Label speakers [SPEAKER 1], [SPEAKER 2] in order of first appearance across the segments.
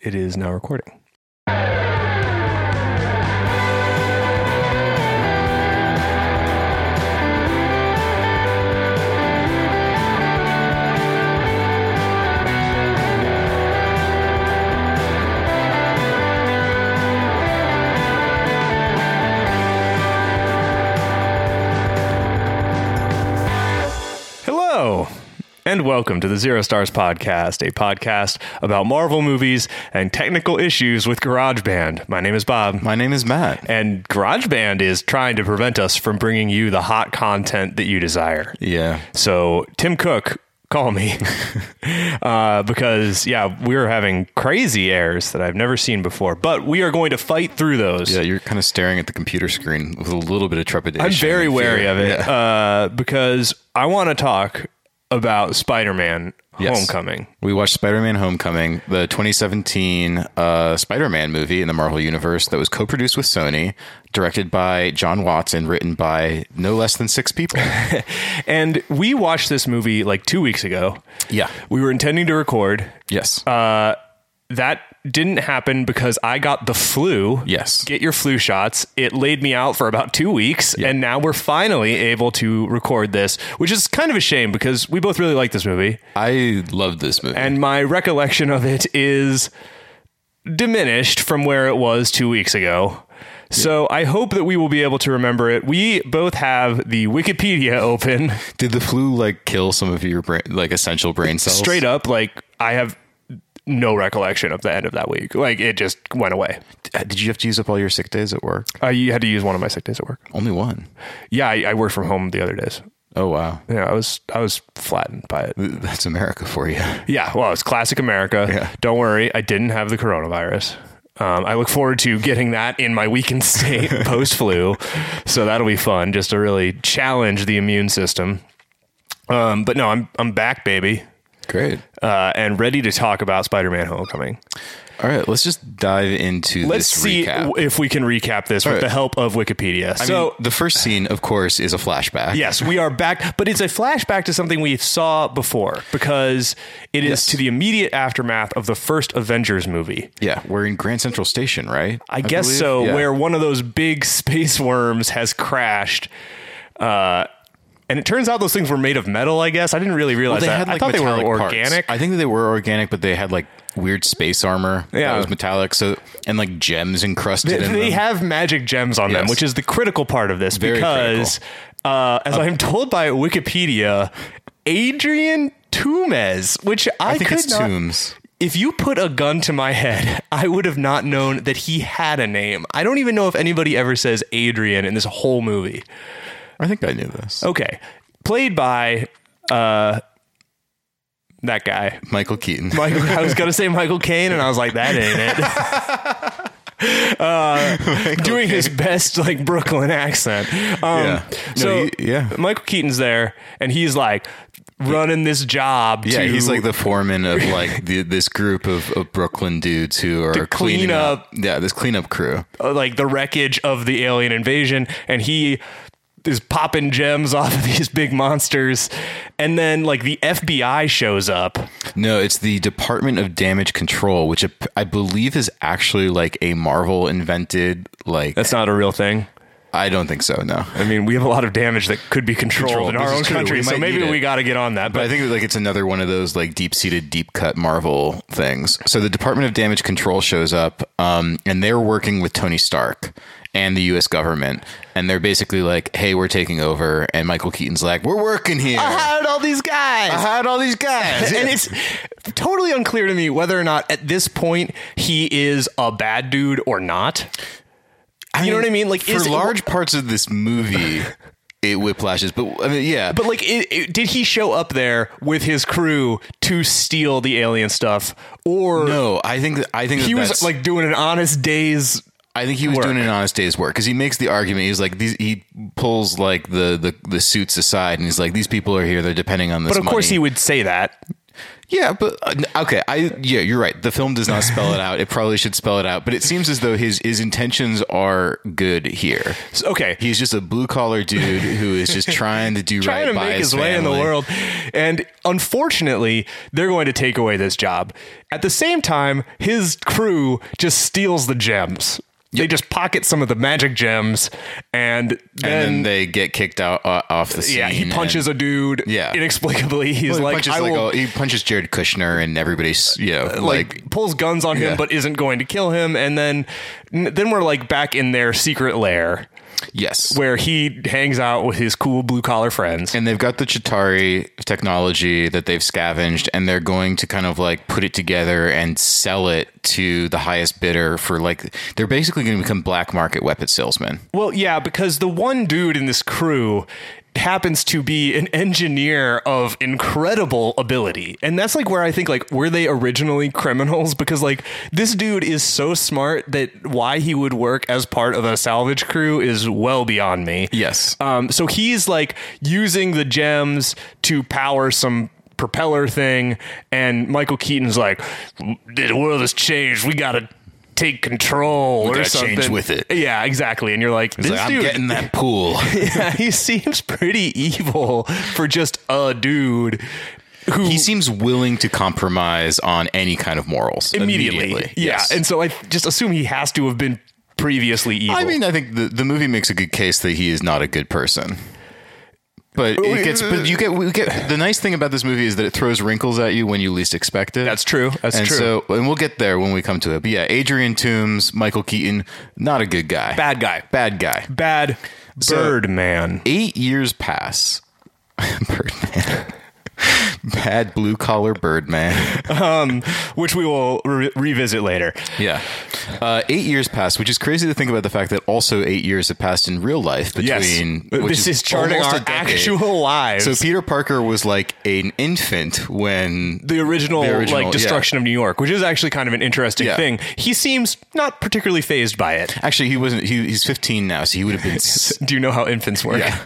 [SPEAKER 1] It is now recording. Hello, and welcome to the Zero Stars Podcast, a podcast about Marvel movies and technical issues with GarageBand. My name is Bob.
[SPEAKER 2] My name is Matt.
[SPEAKER 1] and GarageBand is trying to prevent us from bringing you the hot content that you desire.
[SPEAKER 2] Yeah.
[SPEAKER 1] So, Tim Cook, call me. uh, because, yeah, we're having crazy errors that I've never seen before, but we are going to fight through those.
[SPEAKER 2] Yeah, you're kind of staring at the computer screen with a little bit of trepidation.
[SPEAKER 1] I'm very
[SPEAKER 2] and fear.
[SPEAKER 1] wary of it
[SPEAKER 2] Yeah.
[SPEAKER 1] uh, because I want to talk about Spider Man
[SPEAKER 2] Yes.
[SPEAKER 1] Homecoming.
[SPEAKER 2] We watched Spider Man Homecoming, the 2017 uh, Spider Man movie in the Marvel Universe that was co produced with Sony, directed by John Watts, and written by no less than six people.
[SPEAKER 1] And we watched this movie like two weeks ago.
[SPEAKER 2] yeah.
[SPEAKER 1] We were intending to record.
[SPEAKER 2] Yes.
[SPEAKER 1] That didn't happen because I got the flu.
[SPEAKER 2] yes.
[SPEAKER 1] Get your flu shots. It laid me out for about two weeks, and now we're finally able to record this, which is kind of a shame because we both really like this movie.
[SPEAKER 2] I loved this movie.
[SPEAKER 1] and my recollection of it is diminished from where it was two weeks ago. So I hope that we will be able to remember it. We both have the Wikipedia open
[SPEAKER 2] Did the flu like kill some of your brain, like essential brain cells?
[SPEAKER 1] straight up. Like I have no recollection of the end of that week. Like it just went away.
[SPEAKER 2] Did you have to use up all your sick days at work?
[SPEAKER 1] I had to use one of my sick days at work.
[SPEAKER 2] Only one.
[SPEAKER 1] Yeah, I, I worked from home the other days.
[SPEAKER 2] Oh, wow.
[SPEAKER 1] Yeah, I was I was flattened by it.
[SPEAKER 2] That's America for you.
[SPEAKER 1] Yeah, well, it's classic America.
[SPEAKER 2] Yeah.
[SPEAKER 1] Don't worry, I didn't have the coronavirus. Um, I look forward to getting that in my weakened state post flu. So that'll be fun, just to really challenge the immune system. Um, but no, I'm I'm back, baby,
[SPEAKER 2] Great.
[SPEAKER 1] uh, and ready to talk about Spider-Man: Homecoming.
[SPEAKER 2] All right, let's just dive into
[SPEAKER 1] Let's
[SPEAKER 2] this
[SPEAKER 1] see
[SPEAKER 2] recap.
[SPEAKER 1] w- if we can recap this with
[SPEAKER 2] right.
[SPEAKER 1] the help of Wikipedia.
[SPEAKER 2] I mean,
[SPEAKER 1] so
[SPEAKER 2] the first scene, of course, is a flashback.
[SPEAKER 1] Yes, we are back, but it's a flashback to something we saw before because it is
[SPEAKER 2] Yes.
[SPEAKER 1] to the immediate aftermath of the first Avengers movie.
[SPEAKER 2] Yeah, we're in Grand Central Station, right?
[SPEAKER 1] I, guess
[SPEAKER 2] believe?
[SPEAKER 1] so,
[SPEAKER 2] Yeah.
[SPEAKER 1] where one of those big space worms has crashed. Uh, and it turns out those things were made of metal, I guess. I didn't really realize
[SPEAKER 2] they
[SPEAKER 1] that.
[SPEAKER 2] had like
[SPEAKER 1] I thought they were
[SPEAKER 2] metallic parts.
[SPEAKER 1] organic.
[SPEAKER 2] I think that they were organic, but they had like weird space armor
[SPEAKER 1] Yeah.
[SPEAKER 2] that was metallic, so and like gems encrusted in
[SPEAKER 1] They
[SPEAKER 2] them.
[SPEAKER 1] have magic gems on them,
[SPEAKER 2] Yes.
[SPEAKER 1] which is the critical part of this
[SPEAKER 2] Very
[SPEAKER 1] because, uh, as I'm told by Wikipedia, Adrian Tumes, which I,
[SPEAKER 2] I think
[SPEAKER 1] could
[SPEAKER 2] it's
[SPEAKER 1] not.
[SPEAKER 2] tombs.
[SPEAKER 1] If you put a gun to my head, I would have not known that he had a name. I don't even know if anybody ever says Adrian in this whole movie.
[SPEAKER 2] I think I knew this.
[SPEAKER 1] Okay. Played by uh that guy.
[SPEAKER 2] Michael Keaton.
[SPEAKER 1] Michael I was gonna say Michael Caine and I was like, that ain't it. Uh, doing his best like Brooklyn accent. Um,
[SPEAKER 2] Yeah. No,
[SPEAKER 1] so
[SPEAKER 2] he- yeah.
[SPEAKER 1] Michael Keaton's there and he's like running this job
[SPEAKER 2] yeah,
[SPEAKER 1] to
[SPEAKER 2] he's like the foreman of like the, this group of, of Brooklyn dudes who are
[SPEAKER 1] clean
[SPEAKER 2] cleaning up. Yeah, this cleanup crew.
[SPEAKER 1] uh, like the wreckage of the alien invasion and he is popping gems off of these big monsters and then like the FBI shows up
[SPEAKER 2] No, it's the Department of Damage Control, which ap- I believe is actually like a Marvel invented. Like
[SPEAKER 1] that's not a real thing
[SPEAKER 2] I don't think so. No,
[SPEAKER 1] I mean, we have a lot of damage that could be controlled,
[SPEAKER 2] Controlled,
[SPEAKER 1] in our
[SPEAKER 2] this is
[SPEAKER 1] own
[SPEAKER 2] true.
[SPEAKER 1] country,
[SPEAKER 2] We
[SPEAKER 1] so
[SPEAKER 2] might
[SPEAKER 1] maybe
[SPEAKER 2] need it.
[SPEAKER 1] we got to get on that.
[SPEAKER 2] but
[SPEAKER 1] But
[SPEAKER 2] I think like it's another one of those like deep seated, deep cut Marvel things. So the Department of Damage Control shows up, um, and they're working with Tony Stark and the U.S. government, and they're basically like, "Hey, we're taking over." And Michael Keaton's like, "We're working here."
[SPEAKER 1] hired all these guys,
[SPEAKER 2] I hired all these guys.
[SPEAKER 1] and it's totally unclear to me whether or not at this point he is a bad dude or not. you know what I mean? Like,
[SPEAKER 2] for
[SPEAKER 1] is it-
[SPEAKER 2] large parts of this movie, it whiplashes. But I mean, yeah,
[SPEAKER 1] But like, it, it- did he show up there with his crew to steal the alien stuff, or
[SPEAKER 2] No, I think that, I think
[SPEAKER 1] he
[SPEAKER 2] that
[SPEAKER 1] was
[SPEAKER 2] that's-
[SPEAKER 1] like doing an honest day's?
[SPEAKER 2] I think he was
[SPEAKER 1] work.
[SPEAKER 2] doing an honest day's work because he makes the argument. He's like these, he pulls like the, the the suits aside and he's like these people are here. They're depending on this.
[SPEAKER 1] But of course,
[SPEAKER 2] money."
[SPEAKER 1] he would say that.
[SPEAKER 2] Yeah, but uh, okay, I yeah, you're right. The film does not spell it out. It probably should spell it out, but it seems as though his his intentions are good here.
[SPEAKER 1] So- okay.
[SPEAKER 2] He's just a blue collar dude who is just trying to do
[SPEAKER 1] trying
[SPEAKER 2] right
[SPEAKER 1] to
[SPEAKER 2] by
[SPEAKER 1] make his,
[SPEAKER 2] his,
[SPEAKER 1] way in the
[SPEAKER 2] family.
[SPEAKER 1] world. And unfortunately, they're going to take away this job. At the same time, his crew just steals the gems. They just pocket some of the magic gems, and
[SPEAKER 2] And then,
[SPEAKER 1] then,
[SPEAKER 2] they get kicked out uh, off the scene.
[SPEAKER 1] yeah, he
[SPEAKER 2] and-
[SPEAKER 1] punches a dude.
[SPEAKER 2] Yeah.
[SPEAKER 1] inexplicably, he's
[SPEAKER 2] He
[SPEAKER 1] like,
[SPEAKER 2] punches,
[SPEAKER 1] I
[SPEAKER 2] like,
[SPEAKER 1] will,
[SPEAKER 2] all- he punches Jared Kushner and everybody's you know
[SPEAKER 1] like,
[SPEAKER 2] like
[SPEAKER 1] pulls guns on him,
[SPEAKER 2] Yeah.
[SPEAKER 1] but isn't going to kill him. And then, n- then we're like back in their secret lair
[SPEAKER 2] yes.
[SPEAKER 1] where he hangs out with his cool blue collar friends.
[SPEAKER 2] and they've got the Chitari technology that they've scavenged, and they're going to kind of like put it together and sell it to the highest bidder for like they're basically going to become black market weapon salesmen.
[SPEAKER 1] Well, yeah, because the one dude in this crew happens to be an engineer of incredible ability. And that's like where I think like were they originally criminals because like this dude is so smart that why he would work as part of a salvage crew is well beyond me.
[SPEAKER 2] Yes.
[SPEAKER 1] Um so he's like using the gems to power some propeller thing and Michael Keaton's like the world has changed. We got to take control or
[SPEAKER 2] gotta
[SPEAKER 1] something
[SPEAKER 2] change with it.
[SPEAKER 1] yeah, exactly. And you're like, this
[SPEAKER 2] Like, I'm
[SPEAKER 1] dude,
[SPEAKER 2] getting that pool.
[SPEAKER 1] yeah, he seems pretty evil for just a dude who
[SPEAKER 2] he seems willing to compromise on any kind of morals
[SPEAKER 1] immediately, yeah.
[SPEAKER 2] Yes.
[SPEAKER 1] And so I just assume he has to have been previously evil.
[SPEAKER 2] I mean, I think the, the movie makes a good case that he is not a good person. But it gets, but you get, we get the nice thing about this movie is that it throws wrinkles at you when you least expect it.
[SPEAKER 1] That's true. That's
[SPEAKER 2] and
[SPEAKER 1] true.
[SPEAKER 2] So, and we'll get there when we come to it. But yeah, Adrian Toomes, Michael Keaton, not a good guy,
[SPEAKER 1] bad guy,
[SPEAKER 2] bad guy.
[SPEAKER 1] bad bird man.
[SPEAKER 2] Eight years pass. Birdman. Bad blue collar Birdman.
[SPEAKER 1] Um, which we will re- revisit later.
[SPEAKER 2] Yeah. Uh, eight years passed, which is crazy to think about the fact that also eight years have passed in real life
[SPEAKER 1] Yes,
[SPEAKER 2] between. which
[SPEAKER 1] this is, charting
[SPEAKER 2] almost
[SPEAKER 1] our
[SPEAKER 2] a decade.
[SPEAKER 1] actual lives.
[SPEAKER 2] So Peter Parker was like an infant when
[SPEAKER 1] the original,
[SPEAKER 2] The original,
[SPEAKER 1] like destruction of New York, which is actually kind of an interesting
[SPEAKER 2] Yeah.
[SPEAKER 1] thing. He seems not particularly phased by it.
[SPEAKER 2] actually he wasn't. He, he's 15 now, so he would have been. s-
[SPEAKER 1] Do you know how infants work?
[SPEAKER 2] yeah.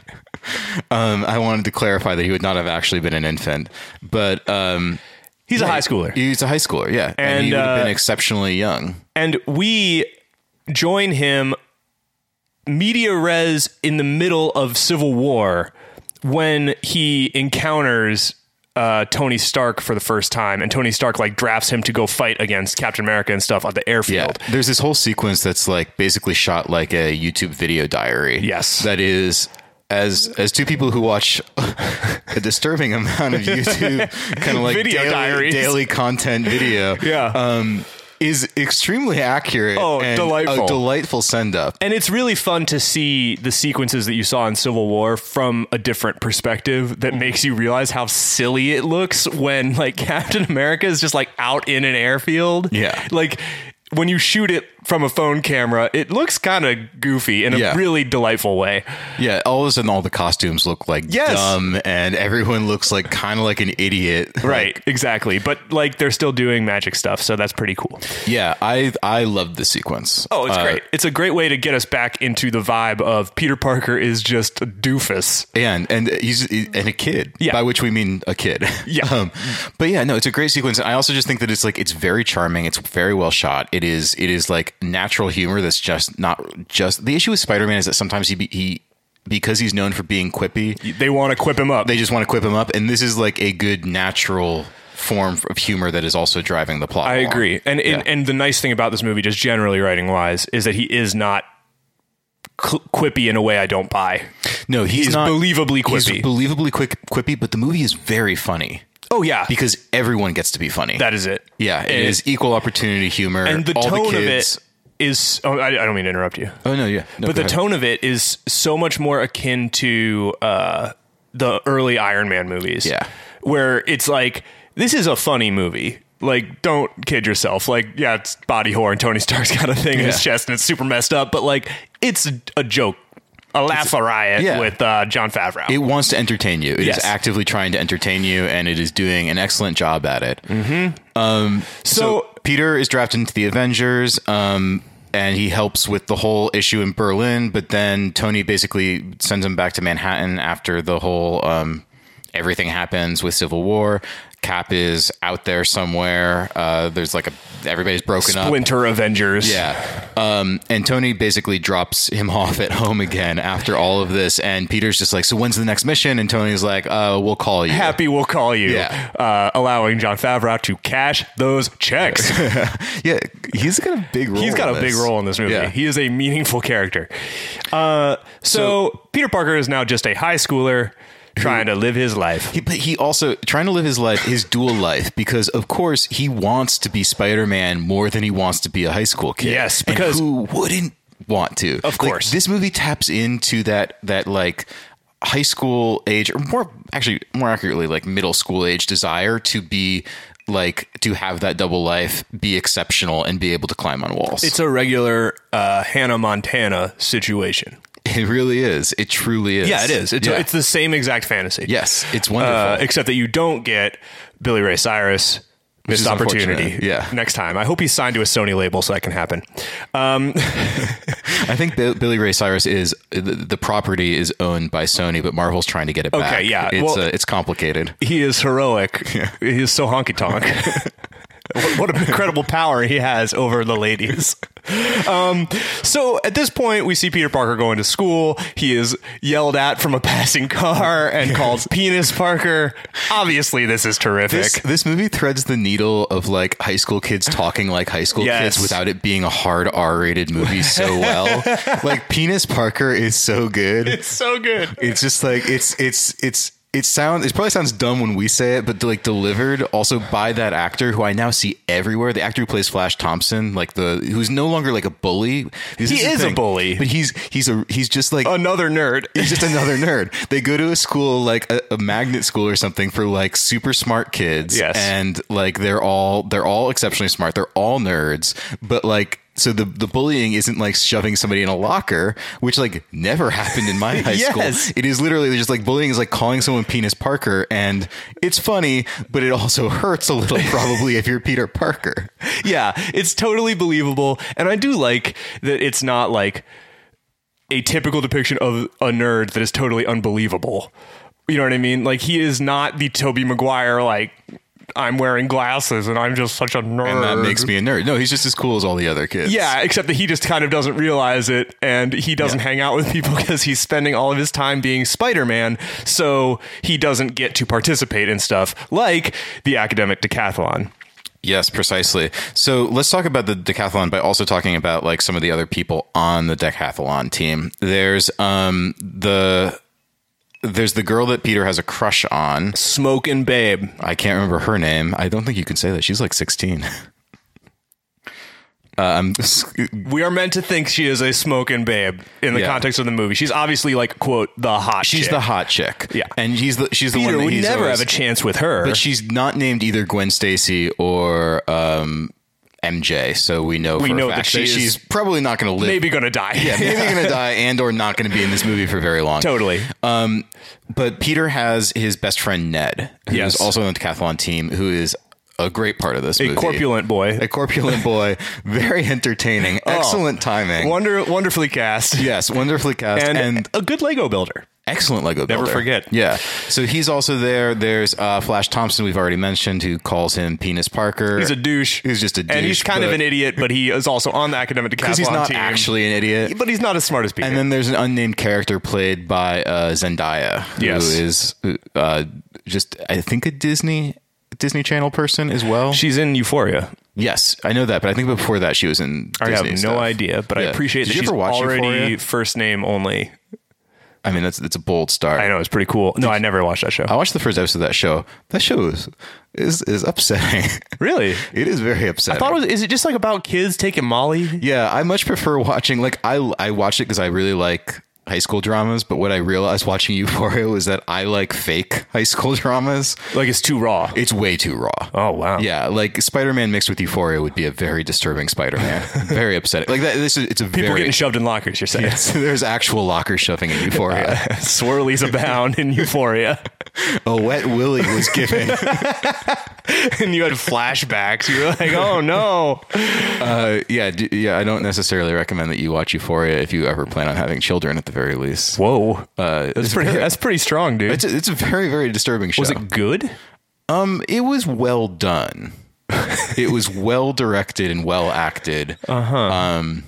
[SPEAKER 2] Um, I wanted to clarify that he would not have actually been an infant, but um,
[SPEAKER 1] He's a high schooler.
[SPEAKER 2] he's a high schooler. Yeah,
[SPEAKER 1] And,
[SPEAKER 2] he would have
[SPEAKER 1] uh,
[SPEAKER 2] been exceptionally young.
[SPEAKER 1] and we join him media res in the middle of civil war when he encounters uh, Tony Stark for the first time, and Tony Stark like drafts him to go fight against Captain America and stuff on the
[SPEAKER 2] Yeah,
[SPEAKER 1] airfield.
[SPEAKER 2] there's this whole sequence that's like basically shot like a YouTube video diary.
[SPEAKER 1] Yes.
[SPEAKER 2] that is as as two people who watch a disturbing amount of YouTube kind of like
[SPEAKER 1] Video
[SPEAKER 2] daily,
[SPEAKER 1] diaries.
[SPEAKER 2] daily content video.
[SPEAKER 1] Yeah.
[SPEAKER 2] um, is extremely accurate.
[SPEAKER 1] Oh,
[SPEAKER 2] and
[SPEAKER 1] delightful.
[SPEAKER 2] A delightful send up.
[SPEAKER 1] And it's really fun to see the sequences that you saw in Civil War from a different perspective that makes you realize how silly it looks when like Captain America is just like out in an airfield.
[SPEAKER 2] Yeah.
[SPEAKER 1] Like when you shoot it from a phone camera, it looks kind of goofy in a
[SPEAKER 2] Yeah.
[SPEAKER 1] really delightful way.
[SPEAKER 2] Yeah, all of a sudden, all the costumes look like
[SPEAKER 1] Yes.
[SPEAKER 2] dumb, and everyone looks like kind of like an idiot.
[SPEAKER 1] Right, exactly. But like they're still doing magic stuff, so that's pretty cool.
[SPEAKER 2] yeah, I I loved the sequence.
[SPEAKER 1] Oh, it's
[SPEAKER 2] Uh,
[SPEAKER 1] great. It's a great way to get us back into the vibe of Peter Parker is just a doofus.
[SPEAKER 2] and and he's and a kid
[SPEAKER 1] Yeah.
[SPEAKER 2] by which we mean a kid
[SPEAKER 1] Yeah.
[SPEAKER 2] Um, but yeah no it's a great sequence and i also just think that it's like it's very charming it's very well shot it is it is like natural humor that's just not just the issue with spider-man is that sometimes he be, he because he's known for being quippy
[SPEAKER 1] They want to quip him up.
[SPEAKER 2] they just want to quip him up and this is like a good natural form of humor that is also driving the plot
[SPEAKER 1] I
[SPEAKER 2] along.
[SPEAKER 1] agree. And, and and the nice thing about this movie, just generally writing wise, is that he is not cl- quippy in a way I don't buy.
[SPEAKER 2] no he's,
[SPEAKER 1] He's
[SPEAKER 2] not
[SPEAKER 1] believably
[SPEAKER 2] he's
[SPEAKER 1] quippy.
[SPEAKER 2] believably quick quippy but the movie is very funny
[SPEAKER 1] oh yeah,
[SPEAKER 2] because everyone gets to be funny
[SPEAKER 1] that is it.
[SPEAKER 2] Yeah,
[SPEAKER 1] And-
[SPEAKER 2] it is equal opportunity humor.
[SPEAKER 1] And the
[SPEAKER 2] All
[SPEAKER 1] tone of
[SPEAKER 2] kids,
[SPEAKER 1] it is. Oh, I, I don't mean to interrupt you.
[SPEAKER 2] Oh no, yeah.
[SPEAKER 1] but
[SPEAKER 2] No, go
[SPEAKER 1] the
[SPEAKER 2] ahead.
[SPEAKER 1] tone of it is so much more akin to uh, the early Iron Man movies.
[SPEAKER 2] Yeah.
[SPEAKER 1] Where it's like, this is a funny movie. Like, don't kid yourself. Like, yeah, it's body horror and Tony Stark's got a thing in his
[SPEAKER 2] Yeah.
[SPEAKER 1] chest and it's super messed up, but like, it's a joke. A laugh a riot
[SPEAKER 2] yeah.
[SPEAKER 1] with uh, John Favreau.
[SPEAKER 2] It wants to entertain you. It is
[SPEAKER 1] Yes.
[SPEAKER 2] actively trying to entertain you, and it is doing an excellent job at it.
[SPEAKER 1] Mm-hmm.
[SPEAKER 2] Um,
[SPEAKER 1] so,
[SPEAKER 2] Peter is drafted into the Avengers, um, and he helps with the whole issue in Berlin. But then Tony basically sends him back to Manhattan after the whole um, everything happens with Civil War. Cap is out there somewhere. Uh, there's like a everybody's broken up.
[SPEAKER 1] Splinter Uh, Avengers.
[SPEAKER 2] Yeah. Um, and Tony basically drops him off at home again after all of this. And Peter's just like, So when's the next mission? And Tony's like, uh, We'll call you.
[SPEAKER 1] Happy will call you,
[SPEAKER 2] Yeah.
[SPEAKER 1] uh, allowing John Favreau to cash those checks.
[SPEAKER 2] Yeah. He's got a big role.
[SPEAKER 1] He's got a
[SPEAKER 2] in
[SPEAKER 1] big
[SPEAKER 2] this.
[SPEAKER 1] role in this movie.
[SPEAKER 2] Yeah.
[SPEAKER 1] He is a meaningful character. Uh, so, Peter Parker is now just a high schooler trying to live his life.
[SPEAKER 2] He, but he also trying to live his life, his dual life, because of course he wants to be Spider Man more than he wants to be a high school kid.
[SPEAKER 1] Yes,
[SPEAKER 2] And
[SPEAKER 1] because-
[SPEAKER 2] who wouldn't want to? Of
[SPEAKER 1] course.
[SPEAKER 2] this movie taps into that that like high school age, or more actually more accurately, like middle school age desire to be like to have that double life, be exceptional, and be able to climb on walls.
[SPEAKER 1] It's a regular uh, Hannah Montana situation.
[SPEAKER 2] it really is. It truly is.
[SPEAKER 1] Yeah, it is. It's,
[SPEAKER 2] Yeah.
[SPEAKER 1] it's the same exact fantasy.
[SPEAKER 2] yes, it's wonderful.
[SPEAKER 1] Uh, except that you don't get Billy Ray Cyrus. Missed
[SPEAKER 2] is unfortunate.
[SPEAKER 1] opportunity.
[SPEAKER 2] Yeah.
[SPEAKER 1] Next time. I hope he's signed to a Sony label so that can happen. Um,
[SPEAKER 2] I think Bill, Billy Ray Cyrus is the, the property is owned by Sony, but Marvel's trying to get it back.
[SPEAKER 1] yeah.
[SPEAKER 2] it's
[SPEAKER 1] Well-
[SPEAKER 2] uh, it's complicated.
[SPEAKER 1] he is heroic. He is so honky tonk. what, what an incredible power he has over the ladies. Um, so at this point, we see Peter Parker going to school. He is yelled at from a passing car and called Penis Parker. Obviously, this is terrific.
[SPEAKER 2] This, this movie threads the needle of like high school kids talking like high school
[SPEAKER 1] Yes.
[SPEAKER 2] kids without it being a hard R-rated movie so well. like Penis Parker is so good.
[SPEAKER 1] it's so good.
[SPEAKER 2] It's just like it's it's it's it sounds it probably sounds dumb when we say it, but like delivered also by that actor who I now see everywhere. The actor who plays Flash Thompson, like the who's no longer like a bully. This
[SPEAKER 1] He
[SPEAKER 2] the
[SPEAKER 1] is a
[SPEAKER 2] thing.
[SPEAKER 1] bully.
[SPEAKER 2] but he's he's a he's just like
[SPEAKER 1] Another nerd.
[SPEAKER 2] He's just another nerd. They go to a school like a, a magnet school or something for like super smart kids.
[SPEAKER 1] Yes.
[SPEAKER 2] and like they're all they're all exceptionally smart. They're all nerds, but like so the the bullying isn't like shoving somebody in a locker, which like never happened in my high
[SPEAKER 1] Yes.
[SPEAKER 2] school. It is literally just like bullying is like calling someone penis Parker, and it's funny, but it also hurts a little probably if you're Peter Parker.
[SPEAKER 1] yeah, it's totally believable. And I do like that it's not like a typical depiction of a nerd that is totally unbelievable. You know what I mean? Like he is not the Toby Maguire like I'm wearing glasses and I'm just such a nerd.
[SPEAKER 2] And that makes me a nerd. No, he's just as cool as all the other kids.
[SPEAKER 1] yeah, except that he just kind of doesn't realize it and he doesn't hang out with people because he's spending all of his time being Spider Man, so he doesn't get to participate in stuff like the academic decathlon.
[SPEAKER 2] Yes, precisely. So let's talk about the decathlon by also talking about like some of the other people on the decathlon team. There's um the there's the girl that Peter has a crush on.
[SPEAKER 1] Smoke and babe.
[SPEAKER 2] I can't remember her name. I don't think you can say that. She's like 16. Um,
[SPEAKER 1] We are meant to think she is a smoking babe in the
[SPEAKER 2] Yeah.
[SPEAKER 1] context of the movie. She's obviously like quote the hot.
[SPEAKER 2] she's
[SPEAKER 1] chick.
[SPEAKER 2] the hot chick.
[SPEAKER 1] Yeah.
[SPEAKER 2] and he's the she's the
[SPEAKER 1] Peter
[SPEAKER 2] one that
[SPEAKER 1] would
[SPEAKER 2] he's
[SPEAKER 1] never
[SPEAKER 2] always-
[SPEAKER 1] have a chance with her.
[SPEAKER 2] But she's not named either Gwen Stacy or um, MJ, so we know we for
[SPEAKER 1] know
[SPEAKER 2] a
[SPEAKER 1] that
[SPEAKER 2] fact
[SPEAKER 1] she is-
[SPEAKER 2] she's probably not going to live.
[SPEAKER 1] maybe gonna die.
[SPEAKER 2] yeah, maybe going to die and or not going to be in this movie for very long.
[SPEAKER 1] totally.
[SPEAKER 2] Um, but Peter has his best friend Ned, who's
[SPEAKER 1] Yes.
[SPEAKER 2] also on the decathlon team, who is a great part of this
[SPEAKER 1] A
[SPEAKER 2] movie.
[SPEAKER 1] corpulent boy.
[SPEAKER 2] a corpulent boy, very entertaining,
[SPEAKER 1] Oh.
[SPEAKER 2] excellent timing.
[SPEAKER 1] Wonder, wonderfully cast.
[SPEAKER 2] Yes, wonderfully cast
[SPEAKER 1] And,
[SPEAKER 2] and,
[SPEAKER 1] a good Lego builder.
[SPEAKER 2] excellent Lego builder.
[SPEAKER 1] forget.
[SPEAKER 2] Yeah. So he's also there. There's uh, Flash Thompson, we've already mentioned, who calls him Penis Parker.
[SPEAKER 1] He's a douche.
[SPEAKER 2] He's just a douche.
[SPEAKER 1] and he's kind of
[SPEAKER 2] but-
[SPEAKER 1] an idiot, but he is also on the academic decathlon
[SPEAKER 2] Because he's not
[SPEAKER 1] team.
[SPEAKER 2] actually an idiot.
[SPEAKER 1] but he's not as smart as Peter.
[SPEAKER 2] And then there's an unnamed character played by uh, Zendaya,
[SPEAKER 1] Yes.
[SPEAKER 2] who is uh, just I think a Disney Disney Channel person as well.
[SPEAKER 1] she's in Euphoria.
[SPEAKER 2] yes, I know that, but I think before that she was in.
[SPEAKER 1] I have
[SPEAKER 2] Disney
[SPEAKER 1] no
[SPEAKER 2] stuff.
[SPEAKER 1] idea, but I
[SPEAKER 2] Yeah.
[SPEAKER 1] appreciate
[SPEAKER 2] Did
[SPEAKER 1] that
[SPEAKER 2] you
[SPEAKER 1] she's
[SPEAKER 2] ever watch
[SPEAKER 1] already
[SPEAKER 2] Euphoria?
[SPEAKER 1] first name only.
[SPEAKER 2] I mean, that's that's a bold start.
[SPEAKER 1] I know it's pretty cool. No, I never watched that show.
[SPEAKER 2] I watched the first episode of that show. That show is is, is upsetting.
[SPEAKER 1] Really?
[SPEAKER 2] it is very upsetting.
[SPEAKER 1] Thought it was, is it just like about kids taking Molly?
[SPEAKER 2] Yeah, I much prefer watching. Like, I I watch it because I really like high school dramas. But what I realized watching Euphoria was that I like fake high school dramas.
[SPEAKER 1] Like it's too raw.
[SPEAKER 2] It's way too raw.
[SPEAKER 1] Oh wow.
[SPEAKER 2] Yeah, like Spider Man mixed with Euphoria would be a very disturbing Spider Man. very upsetting. Like that. This is it's a
[SPEAKER 1] People
[SPEAKER 2] very
[SPEAKER 1] getting shoved in lockers, you're saying.
[SPEAKER 2] there's actual locker shoving in Euphoria.
[SPEAKER 1] Swirlies abound in euphoria.
[SPEAKER 2] a wet willy was given.
[SPEAKER 1] and you had flashbacks. You were like, oh no.
[SPEAKER 2] uh, yeah, d- yeah. I don't necessarily recommend that you watch Euphoria if you ever plan on having children. At the very least.
[SPEAKER 1] Whoa, that's pretty.
[SPEAKER 2] very-
[SPEAKER 1] that's pretty strong, dude.
[SPEAKER 2] It's a, it's a very very disturbing show.
[SPEAKER 1] was it good?
[SPEAKER 2] Um, it was well done. it was well directed and well acted. Uh huh. Um,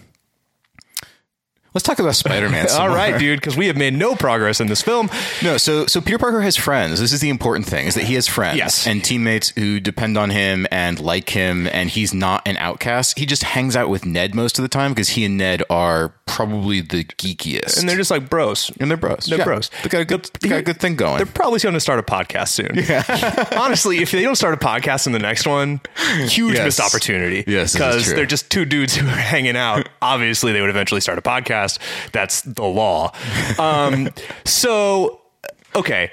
[SPEAKER 2] let's talk about Spider Man.
[SPEAKER 1] All right, dude, because we have made no progress in this film.
[SPEAKER 2] No, so so Peter Parker has friends. This is the important thing: is that he has friends
[SPEAKER 1] Yes.
[SPEAKER 2] and teammates who depend on him and like him, and he's not an outcast. He just hangs out with Ned most of the time because he and Ned are probably the geekiest,
[SPEAKER 1] And they're just like bros.
[SPEAKER 2] and they're bros.
[SPEAKER 1] They're bros.
[SPEAKER 2] They got a good,
[SPEAKER 1] The-
[SPEAKER 2] they got a good thing going.
[SPEAKER 1] They're probably going to start a podcast soon. Honestly, if they don't start a podcast in the next one, huge
[SPEAKER 2] Yes.
[SPEAKER 1] missed opportunity.
[SPEAKER 2] Yes, this is
[SPEAKER 1] because
[SPEAKER 2] true.
[SPEAKER 1] they're just two dudes who are hanging out. Obviously, they would eventually start a podcast. That's the law. Um, so, okay.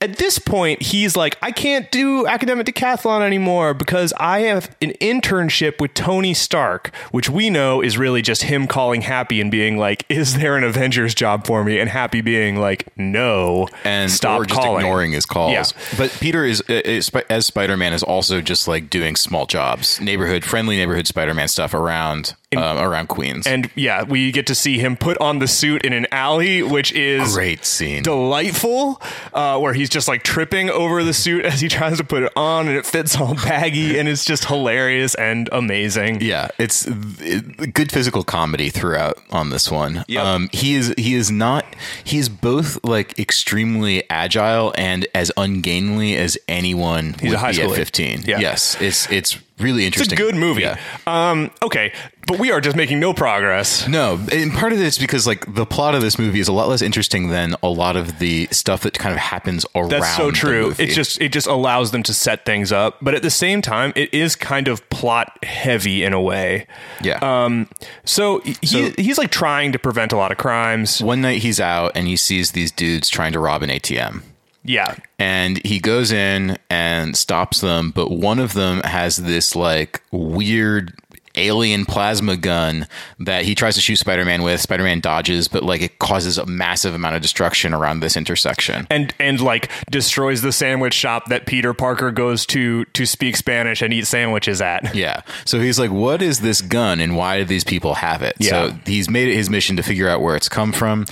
[SPEAKER 1] At this point, he's like, I can't do academic decathlon anymore because I have an internship with Tony Stark, which we know is really just him calling Happy and being like, Is there an Avengers job for me? And Happy being like, No
[SPEAKER 2] and
[SPEAKER 1] stop
[SPEAKER 2] or just
[SPEAKER 1] calling.
[SPEAKER 2] ignoring his calls.
[SPEAKER 1] Yeah.
[SPEAKER 2] But Peter is, uh, is Sp- as Spider Man is also just like doing small jobs, neighborhood friendly neighborhood Spider Man stuff around um, around Queens.
[SPEAKER 1] And yeah, we get to see him put on the suit in an alley, which is
[SPEAKER 2] Great scene.
[SPEAKER 1] delightful, uh, where he's just like tripping over the suit as he tries to put it on, and it fits all baggy, and it's just hilarious and amazing.
[SPEAKER 2] yeah, it's it, good physical comedy throughout on this one.
[SPEAKER 1] Yep.
[SPEAKER 2] Um, he is he is not he is both like extremely agile and as ungainly as anyone he's
[SPEAKER 1] a
[SPEAKER 2] would
[SPEAKER 1] high
[SPEAKER 2] be at
[SPEAKER 1] schooler.
[SPEAKER 2] fifteen.
[SPEAKER 1] Yeah.
[SPEAKER 2] Yes, it's it's really
[SPEAKER 1] It's a
[SPEAKER 2] interesting.
[SPEAKER 1] good movie.
[SPEAKER 2] Yeah.
[SPEAKER 1] Um, okay, but we are just making no progress.
[SPEAKER 2] No, and part of it's because like the plot of this movie is a lot less interesting than a lot of the stuff that kind of happens around.
[SPEAKER 1] That's so
[SPEAKER 2] the
[SPEAKER 1] true.
[SPEAKER 2] movie.
[SPEAKER 1] It just it just allows them to set things up, but at the same time, it is kind of plot heavy in a way.
[SPEAKER 2] yeah.
[SPEAKER 1] Um, so he, he's like trying to prevent a lot of crimes.
[SPEAKER 2] One night he's out and he sees these dudes trying to rob an ATM,
[SPEAKER 1] Yeah.
[SPEAKER 2] and he goes in and stops them. But one of them has this like weird alien plasma gun that he tries to shoot Spider-Man with. Spider-Man dodges, but like it causes a massive amount of destruction around this intersection.
[SPEAKER 1] And and like destroys the sandwich shop that Peter Parker goes to to speak Spanish and eat sandwiches at.
[SPEAKER 2] Yeah. So he's like, what is this gun and why do these people have it?
[SPEAKER 1] Yeah.
[SPEAKER 2] So he's made it his mission to figure out where it's come from.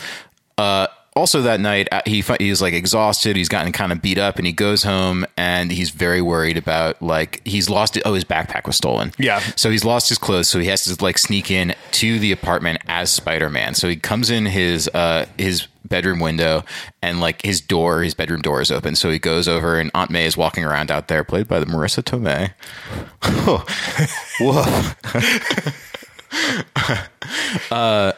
[SPEAKER 2] Uh, also that night uh, he fi- he's like exhausted. He's gotten kind of beat up, and he goes home and he's very worried about like he's lost. It. Oh, his backpack was stolen.
[SPEAKER 1] Yeah.
[SPEAKER 2] So he's lost his clothes. So he has to like sneak in to the apartment as Spider Man. So he comes in his uh his bedroom window and like his door, his bedroom door is open. So he goes over and Aunt May is walking around out there, played by the Marissa Tomei. Whoa. Uh,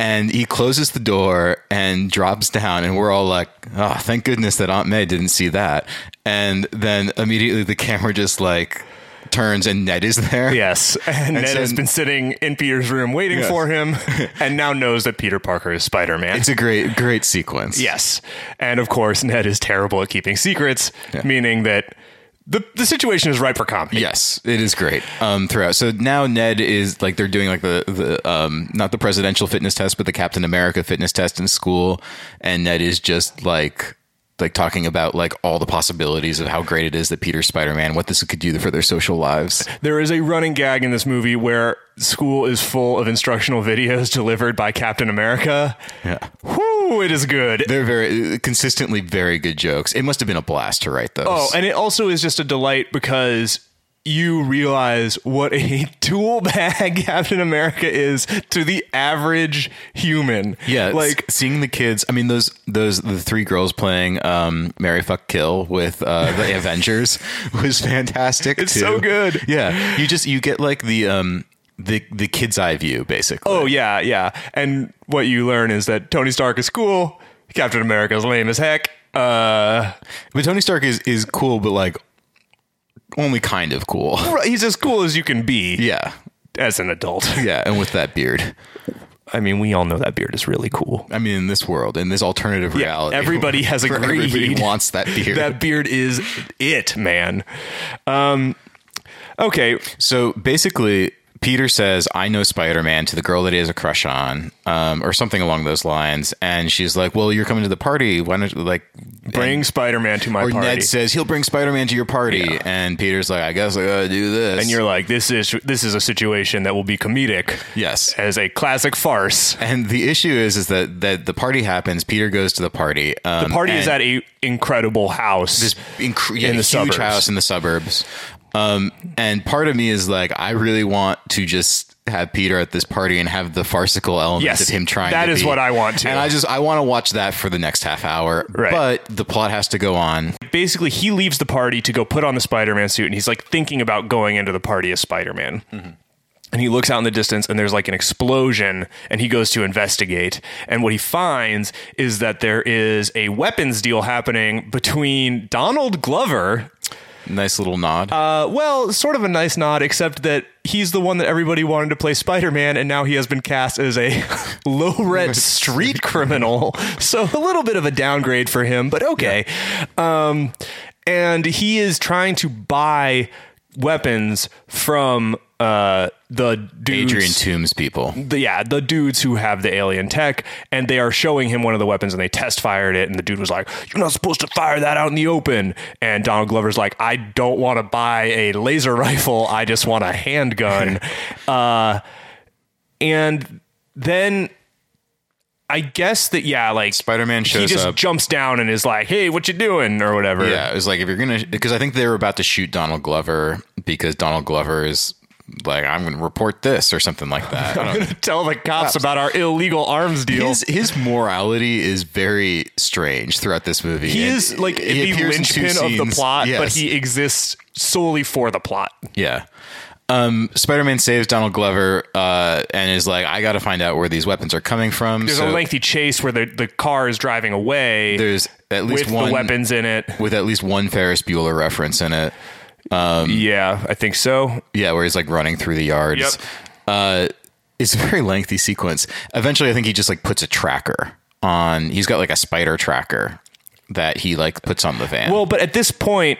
[SPEAKER 2] and he closes the door and drops down and we're all like oh thank goodness that aunt may didn't see that and then immediately the camera just like turns and ned is there
[SPEAKER 1] Yes. And, Ned
[SPEAKER 2] so-
[SPEAKER 1] has been sitting in Peter's room waiting
[SPEAKER 2] Yes.
[SPEAKER 1] for him and now knows that Peter Parker is Spider Man.
[SPEAKER 2] it's a great great sequence
[SPEAKER 1] Yes. And of course, Ned is terrible at keeping secrets,
[SPEAKER 2] Yeah.
[SPEAKER 1] meaning that the, the situation is ripe for comedy.
[SPEAKER 2] Yes, it is great. Um, throughout. So now Ned is like they're doing like the the um not the presidential fitness test, but the Captain America fitness test in school, and Ned is just like like talking about like all the possibilities of how great it is that Peter's Spider Man, what this could do for their social lives.
[SPEAKER 1] There is a running gag in this movie where school is full of instructional videos delivered by Captain America.
[SPEAKER 2] Yeah.
[SPEAKER 1] Whoo, it is good.
[SPEAKER 2] They're very consistently very good jokes. It must have been a blast to write those.
[SPEAKER 1] Oh, and it also is just a delight because you realize what a tool bag Captain America is to the average human.
[SPEAKER 2] Yeah,
[SPEAKER 1] Like
[SPEAKER 2] like seeing the kids. I mean, those those the three girls playing um, "Mary Fuck Kill" with uh, the Avengers was fantastic.
[SPEAKER 1] It's
[SPEAKER 2] too.
[SPEAKER 1] so good.
[SPEAKER 2] Yeah, you just you get like the um the the kid's eye view basically.
[SPEAKER 1] Oh yeah, yeah. And what you learn is that Tony Stark is cool. Captain America is lame as heck. Uh,
[SPEAKER 2] But Tony Stark is is cool, but like only kind of cool.
[SPEAKER 1] he's as cool as you can be
[SPEAKER 2] Yeah,
[SPEAKER 1] as an adult.
[SPEAKER 2] yeah, and with that beard.
[SPEAKER 1] I mean, we all know that beard is really cool.
[SPEAKER 2] I mean, in this world, in this alternative reality,
[SPEAKER 1] everybody has
[SPEAKER 2] where Everybody
[SPEAKER 1] agreed
[SPEAKER 2] wants that beard.
[SPEAKER 1] That beard is it, man. Um, okay,
[SPEAKER 2] So basically, Peter says, I know Spider Man to the girl that he has a crush on, um, or something along those lines. And she's like, Well, you're coming to the party. Why don't you, like,
[SPEAKER 1] Bring Spider Man to my
[SPEAKER 2] or
[SPEAKER 1] party.
[SPEAKER 2] Ned says, He'll bring Spider Man to your party. And Peter's like, I guess I gotta do this.
[SPEAKER 1] and you're like, this is this is a situation that will be comedic
[SPEAKER 2] yes.
[SPEAKER 1] as a classic farce.
[SPEAKER 2] And the issue is, is that, that the party happens. Peter goes to the party. Um,
[SPEAKER 1] The party is
[SPEAKER 2] and-
[SPEAKER 1] at a incredible house.
[SPEAKER 2] this incre- yeah,
[SPEAKER 1] In the
[SPEAKER 2] huge
[SPEAKER 1] suburbs.
[SPEAKER 2] house in the suburbs. Um, and part of me is like, I really want to just have Peter at this party and have the farcical element
[SPEAKER 1] Yes,
[SPEAKER 2] of him trying.
[SPEAKER 1] that
[SPEAKER 2] That is
[SPEAKER 1] is what I want too.
[SPEAKER 2] and I just I want to watch that for the next half hour.
[SPEAKER 1] Right.
[SPEAKER 2] But the plot has to go on.
[SPEAKER 1] Basically, he leaves the party to go put on the Spider-Man suit, and he's like thinking about going into the party as Spider-Man. And he looks out in the distance, and there's like an explosion, and he goes to investigate. And what he finds is that there is a weapons deal happening between Donald Glover,
[SPEAKER 2] Nice little nod.
[SPEAKER 1] Uh, well, sort of a nice nod, except that he's the one that everybody wanted to play Spider Man, and now he has been cast as a low rent street criminal. So a little bit of a downgrade for him, but okay. Um, and he is trying to buy weapons from uh, the dudes.
[SPEAKER 2] Adrian Toomes people.
[SPEAKER 1] the, yeah, the dudes who have the alien tech, and they are showing him one of the weapons, and they test fired it, and the dude was like, "You're not supposed to fire that out in the open." And Donald Glover's like, "I don't want to buy a laser rifle. I just want a handgun." uh, and then I guess that yeah, like
[SPEAKER 2] Spider-Man
[SPEAKER 1] he
[SPEAKER 2] shows
[SPEAKER 1] just
[SPEAKER 2] up.
[SPEAKER 1] jumps down and is like, "Hey, what you doing?" or whatever.
[SPEAKER 2] Yeah, it was like if you're gonna because I think they were about to shoot Donald Glover because Donald Glover is like I'm gonna report this or something like that. I don't
[SPEAKER 1] I'm gonna tell the cops about our illegal arms deal.
[SPEAKER 2] His his morality is very strange throughout this movie.
[SPEAKER 1] He
[SPEAKER 2] And
[SPEAKER 1] is like
[SPEAKER 2] he
[SPEAKER 1] the
[SPEAKER 2] appears in two
[SPEAKER 1] linchpin of the
[SPEAKER 2] scenes.
[SPEAKER 1] plot, but
[SPEAKER 2] Yes.
[SPEAKER 1] he exists solely for the plot.
[SPEAKER 2] yeah. Um, Spider-Man saves Donald Glover uh, and is like, I got to find out where these weapons are coming from.
[SPEAKER 1] There's
[SPEAKER 2] So
[SPEAKER 1] a lengthy chase where the, the car is driving away
[SPEAKER 2] there's at least
[SPEAKER 1] with
[SPEAKER 2] one
[SPEAKER 1] the weapons in it.
[SPEAKER 2] with at least one Ferris Bueller reference in it.
[SPEAKER 1] yeah, I think so.
[SPEAKER 2] Yeah, where he's like running through the yards.
[SPEAKER 1] Yep.
[SPEAKER 2] Uh, it's a very lengthy sequence. Eventually, I think he just like puts a tracker on. He's got like a spider tracker that he like puts on the van.
[SPEAKER 1] Well, but at this point,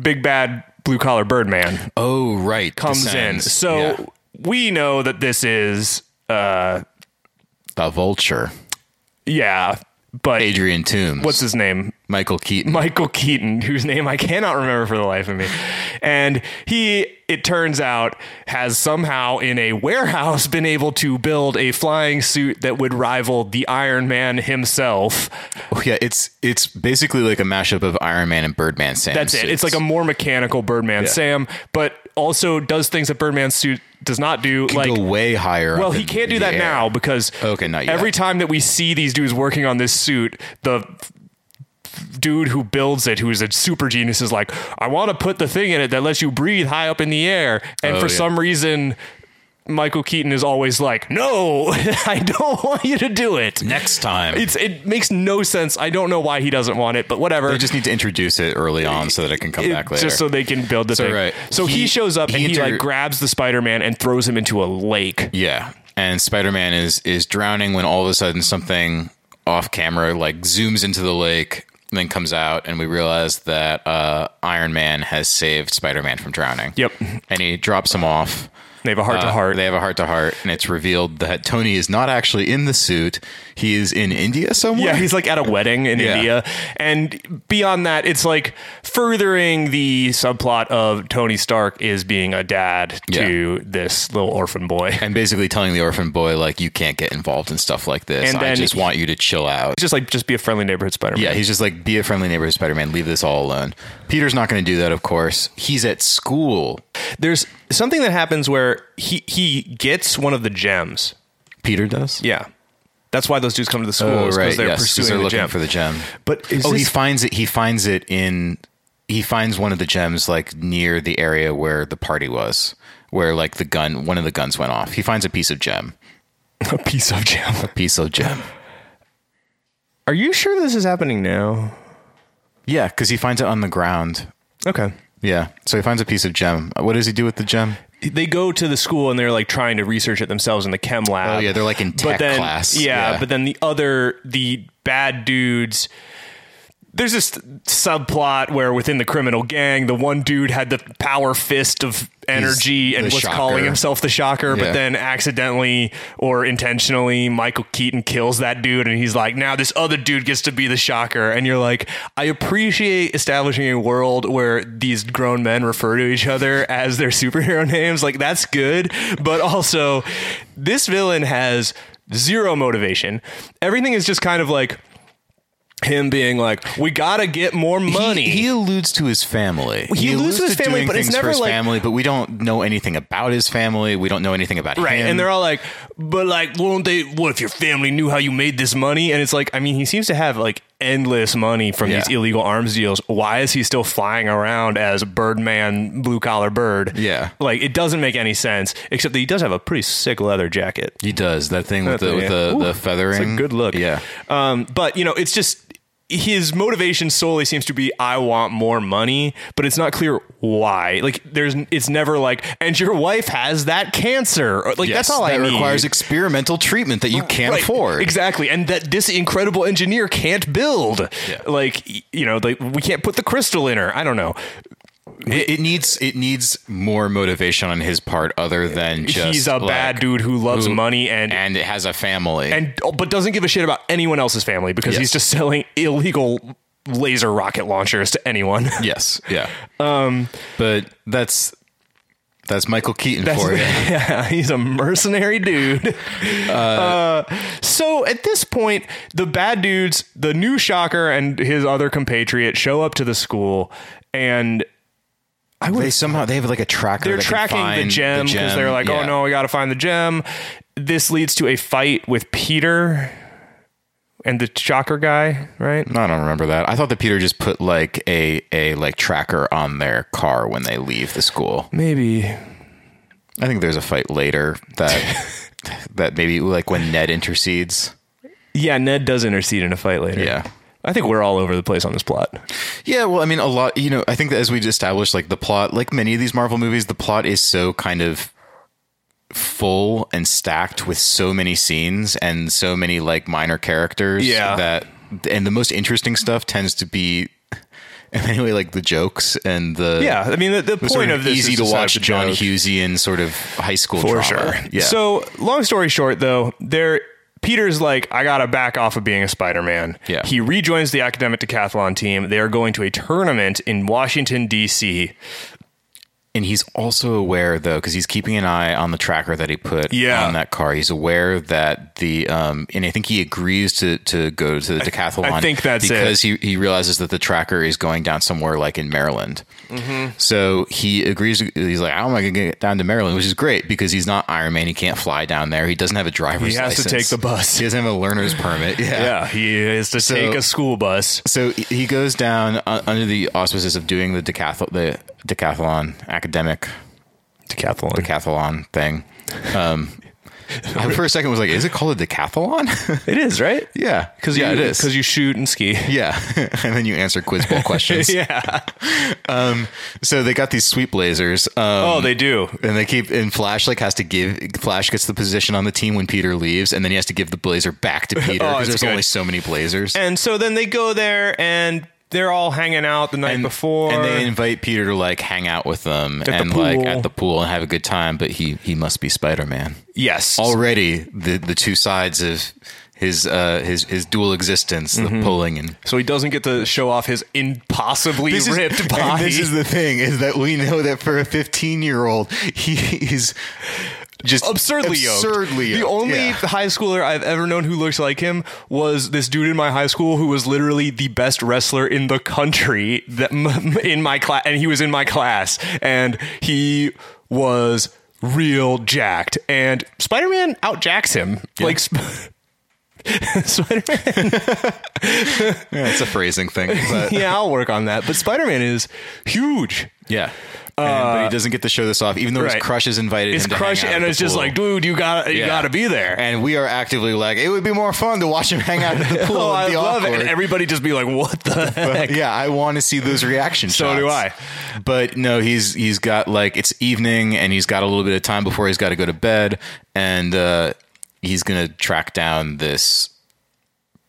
[SPEAKER 1] Big Bad Blue Collar Birdman
[SPEAKER 2] oh right,
[SPEAKER 1] comes in.
[SPEAKER 2] descends.
[SPEAKER 1] So
[SPEAKER 2] Yeah.
[SPEAKER 1] we know that this is,
[SPEAKER 2] the vulture.
[SPEAKER 1] yeah, but
[SPEAKER 2] Adrian Toomes.
[SPEAKER 1] what's his name?
[SPEAKER 2] Michael Keaton?
[SPEAKER 1] Michael Keaton, whose name I cannot remember for the life of me. And he, it turns out, has somehow in a warehouse been able to build a flying suit that would rival the Iron Man himself.
[SPEAKER 2] Oh, yeah, it's it's basically like a mashup of Iron Man and Birdman. Sam
[SPEAKER 1] That's it. It's like a more mechanical Birdman Sam, but also does things that Birdman suit does not do. like
[SPEAKER 2] go way higher.
[SPEAKER 1] Well,
[SPEAKER 2] up
[SPEAKER 1] he
[SPEAKER 2] in
[SPEAKER 1] can't do
[SPEAKER 2] the
[SPEAKER 1] that
[SPEAKER 2] air.
[SPEAKER 1] now because
[SPEAKER 2] Okay, not yet.
[SPEAKER 1] every time that we see these dudes working on this suit, the dude who builds it, who is a super genius, is like, I want to put the thing in it that lets you breathe high up in the air. And
[SPEAKER 2] Oh,
[SPEAKER 1] for
[SPEAKER 2] yeah.
[SPEAKER 1] some reason, Michael Keaton is always like, No, I don't want you to do it.
[SPEAKER 2] Next time,
[SPEAKER 1] It's it makes no sense. I don't know why he doesn't want it, but whatever.
[SPEAKER 2] I just need to introduce it early on so that it can come
[SPEAKER 1] It-
[SPEAKER 2] back later.
[SPEAKER 1] Just so they can build the thing.
[SPEAKER 2] right.
[SPEAKER 1] So he,
[SPEAKER 2] He-
[SPEAKER 1] shows up
[SPEAKER 2] he
[SPEAKER 1] and he
[SPEAKER 2] inter-
[SPEAKER 1] like grabs the Spider Man and throws him into a lake.
[SPEAKER 2] yeah, and Spider Man is is drowning when all of a sudden something off camera like zooms into the lake. And then comes out, and we realize that uh, Iron Man has saved Spider Man from drowning.
[SPEAKER 1] Yep.
[SPEAKER 2] And he drops him off.
[SPEAKER 1] They have a heart to
[SPEAKER 2] Uh,
[SPEAKER 1] heart.
[SPEAKER 2] They have a heart to heart, and it's revealed that Tony is not actually in the suit. He is in India somewhere.
[SPEAKER 1] Yeah, he's like at a wedding in
[SPEAKER 2] Yeah.
[SPEAKER 1] India. And beyond that, it's like furthering the subplot of Tony Stark is being a dad to this little orphan boy.
[SPEAKER 2] and basically telling the orphan boy like, you can't get involved in stuff like this.
[SPEAKER 1] And
[SPEAKER 2] I
[SPEAKER 1] then-
[SPEAKER 2] just want you to chill out.
[SPEAKER 1] Just like just be a friendly neighborhood Spider Man.
[SPEAKER 2] Yeah, he's just like, be a friendly neighborhood Spider-Man. Leave this all alone. Peter's not going to do that, of course. He's at school.
[SPEAKER 1] There's something that happens where he he gets one of the gems.
[SPEAKER 2] Peter does.
[SPEAKER 1] Yeah. That's why those dudes come to the school is because they're
[SPEAKER 2] Oh, yes, 'cause
[SPEAKER 1] pursuing
[SPEAKER 2] they're
[SPEAKER 1] the
[SPEAKER 2] looking
[SPEAKER 1] gem.
[SPEAKER 2] for the gem.
[SPEAKER 1] But is
[SPEAKER 2] oh, he
[SPEAKER 1] this-
[SPEAKER 2] finds it. He finds it in. He finds one of the gems like near the area where the party was, where like the gun, one of the guns went off. He finds a piece of gem.
[SPEAKER 1] a piece of gem.
[SPEAKER 2] Piece of gem.
[SPEAKER 1] Are you sure this is happening now?
[SPEAKER 2] Yeah, because he finds it on the ground.
[SPEAKER 1] Okay.
[SPEAKER 2] Yeah, so he finds a piece of gem. Uh, What does he do with the gem?
[SPEAKER 1] They go to the school and they're like trying to research it themselves in the chem lab.
[SPEAKER 2] Oh yeah, they're like in tech
[SPEAKER 1] but then,
[SPEAKER 2] class.
[SPEAKER 1] Yeah, but then the other the bad dudes there's this subplot where within the criminal gang, the one dude had the power fist of energy and
[SPEAKER 2] the
[SPEAKER 1] was
[SPEAKER 2] Shocker.
[SPEAKER 1] calling himself the Shocker,
[SPEAKER 2] Yeah.
[SPEAKER 1] but then accidentally or intentionally, Michael Keaton kills that dude, and he's like, now this other dude gets to be the Shocker, and you're like, I appreciate establishing a world where these grown men refer to each other as their superhero names, like that's good, but also this villain has zero motivation. Everything is just kind of like him being like, "We gotta get more money."
[SPEAKER 2] He, he alludes to his family.
[SPEAKER 1] He alludes to his family,
[SPEAKER 2] doing
[SPEAKER 1] but it's
[SPEAKER 2] things
[SPEAKER 1] never
[SPEAKER 2] for his
[SPEAKER 1] like-
[SPEAKER 2] family. But we don't know anything about his family. We don't know anything about
[SPEAKER 1] right,
[SPEAKER 2] him.
[SPEAKER 1] and they're all like, "But like, won't they? What if your family knew how you made this money?" And it's like, I mean, he seems to have like endless money from
[SPEAKER 2] Yeah.
[SPEAKER 1] these illegal arms deals. Why is he still flying around as Birdman, blue collar bird?
[SPEAKER 2] Yeah.
[SPEAKER 1] like it doesn't make any sense. Except that he does have a pretty sick leather jacket.
[SPEAKER 2] he does that thing with the
[SPEAKER 1] thing,
[SPEAKER 2] with
[SPEAKER 1] yeah.
[SPEAKER 2] the,
[SPEAKER 1] Ooh,
[SPEAKER 2] the feathering.
[SPEAKER 1] It's a good look.
[SPEAKER 2] Mm, Yeah.
[SPEAKER 1] Um, but you know, it's just his motivation solely seems to be I want more money, but it's not clear why. Like there's it's never like and your wife has that cancer. Or, Like that's all
[SPEAKER 2] that
[SPEAKER 1] I need.
[SPEAKER 2] requires experimental treatment that you can't
[SPEAKER 1] Right,
[SPEAKER 2] afford.
[SPEAKER 1] exactly and that this incredible engineer can't build
[SPEAKER 2] Yeah.
[SPEAKER 1] like y- you know like we can't put the crystal in her i don't know
[SPEAKER 2] It, it needs it needs more motivation on his part other than just
[SPEAKER 1] he's a
[SPEAKER 2] like,
[SPEAKER 1] bad dude who loves
[SPEAKER 2] who-
[SPEAKER 1] money and
[SPEAKER 2] and it has a family.
[SPEAKER 1] and but doesn't give a shit about anyone else's family because
[SPEAKER 2] Yes.
[SPEAKER 1] he's just selling illegal laser rocket launchers to anyone
[SPEAKER 2] yes, yeah.
[SPEAKER 1] Um,
[SPEAKER 2] but that's that's Michael Keaton for you.
[SPEAKER 1] yeah, he's a mercenary dude. Uh, so at this point, the bad dudes, the new Shocker and his other compatriot, show up to the school, and
[SPEAKER 2] They somehow they have like a tracker.
[SPEAKER 1] they're
[SPEAKER 2] that can
[SPEAKER 1] tracking the
[SPEAKER 2] find
[SPEAKER 1] gem because they're like, "Oh
[SPEAKER 2] yeah.
[SPEAKER 1] no, we got to find the gem." This leads to a fight with Peter and the Shocker guy, right?
[SPEAKER 2] I don't remember that. I thought that Peter just put like a a like tracker on their car when they leave the school.
[SPEAKER 1] Maybe
[SPEAKER 2] I think there's a fight later that that maybe like when Ned intercedes.
[SPEAKER 1] Yeah, Ned does intercede in a fight later.
[SPEAKER 2] Yeah.
[SPEAKER 1] I think we're all over the place on this plot.
[SPEAKER 2] Yeah, well, I mean, a lot. You know, I think that as we established, like the plot, like many of these Marvel movies, the plot is so kind of full and stacked with so many scenes and so many like minor characters.
[SPEAKER 1] Yeah.
[SPEAKER 2] that and the most interesting stuff tends to be, in many way, like the jokes and the
[SPEAKER 1] Yeah, I mean the, the point
[SPEAKER 2] sort
[SPEAKER 1] of this
[SPEAKER 2] easy
[SPEAKER 1] is
[SPEAKER 2] to
[SPEAKER 1] just have
[SPEAKER 2] watch
[SPEAKER 1] the
[SPEAKER 2] John
[SPEAKER 1] joke.
[SPEAKER 2] Hughesian sort of high school
[SPEAKER 1] for
[SPEAKER 2] drama.
[SPEAKER 1] sure.
[SPEAKER 2] Yeah.
[SPEAKER 1] So long story short, though, there Peter's like, I gotta back off of being a Spider-Man.
[SPEAKER 2] Yeah.
[SPEAKER 1] He rejoins the academic decathlon team. They are going to a tournament in Washington D.C.
[SPEAKER 2] And he's also aware, though, because he's keeping an eye on the tracker that he put
[SPEAKER 1] Yeah.
[SPEAKER 2] on that car. He's aware that the um, and I think he agrees to to go to the decathlon.
[SPEAKER 1] think that's it.
[SPEAKER 2] because he he realizes that the tracker is going down somewhere like in Maryland.
[SPEAKER 1] Mm-hmm.
[SPEAKER 2] So he agrees. He's like, "How am I going to get down to Maryland?" Which is great because he's not Iron Man. He can't fly down there. He doesn't have a driver's.
[SPEAKER 1] He has to take
[SPEAKER 2] license.
[SPEAKER 1] the bus.
[SPEAKER 2] He doesn't have a learner's permit.
[SPEAKER 1] Yeah, he is to take a school bus.
[SPEAKER 2] So he he goes down uh, under the auspices of doing the decathlon, the decathlon academic
[SPEAKER 1] Decathlon.
[SPEAKER 2] decathlon thing. Um, I for a second was like, is it called a decathlon?
[SPEAKER 1] It is right.
[SPEAKER 2] yeah, because yeah,
[SPEAKER 1] you,
[SPEAKER 2] it is.
[SPEAKER 1] because you shoot and ski. Um,
[SPEAKER 2] yeah, and then you answer quiz bowl questions.
[SPEAKER 1] yeah.
[SPEAKER 2] So they got these sweep lasers. Um,
[SPEAKER 1] Oh, they do.
[SPEAKER 2] and they keep and Flash like has to give Flash gets the position on the team when Peter leaves, and then he has to give the blazer back to Peter
[SPEAKER 1] Oh,
[SPEAKER 2] because
[SPEAKER 1] it's
[SPEAKER 2] there's
[SPEAKER 1] good.
[SPEAKER 2] only so many blazers.
[SPEAKER 1] And so then they go there and they're all hanging out the night before.
[SPEAKER 2] and they invite Peter to like hang out with them
[SPEAKER 1] the
[SPEAKER 2] and like
[SPEAKER 1] pool.
[SPEAKER 2] at the pool and have a good time, but he he must be Spider Man.
[SPEAKER 1] yes.
[SPEAKER 2] already the the two sides of his uh his his dual existence the pulling and
[SPEAKER 1] so he doesn't get to show off his impossibly ripped
[SPEAKER 2] and
[SPEAKER 1] body.
[SPEAKER 2] this is the thing is that we know that for a 15 year old he is just
[SPEAKER 1] absurdly yoked.
[SPEAKER 2] absurdly
[SPEAKER 1] The
[SPEAKER 2] yoked,
[SPEAKER 1] only
[SPEAKER 2] yeah.
[SPEAKER 1] high schooler I've ever known who looks like him was this dude in my high school who was literally the best wrestler in the country that in my class, and he was in my class, and he was real jacked, and Spider Man out jacks him like. Sp- Spider Man,
[SPEAKER 2] yeah, it's a phrasing thing but
[SPEAKER 1] yeah, I'll work on that. But Spider Man is huge.
[SPEAKER 2] yeah And- but he doesn't get to show this off even though
[SPEAKER 1] right.
[SPEAKER 2] Uh, his crush is invited
[SPEAKER 1] It's
[SPEAKER 2] him to
[SPEAKER 1] crush,
[SPEAKER 2] hang out
[SPEAKER 1] and
[SPEAKER 2] at the
[SPEAKER 1] it's just
[SPEAKER 2] pool.
[SPEAKER 1] like, dude, you got to you
[SPEAKER 2] Yeah.
[SPEAKER 1] got to be there.
[SPEAKER 2] and we are actively like it would be more fun to watch him hang out at the pool
[SPEAKER 1] oh,
[SPEAKER 2] and
[SPEAKER 1] I
[SPEAKER 2] be
[SPEAKER 1] love it.
[SPEAKER 2] awkward.
[SPEAKER 1] And everybody just be like, what the heck?
[SPEAKER 2] But yeah, I want to see those reaction
[SPEAKER 1] So
[SPEAKER 2] shots.
[SPEAKER 1] do
[SPEAKER 2] But no, he's he's got like it's evening and he's got a little bit of time before he's got to go to bed and uh he's going to track down this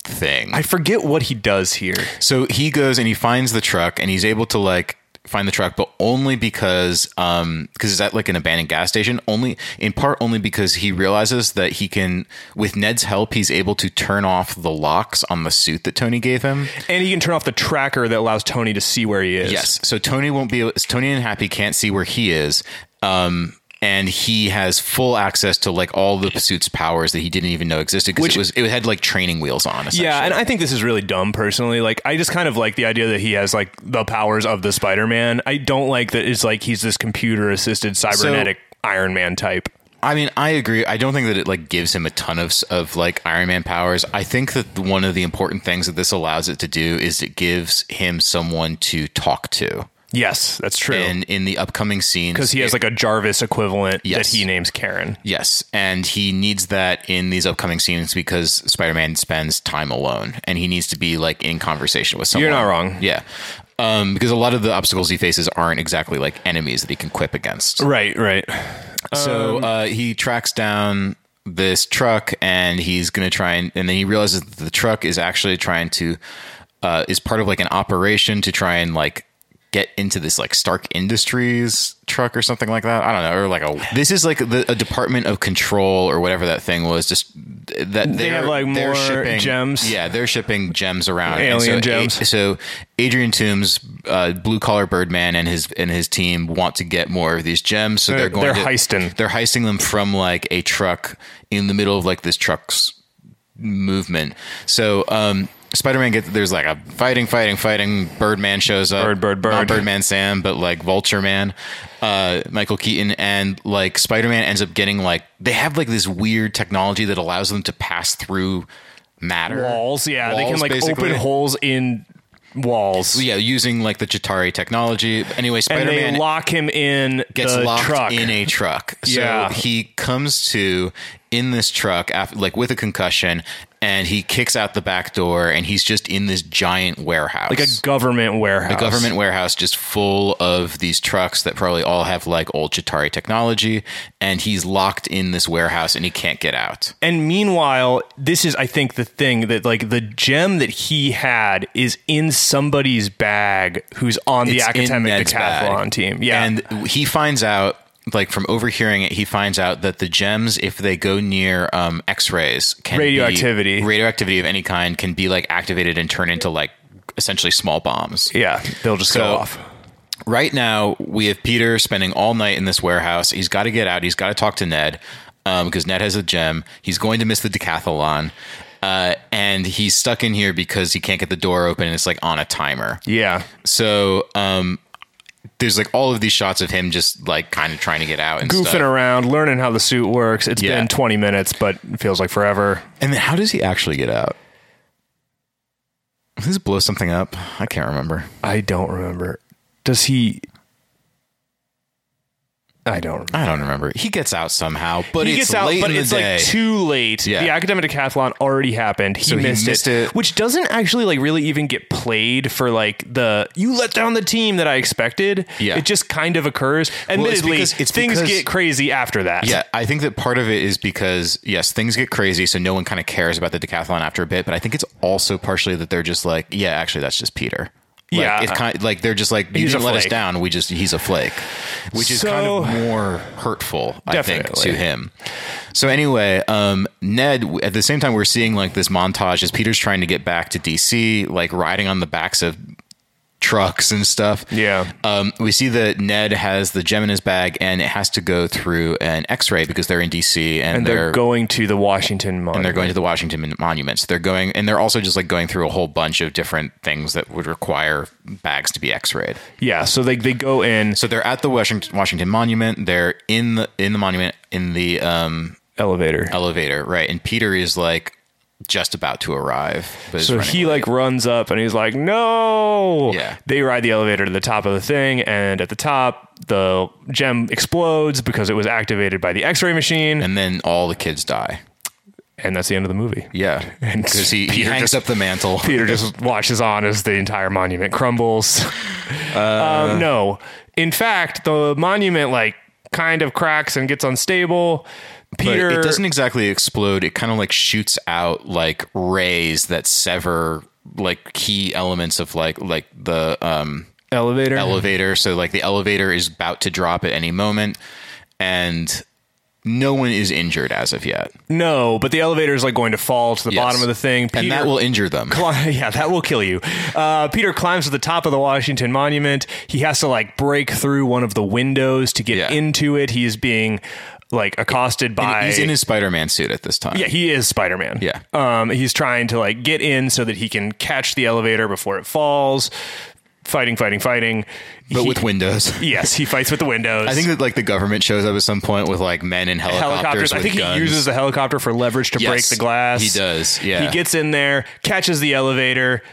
[SPEAKER 2] thing.
[SPEAKER 1] I forget what he does here.
[SPEAKER 2] So he goes and he finds the truck and he's able to like find the truck, but only because um because it's at like an abandoned gas station. Only in part only because he realizes that he can with Ned's help he's able to turn off the locks on the suit that Tony gave him.
[SPEAKER 1] And he can turn off the tracker that allows Tony to see where he is.
[SPEAKER 2] Yes. So Tony won't be Tony and Happy can't see where he is. Um and he has full access to like all the suit's powers that he didn't even know existed because
[SPEAKER 1] Which-
[SPEAKER 2] it was it had like training wheels on. Essentially.
[SPEAKER 1] Yeah, and I think this is really dumb personally. Like I just kind of like the idea that he has like the powers of the Spider-Man. I don't like that it's like he's this computer assisted cybernetic Iron Man type.
[SPEAKER 2] I mean, I agree. I don't think that it like gives him a ton of of like Iron Man powers. I think that one of the important things that this allows it to do is it gives him someone to talk to.
[SPEAKER 1] Yes, that's true.
[SPEAKER 2] And in the upcoming scenes,
[SPEAKER 1] because he has like a Jarvis equivalent
[SPEAKER 2] Yes.
[SPEAKER 1] that he names Karen.
[SPEAKER 2] yes, and he needs that in these upcoming scenes because Spider Man spends time alone, and he needs to be like in conversation with someone.
[SPEAKER 1] You're not wrong.
[SPEAKER 2] Yeah, um, because a lot of the obstacles he faces aren't exactly like enemies that he can quip against.
[SPEAKER 1] Right, right.
[SPEAKER 2] So
[SPEAKER 1] Um,
[SPEAKER 2] uh, he tracks down this truck and he's going to try and, and then he realizes that the truck is actually trying to, uh, is part of like an operation to try and like get into this like Stark Industries truck or something like that. I don't know. Or like a, this is like the, a department of control or whatever that thing was just that they
[SPEAKER 1] have, like, more
[SPEAKER 2] shipping,
[SPEAKER 1] gems.
[SPEAKER 2] Yeah. They're shipping gems around. And
[SPEAKER 1] Alien
[SPEAKER 2] so
[SPEAKER 1] gems.
[SPEAKER 2] A- so Adrian Toomes, uh, blue collar Birdman and his, and his team want to get more of these gems. So they're,
[SPEAKER 1] They're-
[SPEAKER 2] going
[SPEAKER 1] they're
[SPEAKER 2] to-
[SPEAKER 1] heisting.
[SPEAKER 2] they're heisting them from like a truck in the middle of like this truck's movement. So um Spider-Man gets there's like a fighting, fighting, fighting. Birdman shows up.
[SPEAKER 1] Bird, bird, bird.
[SPEAKER 2] Not Birdman Sam, but like Vulture Man, uh, Michael Keaton, and like Spider-Man ends up getting like they have like this weird technology that allows them to pass through matter
[SPEAKER 1] Walls, yeah, they can
[SPEAKER 2] Walls,
[SPEAKER 1] like
[SPEAKER 2] basically.
[SPEAKER 1] open holes in walls.
[SPEAKER 2] Yeah, using like the Chitari technology. Anyway,
[SPEAKER 1] And
[SPEAKER 2] Spider-Man
[SPEAKER 1] they lock him in
[SPEAKER 2] gets
[SPEAKER 1] the
[SPEAKER 2] locked
[SPEAKER 1] truck.
[SPEAKER 2] in a truck. So
[SPEAKER 1] Yeah.
[SPEAKER 2] he comes to in this truck after, like with a concussion and he kicks out the back door and he's just in this giant warehouse.
[SPEAKER 1] like a government warehouse.
[SPEAKER 2] government warehouse just full of these trucks that probably all have like old Chitari technology and he's locked in this warehouse and he can't get out.
[SPEAKER 1] And meanwhile, this is, I think, the thing that like the gem that he had is in somebody's bag who's on the
[SPEAKER 2] It's in
[SPEAKER 1] academic
[SPEAKER 2] Ned's
[SPEAKER 1] decathlon
[SPEAKER 2] bag.
[SPEAKER 1] team. Yeah.
[SPEAKER 2] And he finds out, like from overhearing it, he finds out that the gems, if they go near um, X-rays, can be-
[SPEAKER 1] Radioactivity.
[SPEAKER 2] radioactivity of any kind, can be like activated and turn into like essentially small bombs.
[SPEAKER 1] yeah, they'll just go
[SPEAKER 2] So-
[SPEAKER 1] off.
[SPEAKER 2] Right now, we have Peter spending all night in this warehouse. He's got to get out. He's got to talk to Ned um, because Ned has a gem. He's going to miss the decathlon. Uh, and he's stuck in here because he can't get the door open and it's like on a timer.
[SPEAKER 1] Yeah.
[SPEAKER 2] So um, there's like all of these shots of him just like kind of trying to get out and
[SPEAKER 1] Goofing
[SPEAKER 2] stuff.
[SPEAKER 1] around, learning how the suit works. It's
[SPEAKER 2] Yeah.
[SPEAKER 1] been 20 minutes, but it feels like forever.
[SPEAKER 2] And then how does he actually get out? Does he blow something up? I can't remember.
[SPEAKER 1] I don't remember. Does he? I don't remember.
[SPEAKER 2] I don't remember. He gets out somehow, but
[SPEAKER 1] he
[SPEAKER 2] it's
[SPEAKER 1] gets out,
[SPEAKER 2] late
[SPEAKER 1] but
[SPEAKER 2] in the
[SPEAKER 1] it's
[SPEAKER 2] day.
[SPEAKER 1] like too late.
[SPEAKER 2] Yeah.
[SPEAKER 1] The academic decathlon already happened. He,
[SPEAKER 2] he
[SPEAKER 1] missed,
[SPEAKER 2] missed
[SPEAKER 1] it,
[SPEAKER 2] it.
[SPEAKER 1] which doesn't actually like really even get played for like the you let down the team that I expected.
[SPEAKER 2] Yeah.
[SPEAKER 1] it just kind of occurs. Admittedly,
[SPEAKER 2] because- it's
[SPEAKER 1] things
[SPEAKER 2] because-
[SPEAKER 1] get crazy after that.
[SPEAKER 2] yeah, I think that part of it is because yes, things get crazy, so no one kind of cares about the decathlon after a bit. But I think it's also partially that they're just like, yeah, actually, that's just Peter. Like,
[SPEAKER 1] Yeah.
[SPEAKER 2] it's kind like they're just like you
[SPEAKER 1] He's a
[SPEAKER 2] didn't let us
[SPEAKER 1] flake.
[SPEAKER 2] down. We just he's a flake, which is kind
[SPEAKER 1] So-
[SPEAKER 2] of more hurtful, I think,
[SPEAKER 1] Definitely.
[SPEAKER 2] to him. So anyway, um, Ned. At the same time, we're seeing like this montage as Peter's trying to get back to DC, like riding on the backs of trucks and stuff.
[SPEAKER 1] Yeah.
[SPEAKER 2] Um, we see that Ned has the gem in his bag and it has to go through an x ray because they're in DC and,
[SPEAKER 1] and
[SPEAKER 2] they're,
[SPEAKER 1] they're, going to the Washington Monument.
[SPEAKER 2] and they're going to the Washington Mon- Monument. So they're going and they're also just like going through a whole bunch of different things that would require bags to be x rayed.
[SPEAKER 1] yeah, so they they go in
[SPEAKER 2] So they're at the Washington, Washington Monument. They're in the in the monument in the um,
[SPEAKER 1] elevator.
[SPEAKER 2] elevator, right? And Peter is like just about to arrive. But is
[SPEAKER 1] So
[SPEAKER 2] running
[SPEAKER 1] he like runs up and he's like, "No!"
[SPEAKER 2] Yeah.
[SPEAKER 1] They ride the elevator to the top of the thing, and at the top, the gem explodes because it was activated by the X-ray machine, and,
[SPEAKER 2] and then all the kids die.
[SPEAKER 1] that's the end of the movie.
[SPEAKER 2] Yeah,
[SPEAKER 1] And
[SPEAKER 2] because he, he
[SPEAKER 1] Peter
[SPEAKER 2] hangs
[SPEAKER 1] just-
[SPEAKER 2] up the mantle.
[SPEAKER 1] Peter just watches on as the entire monument crumbles.
[SPEAKER 2] Uh.
[SPEAKER 1] um, no, in fact, the monument like kind of cracks and gets unstable.
[SPEAKER 2] Peter,
[SPEAKER 1] Peter-
[SPEAKER 2] it doesn't exactly explode. It kind of like shoots out like rays that sever like key elements of like like the um
[SPEAKER 1] Elevator.
[SPEAKER 2] elevator. So like the elevator is about to drop at any moment, and no one is injured as of yet.
[SPEAKER 1] no, but the elevator is like going to fall to the
[SPEAKER 2] Yes.
[SPEAKER 1] bottom of the thing. Peter,
[SPEAKER 2] and that will injure them.
[SPEAKER 1] cli- yeah, that will kill you. Uh, Peter climbs to the top of the Washington Monument. He has to like break through one of the windows to get
[SPEAKER 2] Yeah.
[SPEAKER 1] into it. He is being like accosted by.
[SPEAKER 2] He's in his Spider-Man suit at this time.
[SPEAKER 1] yeah, he is Spider Man.
[SPEAKER 2] Yeah.
[SPEAKER 1] um, he's trying to like get in so that he can catch the elevator before it falls. Fighting, fighting, fighting.
[SPEAKER 2] but
[SPEAKER 1] He-
[SPEAKER 2] with windows.
[SPEAKER 1] yes, he fights with the windows.
[SPEAKER 2] I think that like the government shows up at some point with like men in helicopters.
[SPEAKER 1] helicopters. I
[SPEAKER 2] with
[SPEAKER 1] think
[SPEAKER 2] guns.
[SPEAKER 1] he uses the helicopter for leverage to
[SPEAKER 2] Yes,
[SPEAKER 1] break the glass.
[SPEAKER 2] He does. Yeah,
[SPEAKER 1] He gets in there, catches the elevator,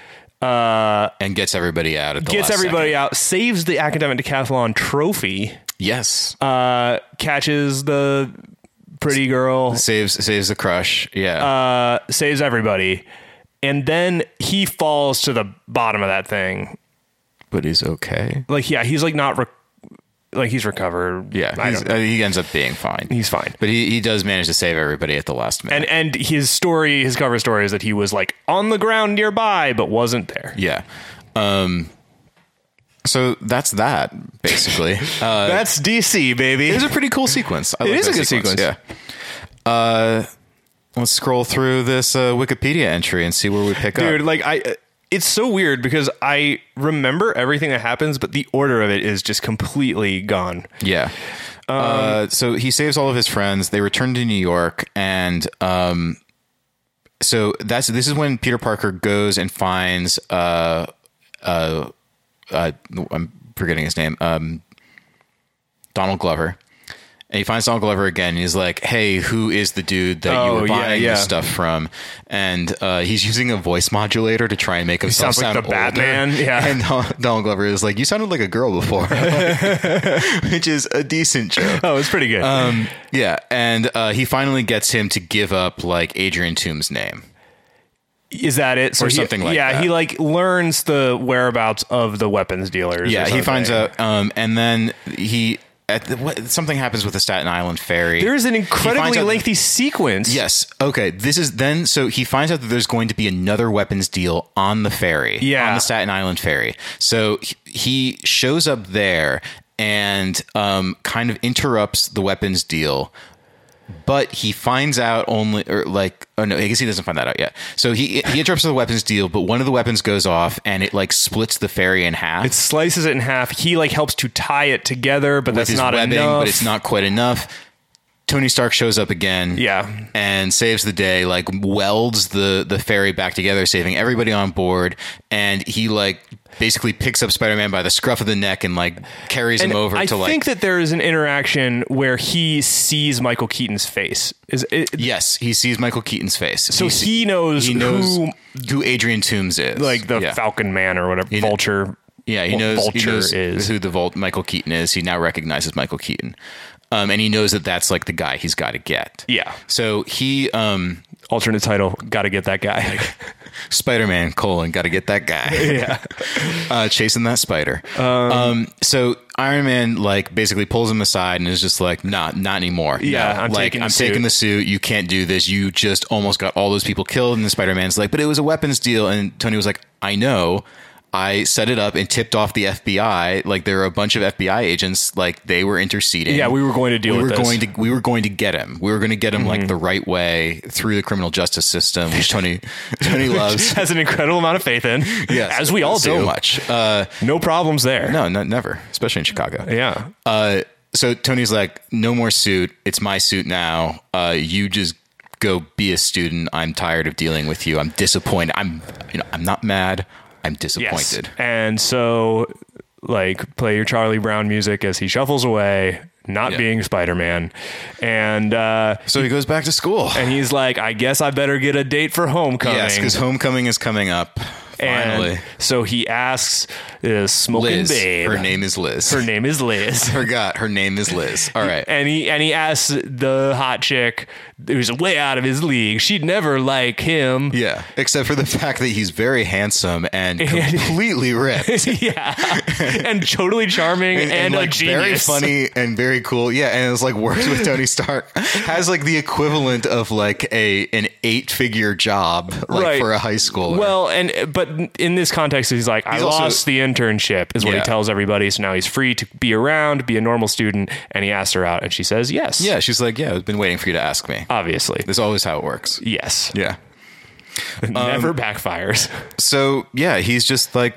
[SPEAKER 1] uh,
[SPEAKER 2] and gets everybody out at the
[SPEAKER 1] gets
[SPEAKER 2] last
[SPEAKER 1] everybody
[SPEAKER 2] second.
[SPEAKER 1] out, saves the academic decathlon trophy,
[SPEAKER 2] Yes,
[SPEAKER 1] uh, catches the pretty girl,
[SPEAKER 2] saves saves the crush. Yeah,
[SPEAKER 1] uh, saves everybody, and then he falls to the bottom of that thing.
[SPEAKER 2] but he's okay.
[SPEAKER 1] Like, yeah, he's like not re- like he's recovered.
[SPEAKER 2] Yeah,
[SPEAKER 1] I
[SPEAKER 2] he's-
[SPEAKER 1] don't know.
[SPEAKER 2] uh, he ends up being fine.
[SPEAKER 1] he's fine.
[SPEAKER 2] but he, he does manage to save everybody at the last minute.
[SPEAKER 1] And and his story, his cover story is that he was like on the ground nearby but wasn't there.
[SPEAKER 2] yeah. Um. So that's that basically. Uh,
[SPEAKER 1] That's DC, baby.
[SPEAKER 2] it was a pretty cool sequence. I it
[SPEAKER 1] is a good sequence.
[SPEAKER 2] Yeah. Uh, let's scroll through this uh, Wikipedia entry and see where we pick
[SPEAKER 1] dude
[SPEAKER 2] up.
[SPEAKER 1] like i uh, it's so weird because i remember everything that happens but the order of it is just completely gone
[SPEAKER 2] Yeah.
[SPEAKER 1] Um,
[SPEAKER 2] uh, so he saves all of his friends. They return to New York, and um, so that's this is when Peter Parker goes and finds uh, uh, uh, I'm forgetting his name, um, Donald Glover. And he finds Donald Glover again. And he's like, "Hey, who is the dude that you
[SPEAKER 1] Oh,
[SPEAKER 2] were
[SPEAKER 1] yeah,
[SPEAKER 2] buying
[SPEAKER 1] yeah.
[SPEAKER 2] this stuff from?" And uh, he's using a voice modulator to try and make himself
[SPEAKER 1] sounds like
[SPEAKER 2] sound
[SPEAKER 1] the
[SPEAKER 2] older.
[SPEAKER 1] Batman, yeah.
[SPEAKER 2] And Don- Donald Glover is like, "You sounded like a girl before," which is a decent joke.
[SPEAKER 1] oh it's pretty good
[SPEAKER 2] Um, yeah, and uh, he finally gets him to give up like Adrian Toomb's name.
[SPEAKER 1] is that it so
[SPEAKER 2] or
[SPEAKER 1] he-
[SPEAKER 2] something like
[SPEAKER 1] yeah
[SPEAKER 2] that.
[SPEAKER 1] he like learns the whereabouts of the weapons dealers or
[SPEAKER 2] Yeah, he
[SPEAKER 1] something.
[SPEAKER 2] finds out, um, and then he at the, what, something happens with the Staten Island ferry.
[SPEAKER 1] there is an
[SPEAKER 2] He finds
[SPEAKER 1] incredibly
[SPEAKER 2] out-
[SPEAKER 1] lengthy sequence
[SPEAKER 2] Yes. Okay. This is then. So he finds out that there's going to be another weapons deal on the ferry.
[SPEAKER 1] Yeah.
[SPEAKER 2] On the Staten Island ferry. So he- he shows up there and um, kind of interrupts the weapons deal. But he finds out only, or like, oh no, I guess he doesn't find that out yet. So he he interrupts the weapons deal, but one of the weapons goes off and it like splits the ferry in half.
[SPEAKER 1] it slices it in half he like helps to tie it together but that's
[SPEAKER 2] his
[SPEAKER 1] not
[SPEAKER 2] webbing,
[SPEAKER 1] enough
[SPEAKER 2] but it's not quite enough. Tony Stark shows up again,
[SPEAKER 1] Yeah.
[SPEAKER 2] and saves the day. Like welds the the ferry back together, saving everybody on board. And he like basically picks up Spider Man by the scruff of the neck and like carries him
[SPEAKER 1] And
[SPEAKER 2] over
[SPEAKER 1] I
[SPEAKER 2] to like
[SPEAKER 1] think that there is an interaction where he sees Michael Keaton's face. Is it,
[SPEAKER 2] yes, he sees Michael Keaton's face.
[SPEAKER 1] so
[SPEAKER 2] se-
[SPEAKER 1] he knows,
[SPEAKER 2] he knows
[SPEAKER 1] who,
[SPEAKER 2] who, Adrian Toombs is,
[SPEAKER 1] like the
[SPEAKER 2] yeah.
[SPEAKER 1] Falcon Man or whatever, Vulture.
[SPEAKER 2] Yeah, he
[SPEAKER 1] Vul-
[SPEAKER 2] knows,
[SPEAKER 1] Vulture
[SPEAKER 2] he knows
[SPEAKER 1] is.
[SPEAKER 2] who the Volt Michael Keaton is. He now recognizes Michael Keaton, um, and he knows that that's like the guy he's got to get.
[SPEAKER 1] Yeah.
[SPEAKER 2] So he, um,
[SPEAKER 1] alternate title got to get that guy
[SPEAKER 2] Spider Man colon, got to get that guy. Yeah. uh, chasing that spider. Um, so Iron Man like basically pulls him aside and is just like, nah, not anymore.
[SPEAKER 1] Yeah,
[SPEAKER 2] No,
[SPEAKER 1] I'm
[SPEAKER 2] like
[SPEAKER 1] taking the
[SPEAKER 2] I'm
[SPEAKER 1] suit."
[SPEAKER 2] taking the suit. You can't do this. You just almost got all those people killed. And the Spider Man's like, but it was a weapons deal. And Tony was like, I know. I set it up and tipped off the FBI. Like there were a bunch of FBI agents. Like they were interceding.
[SPEAKER 1] Yeah, we were going to deal
[SPEAKER 2] We
[SPEAKER 1] with
[SPEAKER 2] were
[SPEAKER 1] this.
[SPEAKER 2] going to we were going to get him. We were going to get him
[SPEAKER 1] Mm-hmm.
[SPEAKER 2] like the right way through the criminal justice system, which Tony Tony loves.
[SPEAKER 1] has an incredible amount of faith in
[SPEAKER 2] Yes,
[SPEAKER 1] as we all
[SPEAKER 2] so
[SPEAKER 1] do
[SPEAKER 2] much. Uh,
[SPEAKER 1] no problems there
[SPEAKER 2] no, no, never, especially in Chicago.
[SPEAKER 1] yeah
[SPEAKER 2] Uh, so Tony's like, no more suit. It's my suit now. Uh, you just go be a student. I'm tired of dealing with you. I'm disappointed. I'm, you know, I'm not mad. I'm
[SPEAKER 1] yes
[SPEAKER 2] disappointed.
[SPEAKER 1] and so like play your charlie brown music as he shuffles away not
[SPEAKER 2] Yeah.
[SPEAKER 1] being spider-man and uh
[SPEAKER 2] So he goes back to school.
[SPEAKER 1] and he's like i guess i better get a date for homecoming
[SPEAKER 2] Yes, because homecoming is coming up
[SPEAKER 1] And
[SPEAKER 2] Finally.
[SPEAKER 1] so he asks this smoking
[SPEAKER 2] Liz.
[SPEAKER 1] babe.
[SPEAKER 2] Her name is Liz.
[SPEAKER 1] her name is Liz.
[SPEAKER 2] Forgot. Her name is Liz. All right.
[SPEAKER 1] And he and he asks the hot chick who's way out of his league. She'd never like him.
[SPEAKER 2] Yeah. Except for the fact that he's very handsome and completely ripped.
[SPEAKER 1] yeah. and totally charming and, a
[SPEAKER 2] like very
[SPEAKER 1] genius.
[SPEAKER 2] funny and very cool. Yeah, and it's like works with Tony Stark. Has like the equivalent of like a an eight figure job like
[SPEAKER 1] Right.
[SPEAKER 2] for a high schooler.
[SPEAKER 1] Well, and but in this context, he's like, I
[SPEAKER 2] also-
[SPEAKER 1] lost the internship, is what he
[SPEAKER 2] Yeah.
[SPEAKER 1] tells everybody. So now he's free to be around, be a normal student. And he asks her out, and she says yes.
[SPEAKER 2] yeah, she's like, yeah, I've been waiting for you to ask
[SPEAKER 1] Uh,
[SPEAKER 2] me.
[SPEAKER 1] obviously,
[SPEAKER 2] That's always how it works.
[SPEAKER 1] yes.
[SPEAKER 2] Yeah.
[SPEAKER 1] Never backfires.
[SPEAKER 2] So yeah, he's just like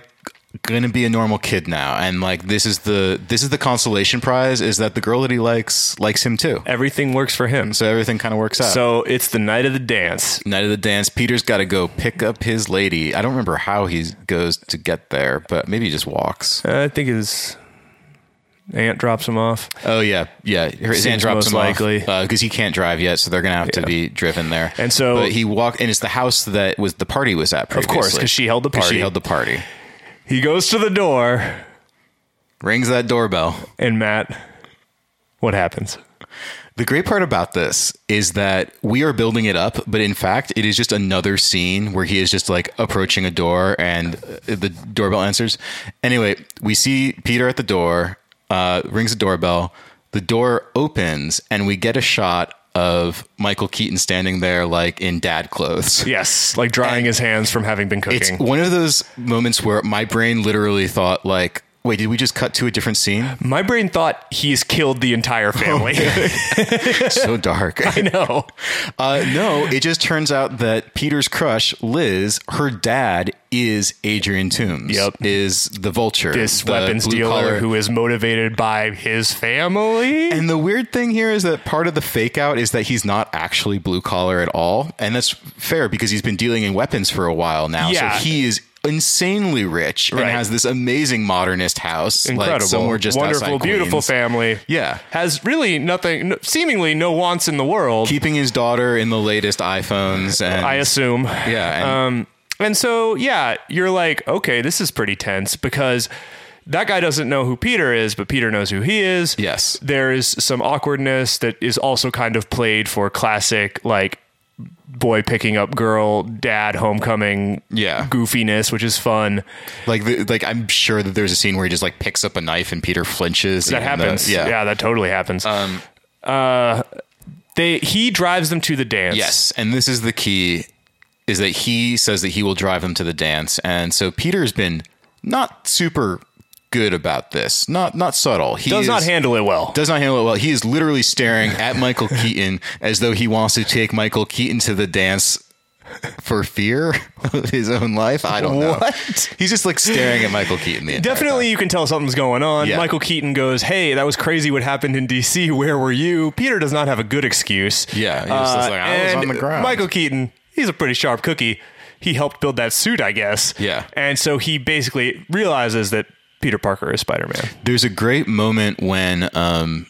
[SPEAKER 2] gonna be a normal kid now, and like this is the this is the consolation prize is that the girl that he likes likes him too.
[SPEAKER 1] Everything works for him.
[SPEAKER 2] So everything kind of works out.
[SPEAKER 1] So it's the night of the dance.
[SPEAKER 2] Night of the dance, Peter's got to go pick up his lady. I don't remember how he goes to get there, but maybe he just walks.
[SPEAKER 1] I think his aunt drops him off.
[SPEAKER 2] Oh yeah, yeah. Her his
[SPEAKER 1] Seems
[SPEAKER 2] hand drops
[SPEAKER 1] most
[SPEAKER 2] him
[SPEAKER 1] likely.
[SPEAKER 2] because he can't drive yet, so they're gonna have to be driven there.
[SPEAKER 1] And so-
[SPEAKER 2] but he walked, and it's the house that was the party was at. Previously.
[SPEAKER 1] course, 'cause she held the
[SPEAKER 2] 'Cause
[SPEAKER 1] party.
[SPEAKER 2] She held the party.
[SPEAKER 1] He goes to the door,
[SPEAKER 2] Rings that doorbell.
[SPEAKER 1] and Matt, what happens?
[SPEAKER 2] The great part about this is that we are building it up, but in fact, it is just another scene where he is just like approaching a door and uh, the doorbell answers. Anyway, we see Peter at the door, uh, rings the doorbell, the door opens, and we get a shot of Michael Keaton standing there like in dad clothes.
[SPEAKER 1] Yes, like drying his hands from having been
[SPEAKER 2] It's
[SPEAKER 1] cooking.
[SPEAKER 2] one of those moments where my brain literally thought like, wait, did we just cut to a different scene?
[SPEAKER 1] My brain thought he's killed the entire family.
[SPEAKER 2] so dark.
[SPEAKER 1] I know.
[SPEAKER 2] Uh, no, it just turns out that Peter's crush, Liz, her dad is Adrian Toombs.
[SPEAKER 1] Yep.
[SPEAKER 2] Is the vulture.
[SPEAKER 1] This
[SPEAKER 2] the
[SPEAKER 1] weapons
[SPEAKER 2] blue
[SPEAKER 1] dealer
[SPEAKER 2] collar-
[SPEAKER 1] who is motivated by his family.
[SPEAKER 2] And the weird thing here is that part of the fake out is that he's not actually blue collar at all. And that's fair because he's been dealing in weapons for a while now.
[SPEAKER 1] Yeah.
[SPEAKER 2] So he is insanely rich and
[SPEAKER 1] Right.
[SPEAKER 2] has this amazing modernist house. Like
[SPEAKER 1] Incredible,
[SPEAKER 2] somewhere just
[SPEAKER 1] wonderful,
[SPEAKER 2] outside
[SPEAKER 1] beautiful
[SPEAKER 2] Queens.
[SPEAKER 1] family.
[SPEAKER 2] Yeah.
[SPEAKER 1] has really nothing, n- seemingly no wants in the world.
[SPEAKER 2] Keeping his daughter in the latest iPhones and
[SPEAKER 1] I assume.
[SPEAKER 2] yeah, and
[SPEAKER 1] Um, and so, yeah, you're like, okay, this is pretty tense because that guy doesn't know who Peter is, but Peter knows who he is.
[SPEAKER 2] Yes.
[SPEAKER 1] There is some awkwardness that is also kind of played for classic, like, boy picking up girl, dad homecoming
[SPEAKER 2] Yeah.
[SPEAKER 1] goofiness, which is fun.
[SPEAKER 2] Like, the, like I'm sure that there's a scene where he just like picks up a knife and Peter flinches.
[SPEAKER 1] That
[SPEAKER 2] even though-
[SPEAKER 1] happens.
[SPEAKER 2] yeah.
[SPEAKER 1] that totally happens. Um, uh, they he drives them to the dance.
[SPEAKER 2] Yes, and this is the key: is that he says that he will drive them to the dance, and so Peter's been not super good about this. Not not subtle. He
[SPEAKER 1] does not
[SPEAKER 2] is-
[SPEAKER 1] handle it well.
[SPEAKER 2] Does not handle it well. He is literally staring at Michael Keaton as though he wants to take Michael Keaton to the dance for fear of his own life. I don't know.
[SPEAKER 1] What?
[SPEAKER 2] He's just like staring at Michael Keaton. The entire
[SPEAKER 1] Definitely, you can tell something's going on.
[SPEAKER 2] Yeah.
[SPEAKER 1] Michael Keaton goes, "Hey, that was crazy. What happened in D.C.? Where were you?" Peter does not have a good excuse. Uh,
[SPEAKER 2] Yeah, he was just like, "I was
[SPEAKER 1] and
[SPEAKER 2] on the ground."
[SPEAKER 1] Michael Keaton, he's a pretty sharp cookie. He helped build that suit, I guess.
[SPEAKER 2] Yeah.
[SPEAKER 1] and so he basically realizes that Peter Parker is Spider Man.
[SPEAKER 2] There's a great moment when um,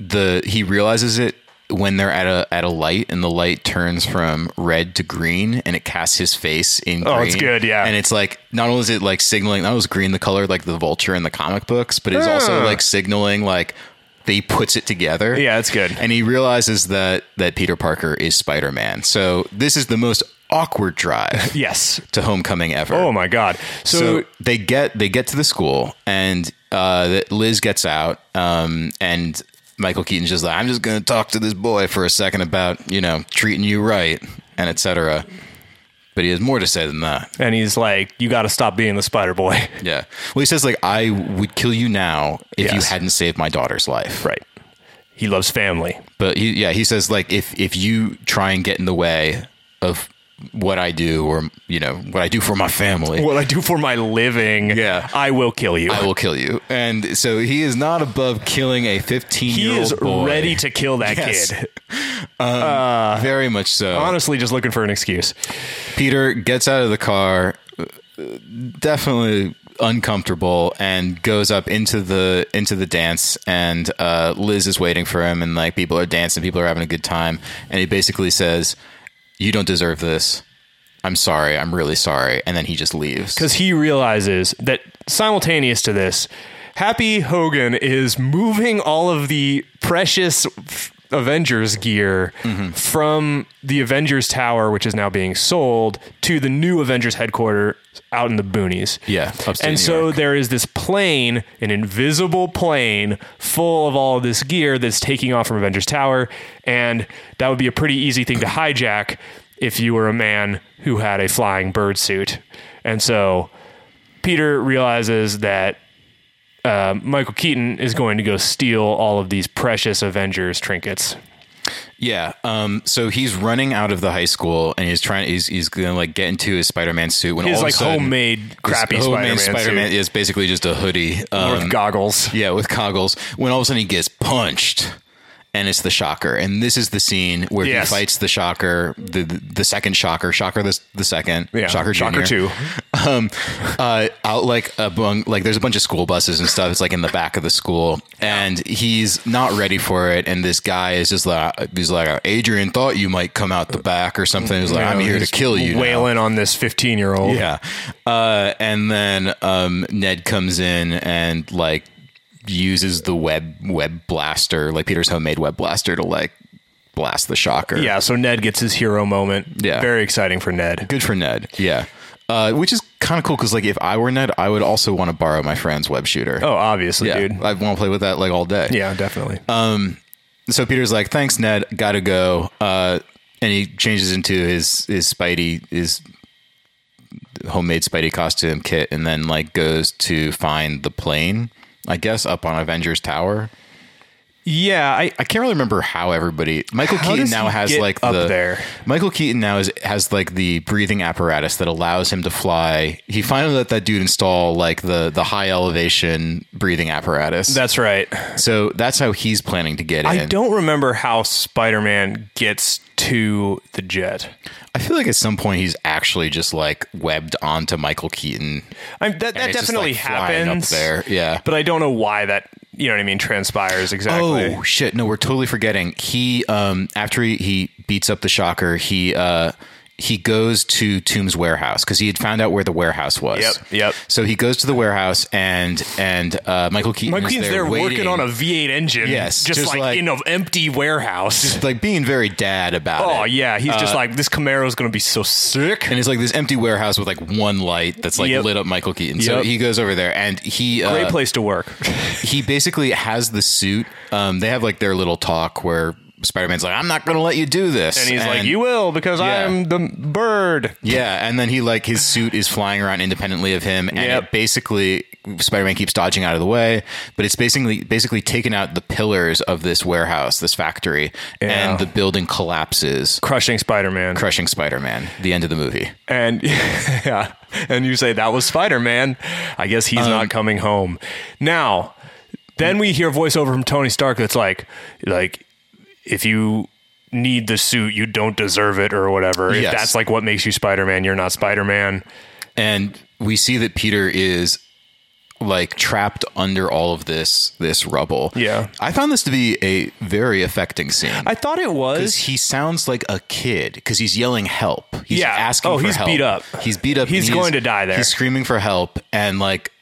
[SPEAKER 2] the he realizes it when they're at a at a light and the light turns from red to green and it casts his face in green.
[SPEAKER 1] Oh, it's good, yeah.
[SPEAKER 2] And it's like not only is it like signaling that was green the color like the vulture in the comic books, but it's also
[SPEAKER 1] Huh.
[SPEAKER 2] like signaling like that he puts it together.
[SPEAKER 1] Yeah, it's good.
[SPEAKER 2] And he realizes that that Peter Parker is Spider Man. So this is the most awkward drive
[SPEAKER 1] Yes.
[SPEAKER 2] to homecoming ever.
[SPEAKER 1] Oh my God.
[SPEAKER 2] So
[SPEAKER 1] So,
[SPEAKER 2] they get they get to the school and uh, that Liz gets out um, and Michael Keaton's just like I'm just gonna talk to this boy for a second about you know treating you right and etc. But he has more to say than that.
[SPEAKER 1] and he's like, "You got to stop being the Spider Boy."
[SPEAKER 2] Yeah. Well, he says like I would kill you now if you
[SPEAKER 1] Yes.
[SPEAKER 2] hadn't saved my daughter's life.
[SPEAKER 1] right. He loves family.
[SPEAKER 2] But he, yeah, he says like if if you try and get in the way of what I do or you know what I do for my family,
[SPEAKER 1] What I do for my living,
[SPEAKER 2] Yeah.
[SPEAKER 1] I will kill you.
[SPEAKER 2] I will kill you. And so he is not above killing a 15
[SPEAKER 1] he
[SPEAKER 2] year
[SPEAKER 1] is
[SPEAKER 2] old boy.
[SPEAKER 1] ready to kill that
[SPEAKER 2] Yes.
[SPEAKER 1] kid.
[SPEAKER 2] Very much so.
[SPEAKER 1] honestly just looking for an excuse.
[SPEAKER 2] Peter gets out of the car, uh, definitely uncomfortable, and goes up into the into the dance. And uh, Liz is waiting for him, and like people are dancing, people are having a good time, and he basically says, "You don't deserve this. I'm sorry, I'm really sorry, and then he just leaves.
[SPEAKER 1] because he realizes that simultaneous to this, Happy Hogan is moving all of the precious f- Avengers gear
[SPEAKER 2] Mm-hmm.
[SPEAKER 1] from the Avengers Tower, which is now being sold, to the new Avengers headquarters out in the boonies.
[SPEAKER 2] Yeah, upstate
[SPEAKER 1] and
[SPEAKER 2] New
[SPEAKER 1] so
[SPEAKER 2] York.
[SPEAKER 1] there is this plane, an invisible plane full of all of this gear that's taking off from Avengers Tower, and that would be a pretty easy thing to hijack if you were a man who had a flying bird suit. And so Peter realizes that uh, Michael Keaton is going to go steal all of these precious Avengers trinkets.
[SPEAKER 2] Yeah. Um. So he's running out of the high school, and he's trying. He's he's gonna like get into his Spider-Man suit. When
[SPEAKER 1] His
[SPEAKER 2] all
[SPEAKER 1] like
[SPEAKER 2] of a sudden,
[SPEAKER 1] homemade
[SPEAKER 2] his
[SPEAKER 1] crappy
[SPEAKER 2] homemade
[SPEAKER 1] Spider-Man,
[SPEAKER 2] Spider-Man
[SPEAKER 1] suit
[SPEAKER 2] is basically just a hoodie. Um,
[SPEAKER 1] with goggles.
[SPEAKER 2] Yeah, with goggles. When all of a sudden he gets punched, and it's the Shocker, and this is the scene where
[SPEAKER 1] Yes.
[SPEAKER 2] he fights the Shocker, the the, the second Shocker, Shocker the the second,
[SPEAKER 1] Yeah,
[SPEAKER 2] Shocker,
[SPEAKER 1] Shocker
[SPEAKER 2] Jr.
[SPEAKER 1] two.
[SPEAKER 2] um, uh, out like among like there's a bunch of school buses and stuff. It's like in the back of the school, and he's not ready for it. And this guy is just like he's like Adrian thought you might come out the back or something. He's like I'm here to
[SPEAKER 1] Uh, He's
[SPEAKER 2] kill you. now."
[SPEAKER 1] Wailing on this fifteen-year-old.
[SPEAKER 2] Yeah. Uh, and then um, Ned comes in and like uses the web web blaster, like Peter's homemade web blaster, to like blast the shocker.
[SPEAKER 1] Yeah, so Ned gets his hero moment.
[SPEAKER 2] Yeah.
[SPEAKER 1] Very exciting for Ned.
[SPEAKER 2] Good for Ned. Yeah. Uh, which is kind of cool because like if I were Ned, I would also want to borrow my friend's web shooter.
[SPEAKER 1] Oh, obviously,
[SPEAKER 2] yeah, Uh,
[SPEAKER 1] dude.
[SPEAKER 2] I want to play with that like all day.
[SPEAKER 1] Yeah, definitely.
[SPEAKER 2] So Peter's like, "Thanks, Ned. Got to go." Uh, and he changes into his his Spidey his homemade Spidey costume kit, and then like goes to find the plane. I guess up on Avengers Tower.
[SPEAKER 1] yeah, I,
[SPEAKER 2] I can't really remember how everybody. Michael
[SPEAKER 1] How
[SPEAKER 2] Keaton
[SPEAKER 1] does
[SPEAKER 2] now
[SPEAKER 1] he
[SPEAKER 2] has
[SPEAKER 1] get
[SPEAKER 2] like
[SPEAKER 1] up
[SPEAKER 2] the
[SPEAKER 1] there?
[SPEAKER 2] Michael Keaton now is has like the breathing apparatus that allows him to fly. He finally let that dude install like the the high elevation breathing apparatus.
[SPEAKER 1] that's right.
[SPEAKER 2] so that's how he's planning to get in.
[SPEAKER 1] I don't remember how Spider Man gets to the jet.
[SPEAKER 2] I feel like at some point he's actually just like webbed onto Michael Keaton.
[SPEAKER 1] I, that that
[SPEAKER 2] it's just,
[SPEAKER 1] definitely
[SPEAKER 2] like, flying up
[SPEAKER 1] happens
[SPEAKER 2] there, yeah.
[SPEAKER 1] but I don't know why that. You know what I mean? Transpires exactly.
[SPEAKER 2] Oh shit! No, we're totally forgetting. He um after he, he beats up the Shocker, he uh he goes to Tomb's warehouse because he had found out where the warehouse was.
[SPEAKER 1] Yep, yep.
[SPEAKER 2] So he goes to the warehouse and and uh, Michael Keaton.
[SPEAKER 1] Michael
[SPEAKER 2] is
[SPEAKER 1] Keaton's there working
[SPEAKER 2] waiting,
[SPEAKER 1] on a V8 engine,
[SPEAKER 2] Yes,
[SPEAKER 1] just,
[SPEAKER 2] just
[SPEAKER 1] like,
[SPEAKER 2] like-
[SPEAKER 1] in an empty warehouse.
[SPEAKER 2] like being very dad about it.
[SPEAKER 1] Oh yeah, he's
[SPEAKER 2] uh,
[SPEAKER 1] just like this Camaro's going to be so sick.
[SPEAKER 2] And it's like this empty warehouse with like one light that's like
[SPEAKER 1] Yep.
[SPEAKER 2] lit up Michael Keaton. So
[SPEAKER 1] Yep.
[SPEAKER 2] he goes over there and he uh,
[SPEAKER 1] Great place to work.
[SPEAKER 2] he basically has the suit. Um, they have like their little talk where Spider Man's like, "I'm not going to let you do this,"
[SPEAKER 1] And he's like, "You will because
[SPEAKER 2] Yeah.
[SPEAKER 1] I'm the bird."
[SPEAKER 2] yeah." And then he like his suit is flying around independently of him, and
[SPEAKER 1] Yep.
[SPEAKER 2] it basically Spider Man keeps dodging out of the way, but it's basically basically taken out the pillars of this warehouse, this factory,
[SPEAKER 1] Yeah.
[SPEAKER 2] and the building collapses,
[SPEAKER 1] Crushing Spider-Man.
[SPEAKER 2] crushing Spider Man. The end of the movie.
[SPEAKER 1] and yeah, and you say that was Spider-Man. I guess he's not coming home. Now, then we hear a voiceover from Tony Stark that's like, like if you need the suit, you don't deserve it or whatever. If
[SPEAKER 2] Yes.
[SPEAKER 1] that's like what makes you Spider-Man, you're not Spider-Man.
[SPEAKER 2] and we see that Peter is like trapped under all of this this rubble.
[SPEAKER 1] Yeah.
[SPEAKER 2] I found this to be a very affecting scene.
[SPEAKER 1] I thought it was.
[SPEAKER 2] he sounds like a kid because he's yelling help. He's
[SPEAKER 1] Yeah.
[SPEAKER 2] asking
[SPEAKER 1] Oh,
[SPEAKER 2] for
[SPEAKER 1] he's
[SPEAKER 2] help.
[SPEAKER 1] beat up.
[SPEAKER 2] He's beat up.
[SPEAKER 1] He's
[SPEAKER 2] and
[SPEAKER 1] going to die there.
[SPEAKER 2] He's screaming for help. And like,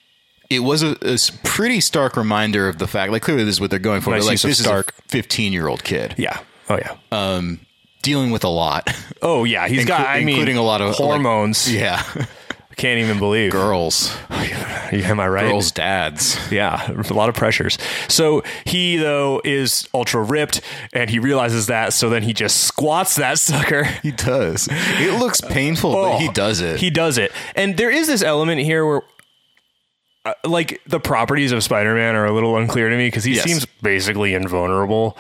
[SPEAKER 2] it was a, a s- pretty stark reminder of the fact, like, clearly this is what they're going for.
[SPEAKER 1] Nice
[SPEAKER 2] but, like,
[SPEAKER 1] use of
[SPEAKER 2] this
[SPEAKER 1] stark.
[SPEAKER 2] is a 15 year old kid
[SPEAKER 1] Yeah. Oh yeah.
[SPEAKER 2] dealing with a lot.
[SPEAKER 1] oh yeah. He's got.
[SPEAKER 2] inclu-
[SPEAKER 1] I mean,
[SPEAKER 2] including a lot of, like-
[SPEAKER 1] hormones.
[SPEAKER 2] yeah.
[SPEAKER 1] Can't even believe.
[SPEAKER 2] Girls,
[SPEAKER 1] Am I right?
[SPEAKER 2] girls, dads.
[SPEAKER 1] Yeah, a lot of pressures. So he though is ultra ripped, and he realizes that. So then he just squats that sucker. Oh,
[SPEAKER 2] He does. It looks painful, but he does it.
[SPEAKER 1] He does it, and there is this element here where, uh, like, the properties of Spider-Man are a little unclear to me because he
[SPEAKER 2] Yes.
[SPEAKER 1] seems basically invulnerable.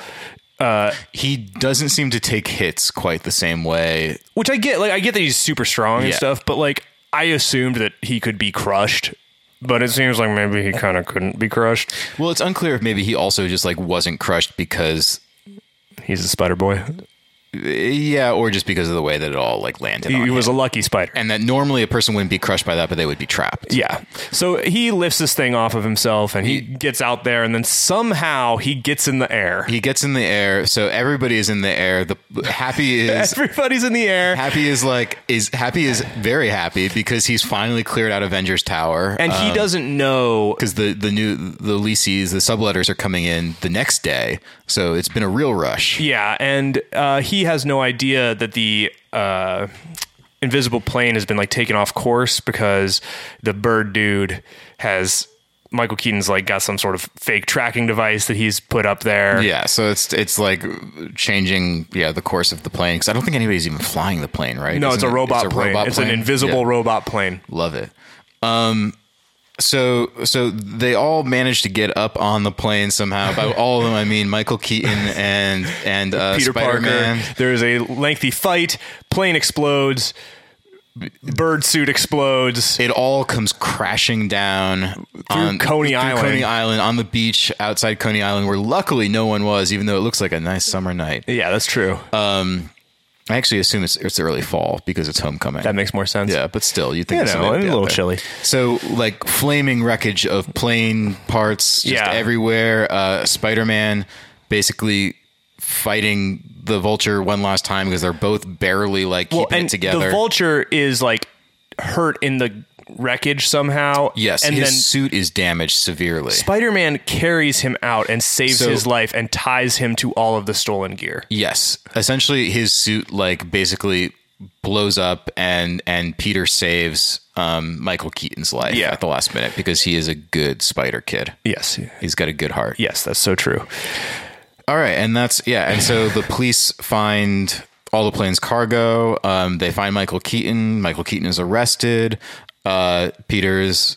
[SPEAKER 2] he doesn't seem to take hits quite the same way.
[SPEAKER 1] Which I get. Like, I get that he's super strong and
[SPEAKER 2] Yeah.
[SPEAKER 1] stuff, but like, I assumed that he could be crushed. But it seems like maybe he kind of couldn't be crushed.
[SPEAKER 2] Well, it's unclear if maybe he also just like wasn't crushed because
[SPEAKER 1] He's a Spider Boy.
[SPEAKER 2] eh, yeah, or just because of the way that it all like landed. on
[SPEAKER 1] He
[SPEAKER 2] him.
[SPEAKER 1] was a lucky spider.
[SPEAKER 2] and that normally a person wouldn't be crushed by that, but they would be trapped.
[SPEAKER 1] Yeah. So he lifts this thing off of himself and he gets out there and then somehow he gets in the air.
[SPEAKER 2] He gets in the air, so everybody is in the air. The happy is
[SPEAKER 1] Everybody's in the air.
[SPEAKER 2] happy is like is happy is very happy because he's finally cleared out Avengers Tower.
[SPEAKER 1] And he doesn't know
[SPEAKER 2] because the the new the leases the subletters are coming in the next day, so it's been a real rush.
[SPEAKER 1] Yeah, and uh, he has no idea that the uh, invisible plane has been like taken off course because the bird dude has Michael Keaton's like got some sort of fake tracking device that he's put up there.
[SPEAKER 2] Yeah, so it's it's like changing yeah the course of the plane because I don't think anybody's even flying the plane, right?
[SPEAKER 1] No, it's
[SPEAKER 2] Isn't
[SPEAKER 1] a
[SPEAKER 2] it-
[SPEAKER 1] robot plane. it's an
[SPEAKER 2] plane?
[SPEAKER 1] invisible
[SPEAKER 2] Yeah.
[SPEAKER 1] robot plane.
[SPEAKER 2] Love it. Um, so so they all managed to get up on the plane somehow. By all of them, I mean Michael Keaton and and uh,
[SPEAKER 1] Peter
[SPEAKER 2] Spider-Man.
[SPEAKER 1] Parker. There is a lengthy fight. Plane explodes. Bird suit explodes.
[SPEAKER 2] It all comes crashing down on
[SPEAKER 1] Coney
[SPEAKER 2] through
[SPEAKER 1] Island.
[SPEAKER 2] Coney Island on the beach outside Coney Island, where luckily no one was, even though it looks like a nice summer night.
[SPEAKER 1] Yeah, that's true.
[SPEAKER 2] Uh, I actually assume it's it's early fall because it's homecoming.
[SPEAKER 1] that makes more sense.
[SPEAKER 2] Yeah, but still, you think
[SPEAKER 1] You
[SPEAKER 2] it's
[SPEAKER 1] know, a
[SPEAKER 2] somebody would be out
[SPEAKER 1] little
[SPEAKER 2] there.
[SPEAKER 1] chilly.
[SPEAKER 2] So, like flaming wreckage of plane parts just
[SPEAKER 1] Yeah.
[SPEAKER 2] everywhere. Uh, Spider Man basically fighting the vulture one last time because they're both barely like keeping it together.
[SPEAKER 1] The vulture is like hurt in the wreckage somehow.
[SPEAKER 2] yes,
[SPEAKER 1] and
[SPEAKER 2] his
[SPEAKER 1] then
[SPEAKER 2] suit is damaged severely.
[SPEAKER 1] Spider Man carries him out and saves
[SPEAKER 2] So-
[SPEAKER 1] his life and ties him to all of the stolen gear.
[SPEAKER 2] yes, essentially his suit like basically blows up and and Peter saves um, Michael Keaton's life
[SPEAKER 1] Yeah.
[SPEAKER 2] at the last minute because he is a good Spider Kid.
[SPEAKER 1] Yes,
[SPEAKER 2] He's got a good heart.
[SPEAKER 1] yes, that's so true.
[SPEAKER 2] All right, and that's yeah, and so the police find all the plane's cargo. Um, they find Michael Keaton. Michael Keaton is arrested. Uh, Peter's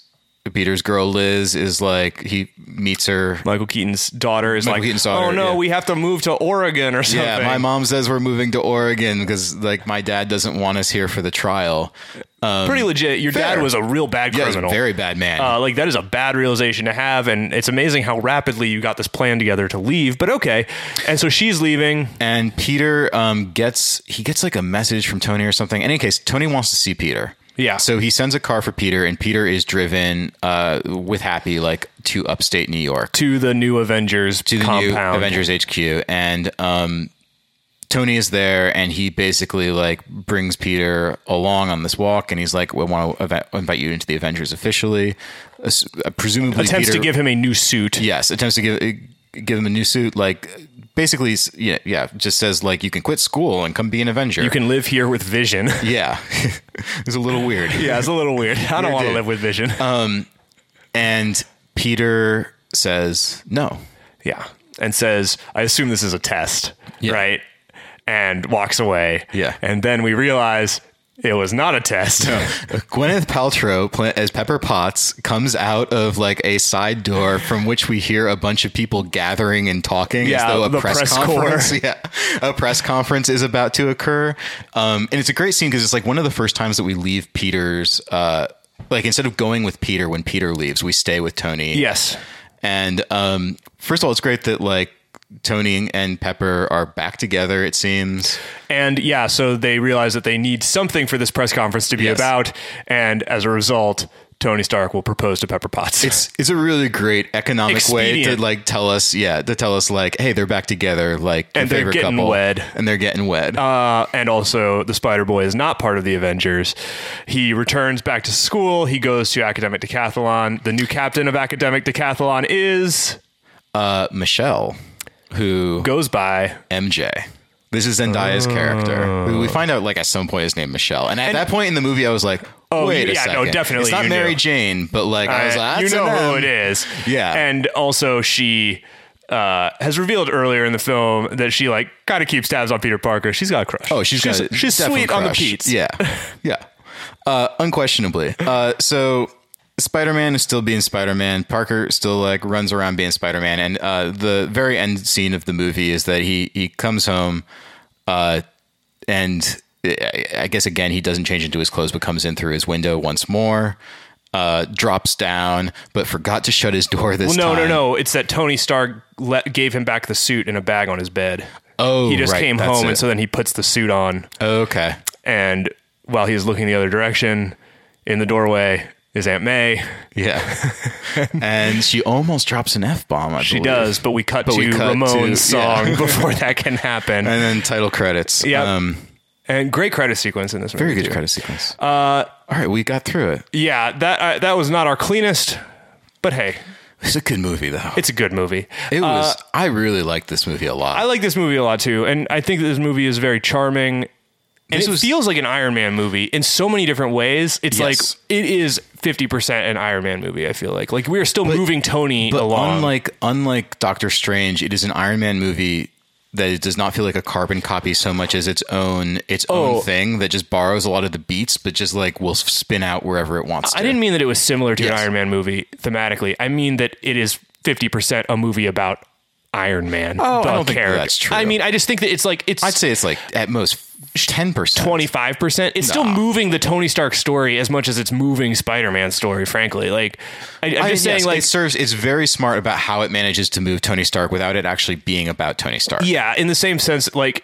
[SPEAKER 2] Peter's girl Liz is like he meets her.
[SPEAKER 1] Michael Keaton's daughter is like,
[SPEAKER 2] Keaton's daughter,
[SPEAKER 1] oh no,
[SPEAKER 2] yeah.
[SPEAKER 1] we have to move to Oregon or something.
[SPEAKER 2] Yeah, my mom says we're moving to Oregon because like my dad doesn't want us here for the trial.
[SPEAKER 1] Pretty legit. Your dad
[SPEAKER 2] fair.
[SPEAKER 1] was a real bad
[SPEAKER 2] Yeah, he's a
[SPEAKER 1] criminal.
[SPEAKER 2] very bad man.
[SPEAKER 1] uh, like that is a bad realization to have, and it's amazing how rapidly you got this plan together to leave. But okay, and so she's leaving.
[SPEAKER 2] and Peter um, gets he gets like a message from Tony or something. In any case, Tony wants to see Peter.
[SPEAKER 1] Yeah.
[SPEAKER 2] So he sends a car for Peter, and Peter is driven uh, with Happy like to upstate New York
[SPEAKER 1] to the new Avengers
[SPEAKER 2] to the
[SPEAKER 1] compound.
[SPEAKER 2] new Avengers HQ, and um, Tony is there, and he basically like brings Peter along on this walk, and he's like, "We want to ev- invite you into the Avengers officially." Ass- uh, presumably,
[SPEAKER 1] Attempts
[SPEAKER 2] Peter,
[SPEAKER 1] to give him a new suit.
[SPEAKER 2] yes attempts to give give him a new suit, like. Basically, s- yeah, yeah, just says like you can quit school and come be an Avenger.
[SPEAKER 1] You can live here with Vision.
[SPEAKER 2] Yeah. it's a little weird.
[SPEAKER 1] yeah, it's a little weird. I don't
[SPEAKER 2] Weird
[SPEAKER 1] want to
[SPEAKER 2] dude.
[SPEAKER 1] live with Vision.
[SPEAKER 2] And Peter says, no.
[SPEAKER 1] yeah, and says, "I assume this is a test,
[SPEAKER 2] Yeah.
[SPEAKER 1] right?" And walks away.
[SPEAKER 2] Yeah.
[SPEAKER 1] and then we realize it was not a test.
[SPEAKER 2] Gwyneth Paltrow pla- as Pepper Potts comes out of like a side door from which we hear a bunch of people gathering and talking
[SPEAKER 1] Yeah,
[SPEAKER 2] as though a
[SPEAKER 1] the
[SPEAKER 2] press,
[SPEAKER 1] press corps.
[SPEAKER 2] conference, yeah, a press conference is about to occur. Um, and it's a great scene because it's like one of the first times that we leave Peter's. Uh, like instead of going with Peter when Peter leaves, we stay with Tony.
[SPEAKER 1] yes,
[SPEAKER 2] And um, first of all, it's great that like Tony and Pepper are back together. It seems.
[SPEAKER 1] and yeah, so they realize that they need something for this press conference to be
[SPEAKER 2] Yes.
[SPEAKER 1] about, and as a result, Tony Stark will propose to Pepper Potts.
[SPEAKER 2] It's it's a really great economic way
[SPEAKER 1] Expedient.
[SPEAKER 2] to like tell us, yeah, to tell us like, hey, they're back together, like, your
[SPEAKER 1] And they're
[SPEAKER 2] favorite
[SPEAKER 1] getting
[SPEAKER 2] couple,
[SPEAKER 1] wed.
[SPEAKER 2] and they're getting wed.
[SPEAKER 1] Uh, and also, the Spider Boy is not part of the Avengers. He returns back to school. He goes to Academic Decathlon. The new captain of Academic Decathlon is
[SPEAKER 2] Uh, Michelle, who
[SPEAKER 1] goes by.
[SPEAKER 2] MJ. This is Zendaya's
[SPEAKER 1] Oh.
[SPEAKER 2] character. who We find out like at some point is named Michelle, and at that point in the movie, I was like, oh, wait
[SPEAKER 1] you-
[SPEAKER 2] a
[SPEAKER 1] yeah, no,
[SPEAKER 2] second,
[SPEAKER 1] definitely
[SPEAKER 2] it's not
[SPEAKER 1] you knew.
[SPEAKER 2] Mary Jane, but like I was like,
[SPEAKER 1] Uh, you
[SPEAKER 2] Oh, that's a
[SPEAKER 1] know who it
[SPEAKER 2] them.
[SPEAKER 1] is.
[SPEAKER 2] Yeah.
[SPEAKER 1] And also, she uh, has revealed earlier in the film that she like kind of keeps tabs on Peter Parker. She's got a crush.
[SPEAKER 2] Oh, she's
[SPEAKER 1] she's
[SPEAKER 2] got a
[SPEAKER 1] she's
[SPEAKER 2] definite
[SPEAKER 1] sweet on the
[SPEAKER 2] crush.
[SPEAKER 1] Pete's.
[SPEAKER 2] Yeah, yeah, uh, unquestionably. Uh, so Spider Man is still being Spider Man. Parker still like runs around being Spider Man, and uh, the very end scene of the movie is that he he comes home, uh, and I I guess again he doesn't change into his clothes, but comes in through his window once more. Uh, drops down, but forgot to shut his door this
[SPEAKER 1] No, no,
[SPEAKER 2] time.
[SPEAKER 1] no. It's that Tony Stark let, gave him back the suit in a bag on his bed.
[SPEAKER 2] Oh,
[SPEAKER 1] he just
[SPEAKER 2] right,
[SPEAKER 1] came
[SPEAKER 2] that's
[SPEAKER 1] home,
[SPEAKER 2] it.
[SPEAKER 1] and so then he puts the suit on,
[SPEAKER 2] Okay.
[SPEAKER 1] and while he's looking the other direction, in the doorway is Aunt May.
[SPEAKER 2] Yeah. and she almost drops an F bomb, I
[SPEAKER 1] She
[SPEAKER 2] believe.
[SPEAKER 1] does, but we cut
[SPEAKER 2] But
[SPEAKER 1] to
[SPEAKER 2] we cut
[SPEAKER 1] Ramon's
[SPEAKER 2] to- yeah.
[SPEAKER 1] song before that can happen.
[SPEAKER 2] And then title credits.
[SPEAKER 1] Yep.
[SPEAKER 2] Um,
[SPEAKER 1] and great credit sequence in this movie.
[SPEAKER 2] very good
[SPEAKER 1] too.
[SPEAKER 2] credit sequence. Uh, All right, we got through it.
[SPEAKER 1] Yeah, that uh, that was not our cleanest, but hey,
[SPEAKER 2] It's a good movie, though.
[SPEAKER 1] it's a good movie.
[SPEAKER 2] It was. I really liked this movie a lot.
[SPEAKER 1] uh, I like this movie a lot too, and I think that this movie is very charming. And
[SPEAKER 2] This
[SPEAKER 1] it
[SPEAKER 2] was-
[SPEAKER 1] feels like an Iron Man movie in so many different ways. It's
[SPEAKER 2] Yes.
[SPEAKER 1] like it is fifty percent an Iron Man movie. I feel like like we are still moving Tony
[SPEAKER 2] but
[SPEAKER 1] along.
[SPEAKER 2] unlike unlike Doctor Strange, it is an Iron Man movie that it does not feel like a carbon copy so much as its own its
[SPEAKER 1] Oh.
[SPEAKER 2] own thing that just borrows a lot of the beats, but just like will spin out wherever it wants. To.
[SPEAKER 1] I didn't mean that it was similar to an
[SPEAKER 2] Yes.
[SPEAKER 1] Iron Man movie thematically. I mean that it is fifty percent a movie about Iron Man. Oh,
[SPEAKER 2] I don't think that's true.
[SPEAKER 1] I mean, I just think that it's like it's
[SPEAKER 2] I'd say it's like at most ten percent.
[SPEAKER 1] 25%. It's still
[SPEAKER 2] Nah.
[SPEAKER 1] moving the Tony Stark story as much as it's moving Spider-Man story, frankly. Like I, I'm just saying like
[SPEAKER 2] it serves. It's very smart about how it manages to move Tony Stark without it actually being about Tony Stark.
[SPEAKER 1] yeah, in the same sense like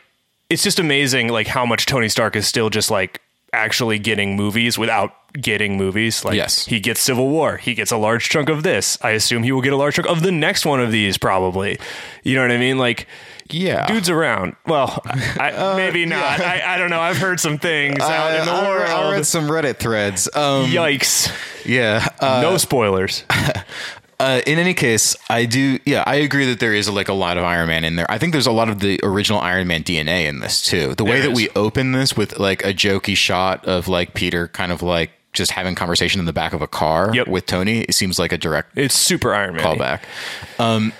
[SPEAKER 1] it's just amazing like how much Tony Stark is still just like actually getting movies without getting movies. Like
[SPEAKER 2] Yes.
[SPEAKER 1] he gets Civil War, he gets a large chunk of this. I assume he will get a large chunk of the next one of these probably. You know what I mean? Like
[SPEAKER 2] Yeah.
[SPEAKER 1] Dude's around. Well, I, maybe not. I, I don't know. I've heard some things out in the
[SPEAKER 2] Uh, I,
[SPEAKER 1] world.
[SPEAKER 2] I read some Reddit threads. Um,
[SPEAKER 1] Yikes.
[SPEAKER 2] yeah. Uh,
[SPEAKER 1] no spoilers.
[SPEAKER 2] uh, in any case, I do. Yeah, I agree that there is like a lot of Iron Man in there. I think there's a lot of the original Iron Man DNA in this too. The way
[SPEAKER 1] There
[SPEAKER 2] that
[SPEAKER 1] is.
[SPEAKER 2] we open this with like a jokey shot of like Peter kind of like just having conversation in the back of a car
[SPEAKER 1] Yep.
[SPEAKER 2] with Tony, it seems like a direct
[SPEAKER 1] It's super Iron Man.
[SPEAKER 2] callback. Um,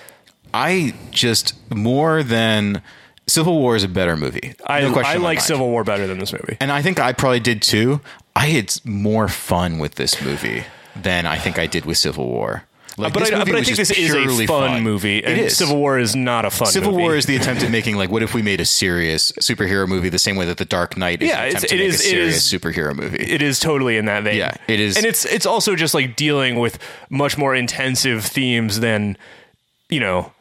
[SPEAKER 2] I just more than Civil War is a better movie.
[SPEAKER 1] I,
[SPEAKER 2] No question
[SPEAKER 1] I
[SPEAKER 2] in my
[SPEAKER 1] like
[SPEAKER 2] mind.
[SPEAKER 1] Civil War better than this movie.
[SPEAKER 2] and I think I probably did too. I had more fun with this movie than I think I did with Civil War. Like,
[SPEAKER 1] But I,
[SPEAKER 2] movie
[SPEAKER 1] but I
[SPEAKER 2] was
[SPEAKER 1] think
[SPEAKER 2] just
[SPEAKER 1] this is a
[SPEAKER 2] purely
[SPEAKER 1] fun, movie, and
[SPEAKER 2] it is.
[SPEAKER 1] Civil War is not a fun.
[SPEAKER 2] Civil
[SPEAKER 1] movie.
[SPEAKER 2] War is the attempt at making like, what if we made a serious superhero movie the same way that The Dark Knight is
[SPEAKER 1] Yeah,
[SPEAKER 2] an
[SPEAKER 1] it's-
[SPEAKER 2] attempt
[SPEAKER 1] it
[SPEAKER 2] to make
[SPEAKER 1] is-
[SPEAKER 2] a
[SPEAKER 1] it
[SPEAKER 2] serious
[SPEAKER 1] is-
[SPEAKER 2] superhero movie.
[SPEAKER 1] It is totally in that vein.
[SPEAKER 2] Yeah, it is-
[SPEAKER 1] and it's it's also just like dealing with much more intensive themes than you know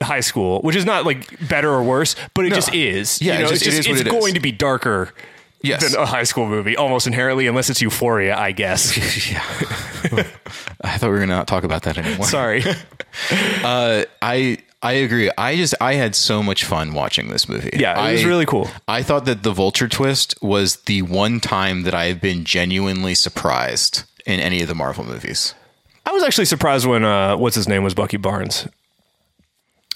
[SPEAKER 1] high school, which is not like better or worse, but it just is.
[SPEAKER 2] Yeah,
[SPEAKER 1] you
[SPEAKER 2] it
[SPEAKER 1] know,
[SPEAKER 2] just-
[SPEAKER 1] it's
[SPEAKER 2] it
[SPEAKER 1] just
[SPEAKER 2] is what
[SPEAKER 1] it's
[SPEAKER 2] it is.
[SPEAKER 1] going to be darker.
[SPEAKER 2] Yes.
[SPEAKER 1] Than a high school movie, almost inherently, unless it's Euphoria, I guess.
[SPEAKER 2] I thought we were going to not talk about that anymore.
[SPEAKER 1] Sorry.
[SPEAKER 2] Uh, I I agree. I just I had so much fun watching this movie.
[SPEAKER 1] Yeah, it was
[SPEAKER 2] I-
[SPEAKER 1] really cool.
[SPEAKER 2] I thought that the vulture twist was the one time that I have been genuinely surprised in any of the Marvel movies.
[SPEAKER 1] I was actually surprised when uh, what's his name was Bucky Barnes.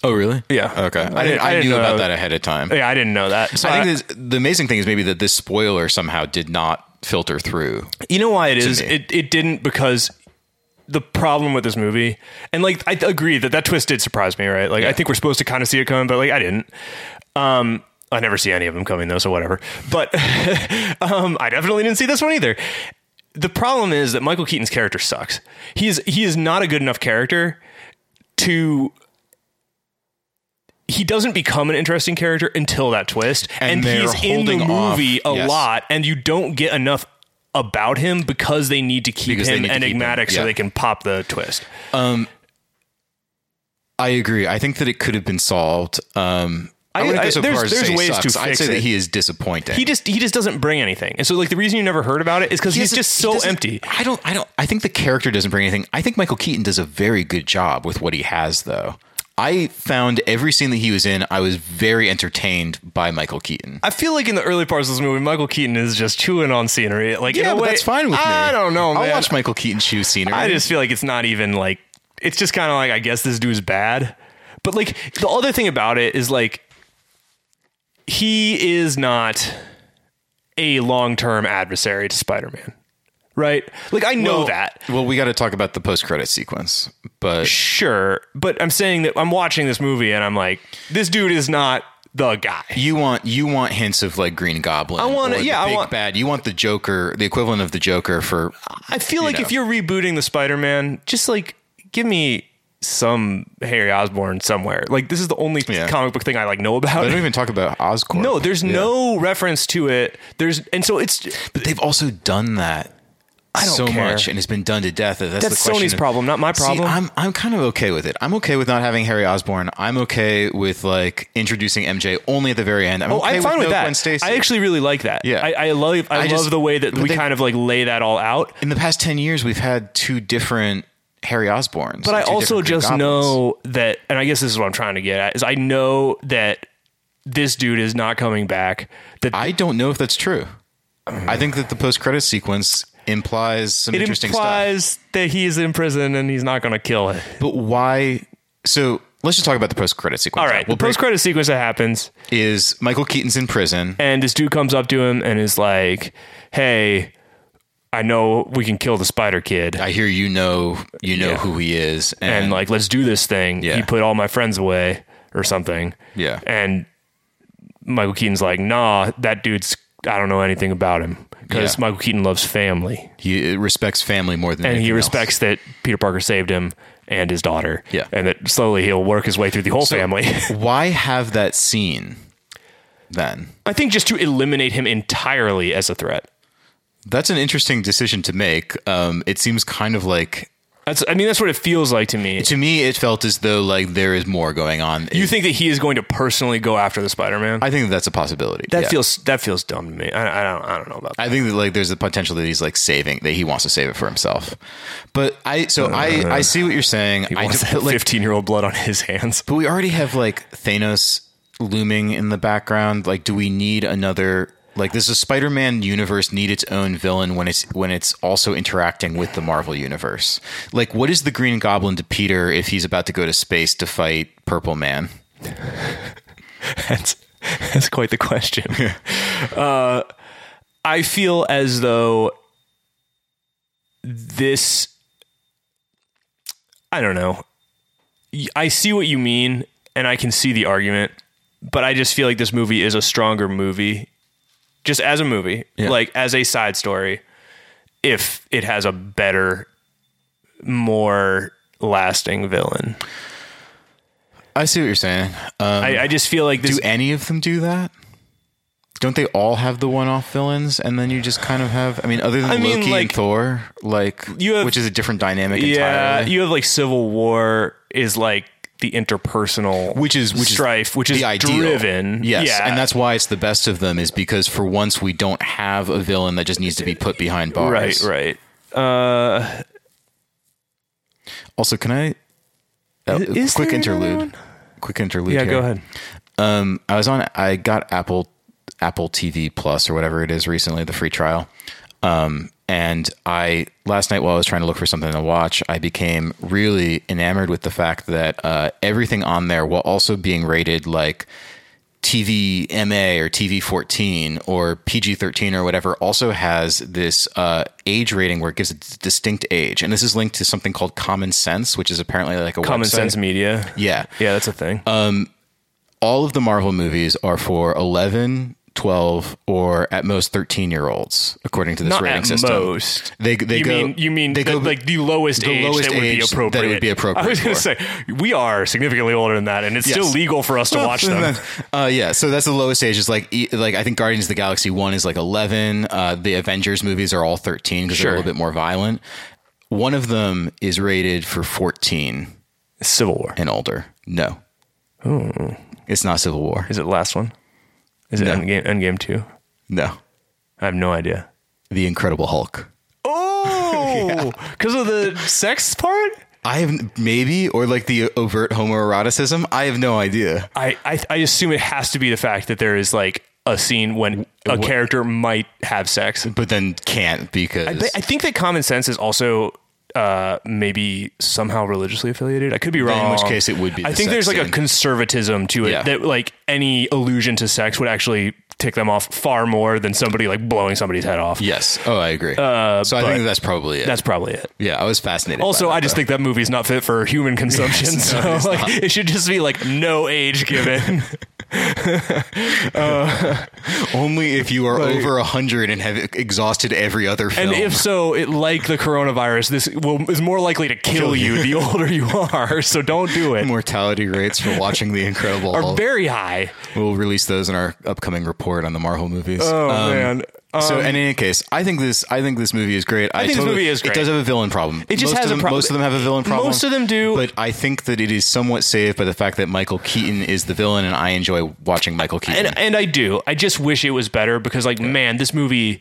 [SPEAKER 2] Oh, really?
[SPEAKER 1] Yeah.
[SPEAKER 2] Okay. I,
[SPEAKER 1] I
[SPEAKER 2] didn't,
[SPEAKER 1] didn't-
[SPEAKER 2] I,
[SPEAKER 1] I didn't
[SPEAKER 2] knew
[SPEAKER 1] know
[SPEAKER 2] about
[SPEAKER 1] that.
[SPEAKER 2] that ahead of time.
[SPEAKER 1] Yeah, I didn't know that. So
[SPEAKER 2] I think this, the amazing thing is maybe that this spoiler somehow did not filter through.
[SPEAKER 1] You know why it is?
[SPEAKER 2] me.
[SPEAKER 1] It it didn't because the problem with this movie, and like I agree that that twist did surprise me, right? Like I think we're supposed to kind of see it coming, but like I didn't. Um, I never see any of them coming though, so whatever. But um, I definitely didn't see this one either. The problem is that Michael Keaton's character sucks. He is he is not a good enough character to. He doesn't become an interesting character until that twist,
[SPEAKER 2] And
[SPEAKER 1] and,
[SPEAKER 2] they're
[SPEAKER 1] he's in the
[SPEAKER 2] holding off-
[SPEAKER 1] movie a lot
[SPEAKER 2] yes.
[SPEAKER 1] lot, and you don't get enough about him because they need to keep
[SPEAKER 2] Because they
[SPEAKER 1] him
[SPEAKER 2] need to keep him,
[SPEAKER 1] enigmatic
[SPEAKER 2] yeah.
[SPEAKER 1] so they can pop the twist.
[SPEAKER 2] I agree. I think that it could have been solved. Um, I,
[SPEAKER 1] I-
[SPEAKER 2] wouldn't
[SPEAKER 1] I-
[SPEAKER 2] go so
[SPEAKER 1] there's-
[SPEAKER 2] far as to
[SPEAKER 1] there's
[SPEAKER 2] say he
[SPEAKER 1] ways to
[SPEAKER 2] sucks. I'd
[SPEAKER 1] fix
[SPEAKER 2] say that
[SPEAKER 1] it.
[SPEAKER 2] he is disappointing.
[SPEAKER 1] He just he just doesn't bring anything, and so like the reason you never heard about it is because he's
[SPEAKER 2] doesn't-
[SPEAKER 1] just
[SPEAKER 2] he
[SPEAKER 1] so
[SPEAKER 2] doesn't-
[SPEAKER 1] empty.
[SPEAKER 2] I don't. I don't. I think the character doesn't bring anything. I think Michael Keaton does a very good job with what he has, though. I found every scene that he was in, I was very entertained by Michael Keaton.
[SPEAKER 1] I feel like in the early parts of this movie, Michael Keaton is just chewing on scenery. Like in a way,
[SPEAKER 2] that's fine with me.
[SPEAKER 1] I don't know, man.
[SPEAKER 2] I'll watch Michael Keaton shoe scenery.
[SPEAKER 1] I just feel like it's not even like it's just kind of like I guess this dude's bad. But like the other thing about it is like he is not a long-term adversary to Spider-Man. Right? Like I know
[SPEAKER 2] Well-
[SPEAKER 1] that.
[SPEAKER 2] Well, we got to talk about the post-credit sequence, but
[SPEAKER 1] Sure, but I'm saying that I'm watching this movie and I'm like this dude is not the guy.
[SPEAKER 2] you want you want hints of like Green Goblin. I
[SPEAKER 1] want- yeah, I
[SPEAKER 2] big
[SPEAKER 1] want-
[SPEAKER 2] bad. You want the Joker, the equivalent of the Joker for
[SPEAKER 1] I feel like
[SPEAKER 2] know.
[SPEAKER 1] if you're rebooting the Spider-Man, just like give me some Harry Osborn somewhere. Like this is the only
[SPEAKER 2] Yeah.
[SPEAKER 1] comic book thing I like know about.
[SPEAKER 2] I don't even talk about Oscorp.
[SPEAKER 1] No, there's
[SPEAKER 2] Yeah.
[SPEAKER 1] no reference to it. There's and so it's
[SPEAKER 2] But they've also done that
[SPEAKER 1] I don't
[SPEAKER 2] so
[SPEAKER 1] care.
[SPEAKER 2] much and it's been done to death. That that's
[SPEAKER 1] That's
[SPEAKER 2] the question
[SPEAKER 1] Sony's
[SPEAKER 2] of-
[SPEAKER 1] problem, not my
[SPEAKER 2] See,
[SPEAKER 1] problem.
[SPEAKER 2] I'm I'm kind of okay with it. I'm okay with not having Harry Osborn. I'm okay with like introducing MJ only at the very end. I'm
[SPEAKER 1] Oh,
[SPEAKER 2] okay
[SPEAKER 1] I'm fine with
[SPEAKER 2] with, no
[SPEAKER 1] that.
[SPEAKER 2] Gwen Stacy.
[SPEAKER 1] I actually really like that.
[SPEAKER 2] Yeah.
[SPEAKER 1] I, I love I,
[SPEAKER 2] I
[SPEAKER 1] love
[SPEAKER 2] just-
[SPEAKER 1] the way that
[SPEAKER 2] but
[SPEAKER 1] we
[SPEAKER 2] they-
[SPEAKER 1] kind of like lay that all out.
[SPEAKER 2] in the past ten years, we've had two different Harry Osborns.
[SPEAKER 1] But I also just know that, and I guess this is what I'm trying to get at is I know that this dude is not coming back. That
[SPEAKER 2] I don't know if that's true. I think that the post-credit sequence implies some
[SPEAKER 1] it
[SPEAKER 2] interesting
[SPEAKER 1] implies that he is in prison and he's not going to kill it.
[SPEAKER 2] stuff. But why? So let's just talk about the post-credit sequence.
[SPEAKER 1] All right,
[SPEAKER 2] We'll
[SPEAKER 1] the post credit sequence that happens,
[SPEAKER 2] break- is Michael Keaton's in prison.
[SPEAKER 1] and this dude comes up to him and is like, "Hey, I know we can kill the Spider Kid."
[SPEAKER 2] I hear you know you know
[SPEAKER 1] Yeah.
[SPEAKER 2] who he is, and,
[SPEAKER 1] and like let's do this thing.
[SPEAKER 2] Yeah.
[SPEAKER 1] He put all my friends away or something.
[SPEAKER 2] Yeah.
[SPEAKER 1] And Michael Keaton's like, nah, that dude's I don't know anything about him because
[SPEAKER 2] Yeah.
[SPEAKER 1] Michael Keaton loves family
[SPEAKER 2] he respects family more than
[SPEAKER 1] and he
[SPEAKER 2] anything else.
[SPEAKER 1] respects that Peter Parker saved him and his daughter.
[SPEAKER 2] Yeah.
[SPEAKER 1] And that slowly he'll work his way through the whole family.
[SPEAKER 2] Why have that scene then?
[SPEAKER 1] I think just to eliminate him entirely as a threat.
[SPEAKER 2] That's an interesting decision to make. Um, it seems kind of like
[SPEAKER 1] That's I mean that's what it feels like to me.
[SPEAKER 2] to me, it felt as though like there is more going on.
[SPEAKER 1] You think that he is going to personally go after the Spider-Man?
[SPEAKER 2] I think that that's a possibility.
[SPEAKER 1] that
[SPEAKER 2] yeah.
[SPEAKER 1] feels that feels dumb to me. I, I don't I don't know about that.
[SPEAKER 2] I think that like there's the potential that he's like saving that he wants to save it for himself. But I so I I see what you're saying. I
[SPEAKER 1] Uh, Wants
[SPEAKER 2] don't-
[SPEAKER 1] that
[SPEAKER 2] but, like
[SPEAKER 1] 15-year-old blood on his hands.
[SPEAKER 2] But we already have like Thanos looming in the background. Like, do we need another? Like, does the Spider-Man universe need its own villain when it's when it's also interacting with the Marvel universe? Like, what is the Green Goblin to Peter if he's about to go to space to fight Purple Man?
[SPEAKER 1] That's that's quite the question. uh, I feel as though this. I don't know. Y- I see what you mean, and I can see the argument, but I just feel like this movie is a stronger movie, just as a movie, like as a side story. If it has a better, more lasting villain,
[SPEAKER 2] I see what you're saying. Um,
[SPEAKER 1] I, I just feel like this.
[SPEAKER 2] do any of them do that? Don't they all have the one-off villains, and then you just kind of have? I mean, other than
[SPEAKER 1] I mean,
[SPEAKER 2] Loki and
[SPEAKER 1] like-
[SPEAKER 2] Thor, like
[SPEAKER 1] You have-
[SPEAKER 2] which is a different dynamic
[SPEAKER 1] Yeah,
[SPEAKER 2] entirely.
[SPEAKER 1] you have like civil war is like the interpersonal,
[SPEAKER 2] which is which
[SPEAKER 1] strife,
[SPEAKER 2] is
[SPEAKER 1] which is
[SPEAKER 2] the ideal.
[SPEAKER 1] driven.
[SPEAKER 2] Yes,
[SPEAKER 1] yeah,
[SPEAKER 2] and that's why it's the best of them is because for once we don't have a villain that just needs to be put behind
[SPEAKER 1] right,
[SPEAKER 2] bars.
[SPEAKER 1] right. Uh,
[SPEAKER 2] Also, can I uh,
[SPEAKER 1] is
[SPEAKER 2] quick
[SPEAKER 1] there another
[SPEAKER 2] interlude?
[SPEAKER 1] one?
[SPEAKER 2] Quick interlude.
[SPEAKER 1] Yeah,
[SPEAKER 2] here.
[SPEAKER 1] go ahead.
[SPEAKER 2] Um, I was on. I got Apple Apple TV Plus or whatever it is recently, the free trial. Um, and I last night while I was trying to look for something to watch, I became really enamored with the fact that uh, everything on there, while also being rated like TV MA or TV 14 or PG 13 or whatever also has this uh, age rating where it gives a d- distinct age. And this is linked to something called Common Sense, which is apparently like a
[SPEAKER 1] Common
[SPEAKER 2] website.
[SPEAKER 1] sense media.
[SPEAKER 2] Yeah
[SPEAKER 1] yeah, that's a thing.
[SPEAKER 2] all of the Marvel movies are for 11, 12, or at most 13 year olds, according to this
[SPEAKER 1] Not
[SPEAKER 2] rating
[SPEAKER 1] at
[SPEAKER 2] system.
[SPEAKER 1] most.
[SPEAKER 2] They, they
[SPEAKER 1] you
[SPEAKER 2] go,
[SPEAKER 1] mean you mean
[SPEAKER 2] they
[SPEAKER 1] the,
[SPEAKER 2] go
[SPEAKER 1] like the lowest
[SPEAKER 2] the
[SPEAKER 1] age
[SPEAKER 2] lowest
[SPEAKER 1] that would be
[SPEAKER 2] age that it would
[SPEAKER 1] appropriate?
[SPEAKER 2] be appropriate
[SPEAKER 1] I was going
[SPEAKER 2] for.
[SPEAKER 1] to say we are significantly older than that, and it's still
[SPEAKER 2] Yes.
[SPEAKER 1] legal for us to watch them.
[SPEAKER 2] Uh, yeah, so that's the lowest age. Is like e- like I think Guardians of the Galaxy one is like eleven. Uh, the Avengers movies are all thirteen because they're a
[SPEAKER 1] Sure.
[SPEAKER 2] little bit more violent. One of them is rated for fourteen
[SPEAKER 1] Civil War
[SPEAKER 2] and older. No,
[SPEAKER 1] Hmm.
[SPEAKER 2] it's not Civil War.
[SPEAKER 1] is it the last one? Is it
[SPEAKER 2] No.
[SPEAKER 1] Endgame? Endgame two?
[SPEAKER 2] No,
[SPEAKER 1] I have no idea.
[SPEAKER 2] The Incredible Hulk.
[SPEAKER 1] Oh, because of the sex part.
[SPEAKER 2] I have maybe or like the overt homoeroticism. I have no idea.
[SPEAKER 1] I, I I assume it has to be the fact that there is like a scene when a character might have sex.
[SPEAKER 2] but then can't because
[SPEAKER 1] But I think that common sense is also uh, maybe somehow religiously affiliated. I could be wrong.
[SPEAKER 2] in which case it would be
[SPEAKER 1] I
[SPEAKER 2] the
[SPEAKER 1] think
[SPEAKER 2] sex
[SPEAKER 1] there's like a
[SPEAKER 2] scene.
[SPEAKER 1] conservatism to it
[SPEAKER 2] Yeah.
[SPEAKER 1] that like any allusion to sex would actually tick them off far more than somebody like blowing somebody's head off.
[SPEAKER 2] yes. Oh, I agree. Uh, so I think that's probably it.
[SPEAKER 1] That's probably it.
[SPEAKER 2] yeah, I was fascinated.
[SPEAKER 1] Also,
[SPEAKER 2] by
[SPEAKER 1] I
[SPEAKER 2] that,
[SPEAKER 1] just think that movie's not fit for human consumption. so, like, it should just be like no age given.
[SPEAKER 2] though. only if you are over a hundred and have exhausted every other film.
[SPEAKER 1] And if so, it like the coronavirus, this will is more likely to kill you the older you are. So don't do it.
[SPEAKER 2] mortality rates for watching The Incredible
[SPEAKER 1] Are
[SPEAKER 2] Hulk,
[SPEAKER 1] very high.
[SPEAKER 2] we'll release those in our upcoming report on the Marvel movies. Um,
[SPEAKER 1] Oh man.
[SPEAKER 2] so in any case, I think this I think this movie is great. I,
[SPEAKER 1] think this
[SPEAKER 2] totally-
[SPEAKER 1] movie is
[SPEAKER 2] It
[SPEAKER 1] great.
[SPEAKER 2] does have a villain problem.
[SPEAKER 1] It just
[SPEAKER 2] most
[SPEAKER 1] has
[SPEAKER 2] of
[SPEAKER 1] a
[SPEAKER 2] them,
[SPEAKER 1] prob-
[SPEAKER 2] Most of them have a villain problem.
[SPEAKER 1] Most of them do.
[SPEAKER 2] But I think that it is somewhat saved by the fact that Michael Keaton is the villain, and I enjoy watching Michael Keaton.
[SPEAKER 1] and and I do. I just wish it was better because like man, this movie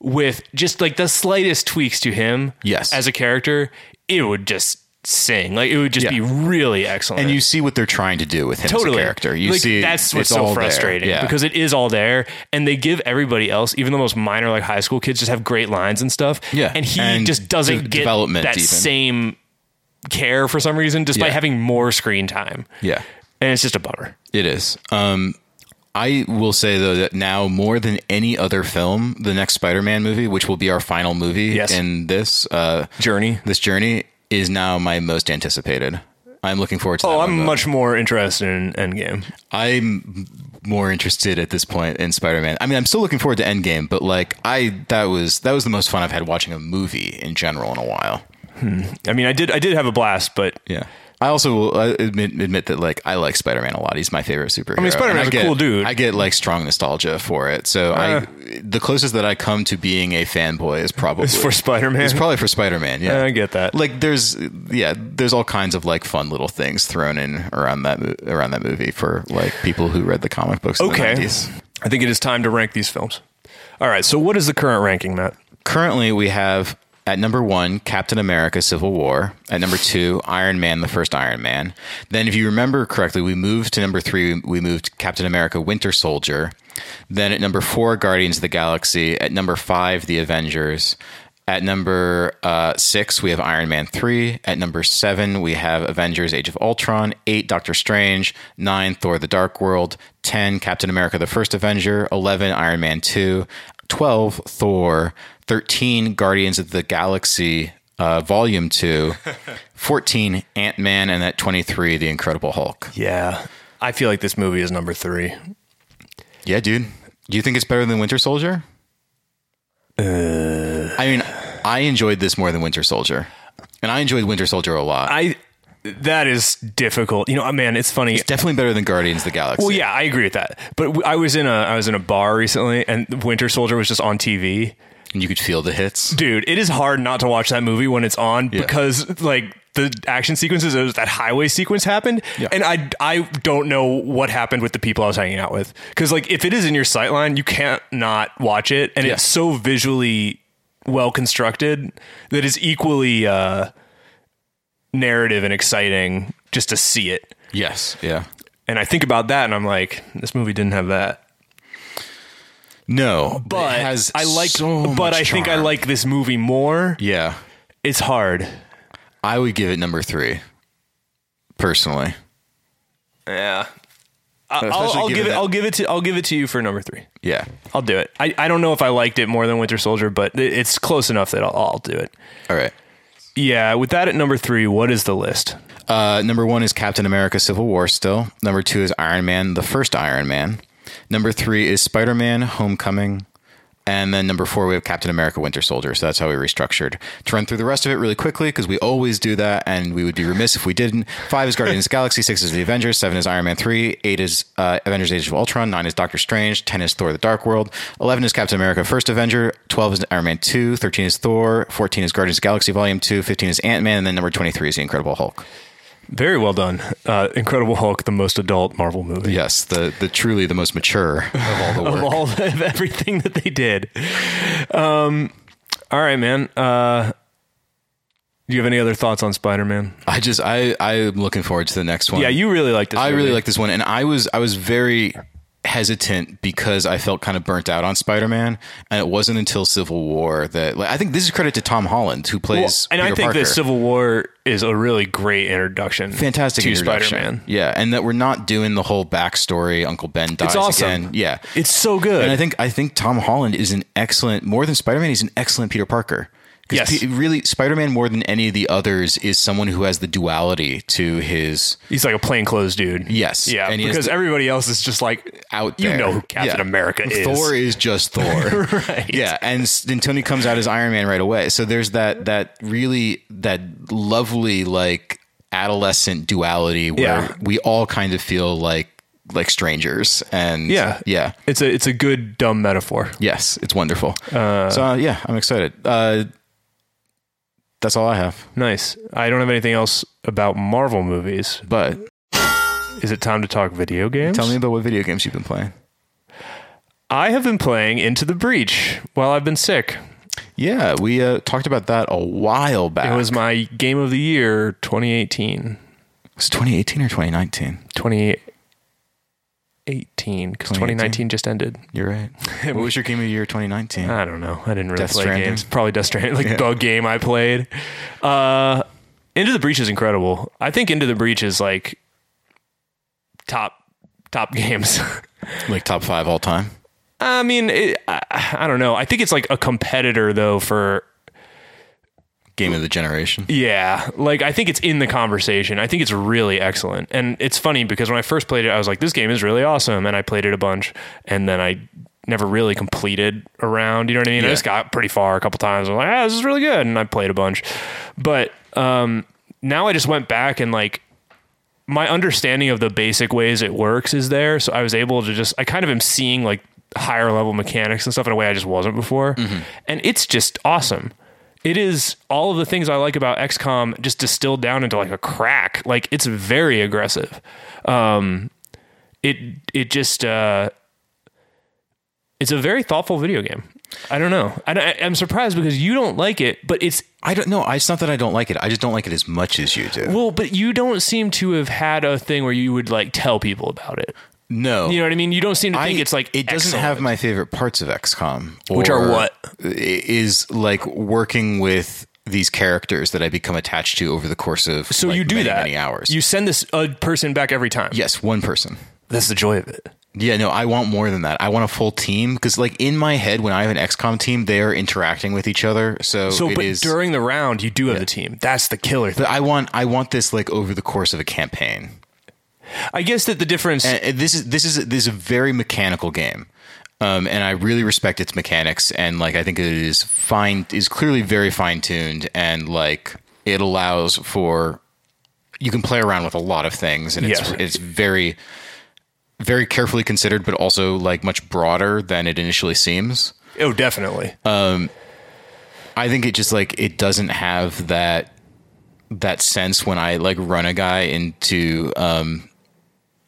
[SPEAKER 1] with just like the slightest tweaks to him
[SPEAKER 2] Yes.
[SPEAKER 1] as a character, it would just sing. Like it would just
[SPEAKER 2] Yeah.
[SPEAKER 1] be really excellent.
[SPEAKER 2] And you see what they're trying to do with him
[SPEAKER 1] totally
[SPEAKER 2] as a character. You
[SPEAKER 1] Like,
[SPEAKER 2] see
[SPEAKER 1] that's what's
[SPEAKER 2] it's all
[SPEAKER 1] so
[SPEAKER 2] there.
[SPEAKER 1] frustrating
[SPEAKER 2] Yeah.
[SPEAKER 1] because it is all there and they give everybody else, even the most minor like high school kids just have great lines and stuff.
[SPEAKER 2] Yeah.
[SPEAKER 1] And he
[SPEAKER 2] And
[SPEAKER 1] just doesn't
[SPEAKER 2] de-
[SPEAKER 1] get
[SPEAKER 2] development
[SPEAKER 1] that
[SPEAKER 2] even.
[SPEAKER 1] same care for some reason despite
[SPEAKER 2] Yeah.
[SPEAKER 1] having more screen time.
[SPEAKER 2] yeah,
[SPEAKER 1] And it's just a bummer.
[SPEAKER 2] It is. Um, I will say though that now more than any other film, the next Spider-Man movie, which will be our final movie
[SPEAKER 1] Yes.
[SPEAKER 2] in this uh,
[SPEAKER 1] Journey.
[SPEAKER 2] this journey, is now my most anticipated. I'm looking forward to. that
[SPEAKER 1] Oh,
[SPEAKER 2] one,
[SPEAKER 1] I'm
[SPEAKER 2] though.
[SPEAKER 1] much more interested in Endgame.
[SPEAKER 2] I'm more interested at this point in Spider-Man. I mean, I'm still looking forward to Endgame, but like I that was that was the most fun I've had watching a movie in general in a while.
[SPEAKER 1] I mean, I did I did have a blast, but
[SPEAKER 2] Yeah. I also will uh, admit, admit that like I like Spider Man a lot. He's my favorite superhero. I
[SPEAKER 1] mean, Spider-Man's a
[SPEAKER 2] get-
[SPEAKER 1] cool dude.
[SPEAKER 2] I get like strong nostalgia for it. So
[SPEAKER 1] Uh.
[SPEAKER 2] I, the closest that I come to being a fanboy is probably
[SPEAKER 1] it's for Spider Man.
[SPEAKER 2] It's probably for Spider Man. Yeah,
[SPEAKER 1] I get that.
[SPEAKER 2] Like there's yeah, there's all kinds of like fun little things thrown in around that mo- around that movie for like people who read the comic books. in the
[SPEAKER 1] okay,
[SPEAKER 2] 90s.
[SPEAKER 1] I think it is time to rank these films. All right, so what is the current ranking, Matt?
[SPEAKER 2] currently we have at number one captain america civil war at number two iron man the first iron man then if you remember correctly we moved to number three we moved captain america winter soldier then at number four guardians of the galaxy at number five the avengers at number uh, six, we have Iron Man 3. At number seven, we have Avengers Age of Ultron. Eight, Doctor Strange. Nine, Thor the Dark World. Ten, Captain America the First Avenger. Eleven, Iron Man 2. Twelve, Thor. Thirteen, Guardians of the Galaxy uh, Volume 2. Fourteen, Ant Man. And at 23, The Incredible Hulk.
[SPEAKER 1] Yeah, I feel like this movie is number three.
[SPEAKER 2] Yeah, dude. Do you think it's better than Winter Soldier?
[SPEAKER 1] Uh,
[SPEAKER 2] I mean, I enjoyed this more than Winter Soldier. And I enjoyed Winter Soldier a lot.
[SPEAKER 1] I that is difficult. You know, uh, man, it's funny.
[SPEAKER 2] Definitely better than Guardians of the Galaxy.
[SPEAKER 1] Well, yeah, I agree with that. But w- I was in a I was in a bar recently, and Winter Soldier was just on TV.
[SPEAKER 2] And you could feel the hits.
[SPEAKER 1] Dude, it is hard not to watch that movie when it's on
[SPEAKER 2] Yeah.
[SPEAKER 1] because like the action sequences, it was that highway sequence happened,
[SPEAKER 2] Yeah.
[SPEAKER 1] and I I don't know what happened with the people I was hanging out with because like if it is in your sight line, you can't not watch it, and
[SPEAKER 2] Yeah.
[SPEAKER 1] it's so visually well constructed that is equally uh, narrative and exciting just to see it.
[SPEAKER 2] Yes. Yeah.
[SPEAKER 1] And I think about that, and I'm like, this movie didn't have that.
[SPEAKER 2] No.
[SPEAKER 1] But
[SPEAKER 2] it has
[SPEAKER 1] I like,
[SPEAKER 2] so
[SPEAKER 1] but
[SPEAKER 2] much
[SPEAKER 1] I think I
[SPEAKER 2] charm.
[SPEAKER 1] like this movie more.
[SPEAKER 2] Yeah.
[SPEAKER 1] It's hard.
[SPEAKER 2] I would give it number three, personally.
[SPEAKER 1] Yeah. I- Uh, I'll,
[SPEAKER 2] Especially
[SPEAKER 1] I'll give
[SPEAKER 2] given
[SPEAKER 1] it.
[SPEAKER 2] that-
[SPEAKER 1] I'll give it to. I'll give it to you for number three.
[SPEAKER 2] Yeah.
[SPEAKER 1] I'll do it. I, I don't know if I liked it more than Winter Soldier, but it- it's close enough that I'll, I'll do it.
[SPEAKER 2] All right.
[SPEAKER 1] Yeah. With that at number three, what is the list?
[SPEAKER 2] Uh, number one is Captain America: Civil War. Still, number two is Iron Man, the first Iron Man. Number three is Spider Man: Homecoming, and then number four we have Captain America: Winter Soldier. So that's how we restructured. To run through the rest of it really quickly because we always do that, and we would be remiss if we didn't. Five is Guardians of the Galaxy. Six is the Avengers. Seven is Iron Man three. Eight is uh, Avengers: Age of Ultron. Nine is Doctor Strange. Ten is Thor: The Dark World. Eleven is Captain America: First Avenger. Twelve is Iron Man two. Thirteen is Thor. Fourteen is Guardians of the Galaxy Volume two. Fifteen is Ant Man, and then number twenty three is the Incredible Hulk.
[SPEAKER 1] Very well done. Uh, Incredible Hulk, the most adult Marvel movie.
[SPEAKER 2] Yes, the the truly the most mature of all the
[SPEAKER 1] Of
[SPEAKER 2] work.
[SPEAKER 1] all of everything that they did. Um. All right, man. Uh, do you have any other thoughts on Spider Man?
[SPEAKER 2] I just I I'm looking forward to the next one.
[SPEAKER 1] Yeah, you really like this.
[SPEAKER 2] I
[SPEAKER 1] movie.
[SPEAKER 2] really like this one, and I was I was very hesitant because I felt kind of burnt out on Spider Man, and it wasn't until Civil War that like, I think this is credit to Tom Holland who plays
[SPEAKER 1] and I
[SPEAKER 2] Peter
[SPEAKER 1] think that
[SPEAKER 2] Parker.
[SPEAKER 1] Civil War is a really great introduction.
[SPEAKER 2] fantastic
[SPEAKER 1] to
[SPEAKER 2] introduction.
[SPEAKER 1] Spider Man.
[SPEAKER 2] Yeah, and that we're not doing the whole backstory. Uncle Ben dies
[SPEAKER 1] It's awesome.
[SPEAKER 2] again. Yeah,
[SPEAKER 1] It's so good.
[SPEAKER 2] And I think I think Tom Holland is an excellent more than Spider Man. He's an excellent Peter Parker. 'Cause
[SPEAKER 1] Yes.
[SPEAKER 2] Pe- really, Spider Man more than any of the others is someone who has the duality to his
[SPEAKER 1] He's like a plainclothes dude.
[SPEAKER 2] Yes.
[SPEAKER 1] Yeah.
[SPEAKER 2] And he has
[SPEAKER 1] because
[SPEAKER 2] the-
[SPEAKER 1] everybody else is just like
[SPEAKER 2] out
[SPEAKER 1] You
[SPEAKER 2] there.
[SPEAKER 1] know who Captain
[SPEAKER 2] Yeah.
[SPEAKER 1] America is.
[SPEAKER 2] Thor is just Thor.
[SPEAKER 1] Right.
[SPEAKER 2] Yeah, and s- then Tony comes out as Iron Man right away. So there's that that really that lovely like adolescent duality where
[SPEAKER 1] Yeah.
[SPEAKER 2] we all kind of feel like like strangers and
[SPEAKER 1] Yeah.
[SPEAKER 2] yeah
[SPEAKER 1] It's a it's a good dumb metaphor.
[SPEAKER 2] yes it's wonderful so uh, yeah i'm excited uh that's all i have
[SPEAKER 1] Nice. I don't have anything else about Marvel movies.
[SPEAKER 2] but
[SPEAKER 1] Is it time to talk video games?
[SPEAKER 2] tell me about what video games you've been playing
[SPEAKER 1] I have been playing Into the Breach while I've been sick.
[SPEAKER 2] yeah we uh, talked about that a while back
[SPEAKER 1] It was my game of the year 2018.
[SPEAKER 2] was it 2018 or 2019
[SPEAKER 1] 2018 because 2019 just ended.
[SPEAKER 2] you're right what was your game of the year 2019
[SPEAKER 1] I don't know. I didn't really
[SPEAKER 2] Death
[SPEAKER 1] play
[SPEAKER 2] Stranding?
[SPEAKER 1] games. Probably Death Stranding, like the game I played. Uh, Into the Breach is incredible. I think Into the Breach is like top top games.
[SPEAKER 2] like top five all time
[SPEAKER 1] I mean, it, I, I don't know. I think it's like a competitor though for
[SPEAKER 2] game of the generation
[SPEAKER 1] Yeah, like I think it's in the conversation. I think it's really excellent. And it's funny because when I first played it, I was like, this game is really awesome. And I played it a bunch. And then I never really completed a round. You know what I mean? I
[SPEAKER 2] Yeah.
[SPEAKER 1] just got pretty far a couple times. I'm like, ah, this is really good. And I played a bunch. But um, now I just went back and like, my understanding of the basic ways it works is there. So I was able to just, I kind of am seeing like higher level mechanics and stuff in a way I just wasn't before. And it's just awesome. It is all of the things I like about XCOM just distilled down into like a crack. Like it's very aggressive. Um, it, it just, uh, it's a very thoughtful video game. I don't know. I, don't- I- I'm surprised because you don't like it, but it's
[SPEAKER 2] i don't know it's not that i don't like it i just don't like it as much as you do
[SPEAKER 1] well, but you don't seem to have had a thing where you would like tell people about it.
[SPEAKER 2] no
[SPEAKER 1] You know what I mean? You don't seem to think
[SPEAKER 2] I-
[SPEAKER 1] it's like
[SPEAKER 2] it doesn't
[SPEAKER 1] excellent.
[SPEAKER 2] have my favorite parts of XCOM,
[SPEAKER 1] Which are
[SPEAKER 2] or
[SPEAKER 1] what?
[SPEAKER 2] is like working with these characters that I become attached to over the course of
[SPEAKER 1] So
[SPEAKER 2] like,
[SPEAKER 1] you do
[SPEAKER 2] many,
[SPEAKER 1] that
[SPEAKER 2] many hours.
[SPEAKER 1] You send this uh, person back every time.
[SPEAKER 2] yes, one person.
[SPEAKER 1] that's the joy of it.
[SPEAKER 2] Yeah, no, I want more than that. I want a full team because, like, in my head, when I have an XCOM team, they are interacting with each other. So,
[SPEAKER 1] So,
[SPEAKER 2] it
[SPEAKER 1] but
[SPEAKER 2] is-
[SPEAKER 1] during the round, you do have the team. That's the killer thing.
[SPEAKER 2] but I want, I want this like over the course of a campaign.
[SPEAKER 1] I guess that the difference.
[SPEAKER 2] And- and this is this is this is a very mechanical game, um, and I really respect its mechanics. And like, I think it is fine is clearly very fine tuned, and like, it allows for you can play around with a lot of things, and it's
[SPEAKER 1] Yes.
[SPEAKER 2] it's very very carefully considered, but also like much broader than it initially seems.
[SPEAKER 1] oh, definitely.
[SPEAKER 2] Uh, I think it just like it doesn't have that that sense when I like run a guy into um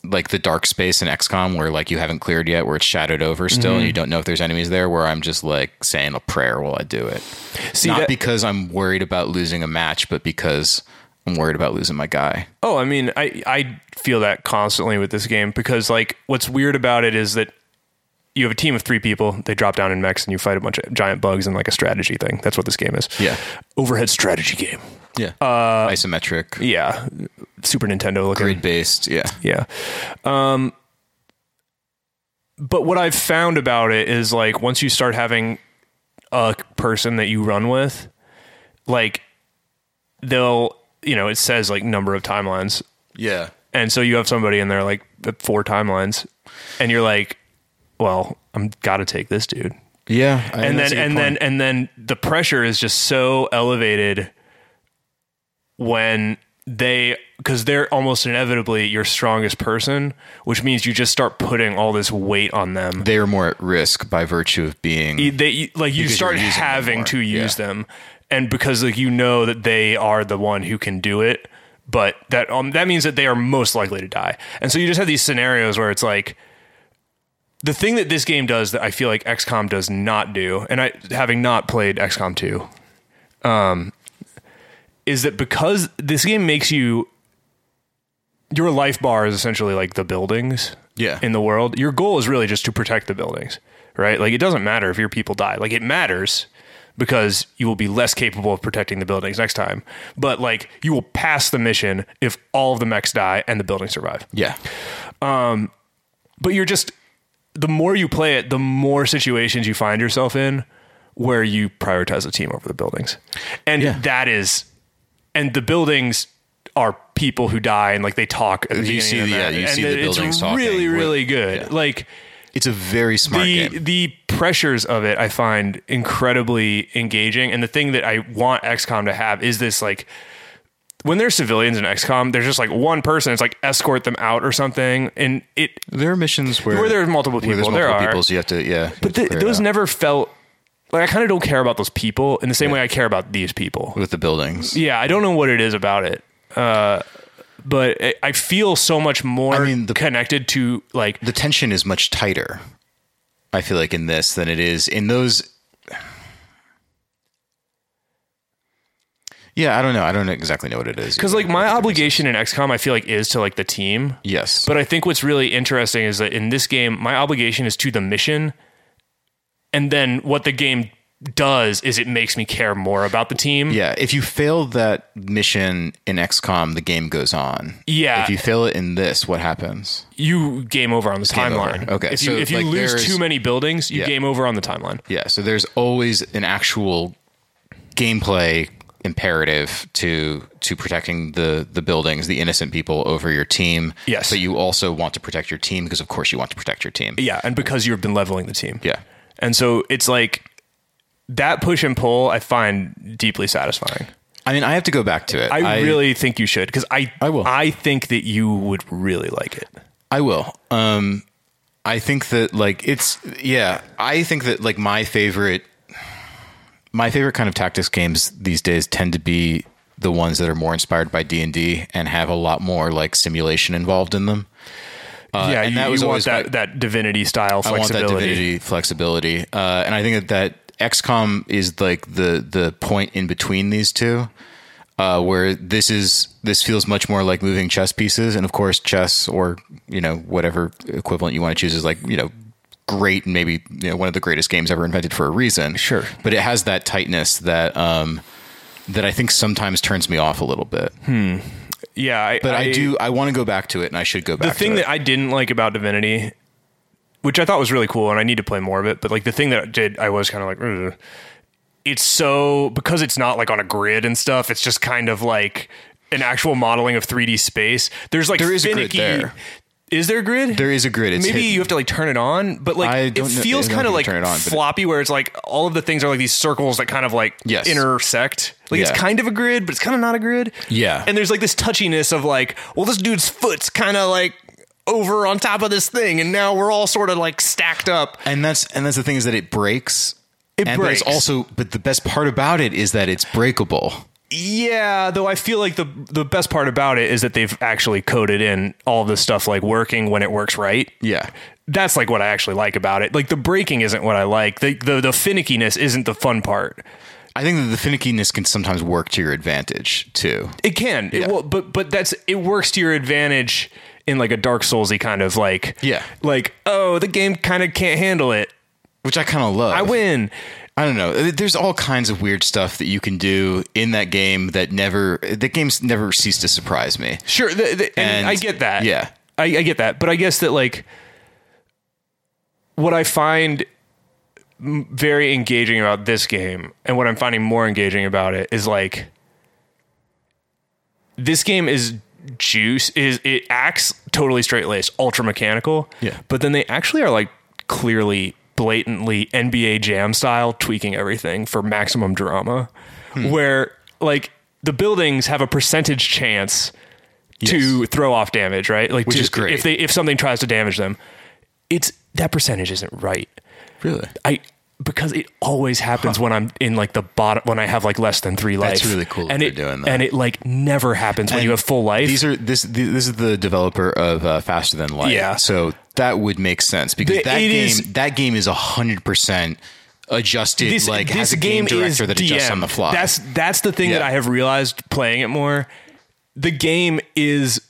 [SPEAKER 2] like the dark space in XCOM where like you haven't cleared yet, where it's shadowed over still
[SPEAKER 1] Mm-hmm.
[SPEAKER 2] and you don't know if there's enemies there, where I'm just like saying a prayer while I do it.
[SPEAKER 1] See
[SPEAKER 2] Not
[SPEAKER 1] that-
[SPEAKER 2] because I'm worried about losing a match, but because I'm worried about losing my guy.
[SPEAKER 1] Oh, I mean, I I feel that constantly with this game because like what's weird about it is that you have a team of three people. They drop down in mechs and you fight a bunch of giant bugs and like a strategy thing. That's what this game is.
[SPEAKER 2] Yeah.
[SPEAKER 1] overhead strategy game.
[SPEAKER 2] Yeah. Uh isometric,
[SPEAKER 1] Yeah, Super Nintendo looking.
[SPEAKER 2] grade based. Yeah.
[SPEAKER 1] Yeah. Um, but what I've found about it is like once you start having a person that you run with, like they'll, you know, it says like number of timelines.
[SPEAKER 2] Yeah.
[SPEAKER 1] And so you have somebody in there like the four timelines and you're like, well, I'm got to take this dude.
[SPEAKER 2] Yeah. I-
[SPEAKER 1] And
[SPEAKER 2] that's
[SPEAKER 1] then
[SPEAKER 2] a good
[SPEAKER 1] and then
[SPEAKER 2] point.
[SPEAKER 1] and then the pressure is just so elevated when they because they're almost inevitably your strongest person, which means you just start putting all this weight on them.
[SPEAKER 2] they are more at risk by virtue of being
[SPEAKER 1] They, like you
[SPEAKER 2] Because
[SPEAKER 1] start
[SPEAKER 2] you're using them
[SPEAKER 1] having
[SPEAKER 2] more.
[SPEAKER 1] to use
[SPEAKER 2] Yeah.
[SPEAKER 1] them, and because like you know that they are the one who can do it, but that um that means that they are most likely to die, and so you just have these scenarios where it's like the thing that this game does that I feel like XCOM does not do, and I having not played XCOM two, um, is that because this game makes you your life bar is essentially like the buildings
[SPEAKER 2] Yeah.
[SPEAKER 1] in the world. Your goal is really just to protect the buildings, right? Like it doesn't matter if your people die. Like it matters because you will be less capable of protecting the buildings next time. But like you will pass the mission if all of the mechs die and the buildings survive
[SPEAKER 2] Yeah.
[SPEAKER 1] but you're just the more you play it, the more situations you find yourself in where you prioritize the team over the buildings. And
[SPEAKER 2] Yeah.
[SPEAKER 1] that is and the buildings are people who die and like they talk at the beginning
[SPEAKER 2] see
[SPEAKER 1] of
[SPEAKER 2] the- yeah,
[SPEAKER 1] that.
[SPEAKER 2] you
[SPEAKER 1] and
[SPEAKER 2] see the
[SPEAKER 1] it- it's
[SPEAKER 2] buildings talking.
[SPEAKER 1] really
[SPEAKER 2] We're-
[SPEAKER 1] really good. Like
[SPEAKER 2] It's a very smart
[SPEAKER 1] the
[SPEAKER 2] game.
[SPEAKER 1] the pressures of it I find incredibly engaging and the thing that I want XCOM to have is this like when there's civilians in XCOM, there's just like one person. It's like escort them out or something, and it.
[SPEAKER 2] There are missions where,
[SPEAKER 1] Where there are multiple
[SPEAKER 2] where there's
[SPEAKER 1] people, there
[SPEAKER 2] multiple
[SPEAKER 1] are.
[SPEAKER 2] people, so you have to yeah.
[SPEAKER 1] But th- those never felt like I kind of don't care about those people in the same way I care about these people.
[SPEAKER 2] with the buildings.
[SPEAKER 1] Yeah, I don't know what it is about it, uh, but I- I feel so much more
[SPEAKER 2] I mean, the-
[SPEAKER 1] connected to like
[SPEAKER 2] the tension is much tighter. I feel like in this than it is in those. Yeah, I don't know. I don't exactly know what it is
[SPEAKER 1] because like my obligation in XCOM, I feel like is to like the team.
[SPEAKER 2] Yes,
[SPEAKER 1] But I think what's really interesting is that in this game, my obligation is to the mission, and then what the game does is it makes me care more about the team.
[SPEAKER 2] yeah, if you fail that mission in XCOM, the game goes on.
[SPEAKER 1] Yeah.
[SPEAKER 2] If you fail it in this, what happens?
[SPEAKER 1] You game over on the
[SPEAKER 2] game over.
[SPEAKER 1] timeline.
[SPEAKER 2] Okay,
[SPEAKER 1] If you
[SPEAKER 2] so,
[SPEAKER 1] if you
[SPEAKER 2] like,
[SPEAKER 1] lose
[SPEAKER 2] there's-
[SPEAKER 1] too many buildings, you
[SPEAKER 2] Yeah.
[SPEAKER 1] game over on the timeline.
[SPEAKER 2] Yeah, so there's always an actual gameplay imperative to to protecting the the buildings, the innocent people over your team.
[SPEAKER 1] Yes.
[SPEAKER 2] But you also want to protect your team because of course you want to protect your team.
[SPEAKER 1] Yeah, and because you've been leveling the team.
[SPEAKER 2] Yeah.
[SPEAKER 1] And so it's like that push and pull I find deeply satisfying.
[SPEAKER 2] I mean, I have to go back to it.
[SPEAKER 1] I, really think you should because I
[SPEAKER 2] I will.
[SPEAKER 1] I think that you would really like it.
[SPEAKER 2] I will. Um, I think that like it's yeah. I think that like my favorite, my favorite kind of tactics games these days tend to be the ones that are more inspired by D and D and have a lot more like simulation involved in them.
[SPEAKER 1] yeah,
[SPEAKER 2] Uh, and
[SPEAKER 1] you,
[SPEAKER 2] that was
[SPEAKER 1] you want
[SPEAKER 2] always
[SPEAKER 1] that,
[SPEAKER 2] my-
[SPEAKER 1] that divinity style
[SPEAKER 2] I want
[SPEAKER 1] flexibility.
[SPEAKER 2] that divinity flexibility, uh, and I think that that XCOM is like the the point in between these two, uh, where this is this feels much more like moving chess pieces, and of course chess or you know whatever equivalent you want to choose is like you know great and maybe you know one of the greatest games ever invented for a reason.
[SPEAKER 1] Sure.
[SPEAKER 2] but it has that tightness that. Um, that I think sometimes turns me off a little bit,
[SPEAKER 1] Yeah, I,
[SPEAKER 2] but I, do. I want to go back to it, and I should go back.
[SPEAKER 1] The thing
[SPEAKER 2] to it.
[SPEAKER 1] that I didn't like about Divinity, which I thought was really cool, and I need to play more of it, but like the thing that it did, I was kind of like, Ugh. it's so because it's not like on a grid and stuff. It's just kind of like an actual modeling of 3D space. There's like
[SPEAKER 2] There is a grid
[SPEAKER 1] finicky.
[SPEAKER 2] there.
[SPEAKER 1] Is there a grid?
[SPEAKER 2] there is a grid. It's
[SPEAKER 1] Maybe
[SPEAKER 2] hidden.
[SPEAKER 1] you have to like turn it on, but like
[SPEAKER 2] I
[SPEAKER 1] it
[SPEAKER 2] don't know- I
[SPEAKER 1] feels
[SPEAKER 2] don't
[SPEAKER 1] kind
[SPEAKER 2] know
[SPEAKER 1] of
[SPEAKER 2] if you
[SPEAKER 1] like
[SPEAKER 2] turn it on, but it-
[SPEAKER 1] floppy, where it's like all of the things are like these circles that kind of like
[SPEAKER 2] Yes.
[SPEAKER 1] intersect. Like
[SPEAKER 2] Yeah.
[SPEAKER 1] it's kind of a grid, but it's kind of not a grid.
[SPEAKER 2] Yeah.
[SPEAKER 1] and there's like this touchiness of like, well, this dude's foot's kind of like over on top of this thing, and now we're all sort of like stacked up.
[SPEAKER 2] and that's and that's the thing is that it breaks.
[SPEAKER 1] It
[SPEAKER 2] and, But it's
[SPEAKER 1] breaks.
[SPEAKER 2] also, but the best part about it is that it's breakable.
[SPEAKER 1] Yeah, though I feel like the the best part about it is that they've actually coded in all this stuff like working when it works right.
[SPEAKER 2] Yeah,
[SPEAKER 1] that's like what I actually like about it. Like the breaking isn't what I like. The the, the finickiness isn't the fun part.
[SPEAKER 2] I think that the finickiness can sometimes work to your advantage too.
[SPEAKER 1] It can, it will, but but that's it works to your advantage in like a Dark Soulsy kind of like
[SPEAKER 2] Yeah.
[SPEAKER 1] like oh the game kind of can't handle it.
[SPEAKER 2] Which I kind of love.
[SPEAKER 1] I win.
[SPEAKER 2] I don't know. There's all kinds of weird stuff that you can do in that game that never the games never cease to surprise me.
[SPEAKER 1] Sure, the, the, and,
[SPEAKER 2] And-
[SPEAKER 1] I get that.
[SPEAKER 2] yeah.
[SPEAKER 1] I, I get that, but I guess that like what I find m- very engaging about this game, and what I'm finding more engaging about it is like this game is juice is it acts totally straight laced, ultra mechanical.
[SPEAKER 2] Yeah.
[SPEAKER 1] but then they actually are like clearly blatantly NBA Jam style tweaking everything for maximum drama, where like the buildings have a percentage chance to throw off damage, right? Like, which
[SPEAKER 2] is great.
[SPEAKER 1] If they if something tries to damage them, it's that percentage isn't right.
[SPEAKER 2] Really,
[SPEAKER 1] I because it always happens when I'm in like the bottom when I have like less than three life.
[SPEAKER 2] That's really cool that
[SPEAKER 1] And
[SPEAKER 2] they're
[SPEAKER 1] it
[SPEAKER 2] doing that.
[SPEAKER 1] and it like never happens when you have full life.
[SPEAKER 2] these are this this is the developer of uh, Faster Than Light.
[SPEAKER 1] Yeah.
[SPEAKER 2] so that would make sense because
[SPEAKER 1] The-
[SPEAKER 2] that
[SPEAKER 1] it
[SPEAKER 2] game
[SPEAKER 1] is-
[SPEAKER 2] that game is hundred percent adjusted. like has a game, director that adjusts
[SPEAKER 1] DM.
[SPEAKER 2] on the fly.
[SPEAKER 1] That's that's the thing
[SPEAKER 2] Yeah.
[SPEAKER 1] that I have realized playing it more. The game is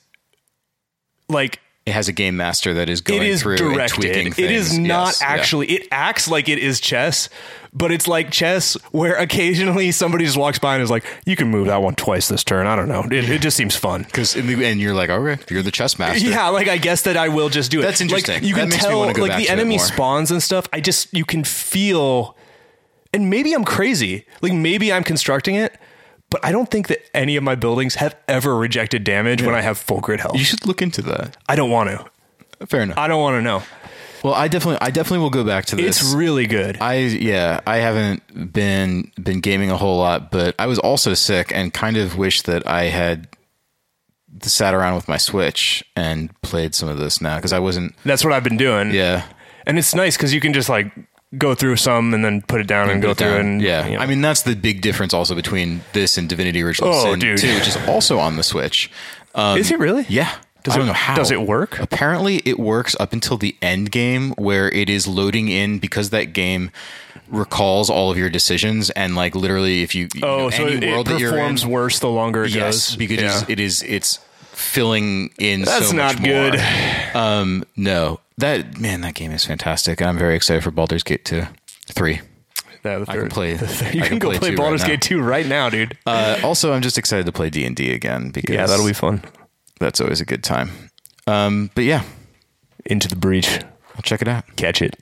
[SPEAKER 1] like
[SPEAKER 2] it has a game master that is going
[SPEAKER 1] it is
[SPEAKER 2] through and
[SPEAKER 1] directed.
[SPEAKER 2] tweaking things.
[SPEAKER 1] It is not
[SPEAKER 2] Yes, yeah.
[SPEAKER 1] actually. It acts like it is chess, but it's like chess where occasionally somebody just walks by and is like, "You can move that one twice this turn." I don't know. It, it just seems fun.
[SPEAKER 2] Because in the end, you're like, okay, you're the chess master.
[SPEAKER 1] Yeah, like I guess that I will just do it.
[SPEAKER 2] That's interesting.
[SPEAKER 1] Like, you
[SPEAKER 2] That
[SPEAKER 1] can
[SPEAKER 2] makes me
[SPEAKER 1] tell,
[SPEAKER 2] wanna go
[SPEAKER 1] like
[SPEAKER 2] back
[SPEAKER 1] the
[SPEAKER 2] to it
[SPEAKER 1] enemy
[SPEAKER 2] more.
[SPEAKER 1] spawns and stuff. I just you can feel, and maybe I'm crazy. Like maybe I'm constructing it, but I don't think that any of my buildings have ever rejected damage when I have full grid health.
[SPEAKER 2] You should look into that.
[SPEAKER 1] I don't want to.
[SPEAKER 2] Fair enough.
[SPEAKER 1] I don't want to know.
[SPEAKER 2] Well, I definitely, I definitely will go back to this.
[SPEAKER 1] It's really good.
[SPEAKER 2] I yeah, I haven't been been gaming a whole lot, but I was also sick and kind of wish that I had sat around with my Switch and played some of this now because I wasn't.
[SPEAKER 1] That's what I've been doing.
[SPEAKER 2] Yeah,
[SPEAKER 1] And it's nice because you can just like go through some and then put it down and, go
[SPEAKER 2] Put it
[SPEAKER 1] through
[SPEAKER 2] down.
[SPEAKER 1] and
[SPEAKER 2] yeah.
[SPEAKER 1] you know.
[SPEAKER 2] I mean, that's the big difference also between this and Divinity Original
[SPEAKER 1] Oh,
[SPEAKER 2] Sin
[SPEAKER 1] dude.
[SPEAKER 2] 2, which is also on the Switch. Um,
[SPEAKER 1] Is it really?
[SPEAKER 2] Yeah.
[SPEAKER 1] Does
[SPEAKER 2] I don't
[SPEAKER 1] it-
[SPEAKER 2] know how.
[SPEAKER 1] does it work?
[SPEAKER 2] Apparently, it works up until the end game where it is loading in because that game recalls all of your decisions and like literally if you, you
[SPEAKER 1] Oh,
[SPEAKER 2] know,
[SPEAKER 1] so
[SPEAKER 2] any
[SPEAKER 1] it,
[SPEAKER 2] world that
[SPEAKER 1] it
[SPEAKER 2] you're in,
[SPEAKER 1] performs worse the longer it
[SPEAKER 2] yes,
[SPEAKER 1] goes.
[SPEAKER 2] because
[SPEAKER 1] Yeah.
[SPEAKER 2] it's, it is it's filling in.
[SPEAKER 1] That's
[SPEAKER 2] so much
[SPEAKER 1] not good.
[SPEAKER 2] More. Um, no, that man, that game is fantastic, and I'm very excited for Baldur's Gate two, three.
[SPEAKER 1] Yeah, the
[SPEAKER 2] I can
[SPEAKER 1] third-
[SPEAKER 2] play.
[SPEAKER 1] the third-
[SPEAKER 2] I
[SPEAKER 1] You can, go play,
[SPEAKER 2] two right
[SPEAKER 1] Baldur's
[SPEAKER 2] now.
[SPEAKER 1] Gate 2 right now, dude.
[SPEAKER 2] Uh, also, I'm just excited to play D and D again because
[SPEAKER 1] yeah, that'll be fun.
[SPEAKER 2] that's always a good time. Um, but yeah,
[SPEAKER 1] Into the breach.
[SPEAKER 2] I'll check it out.
[SPEAKER 1] Catch it.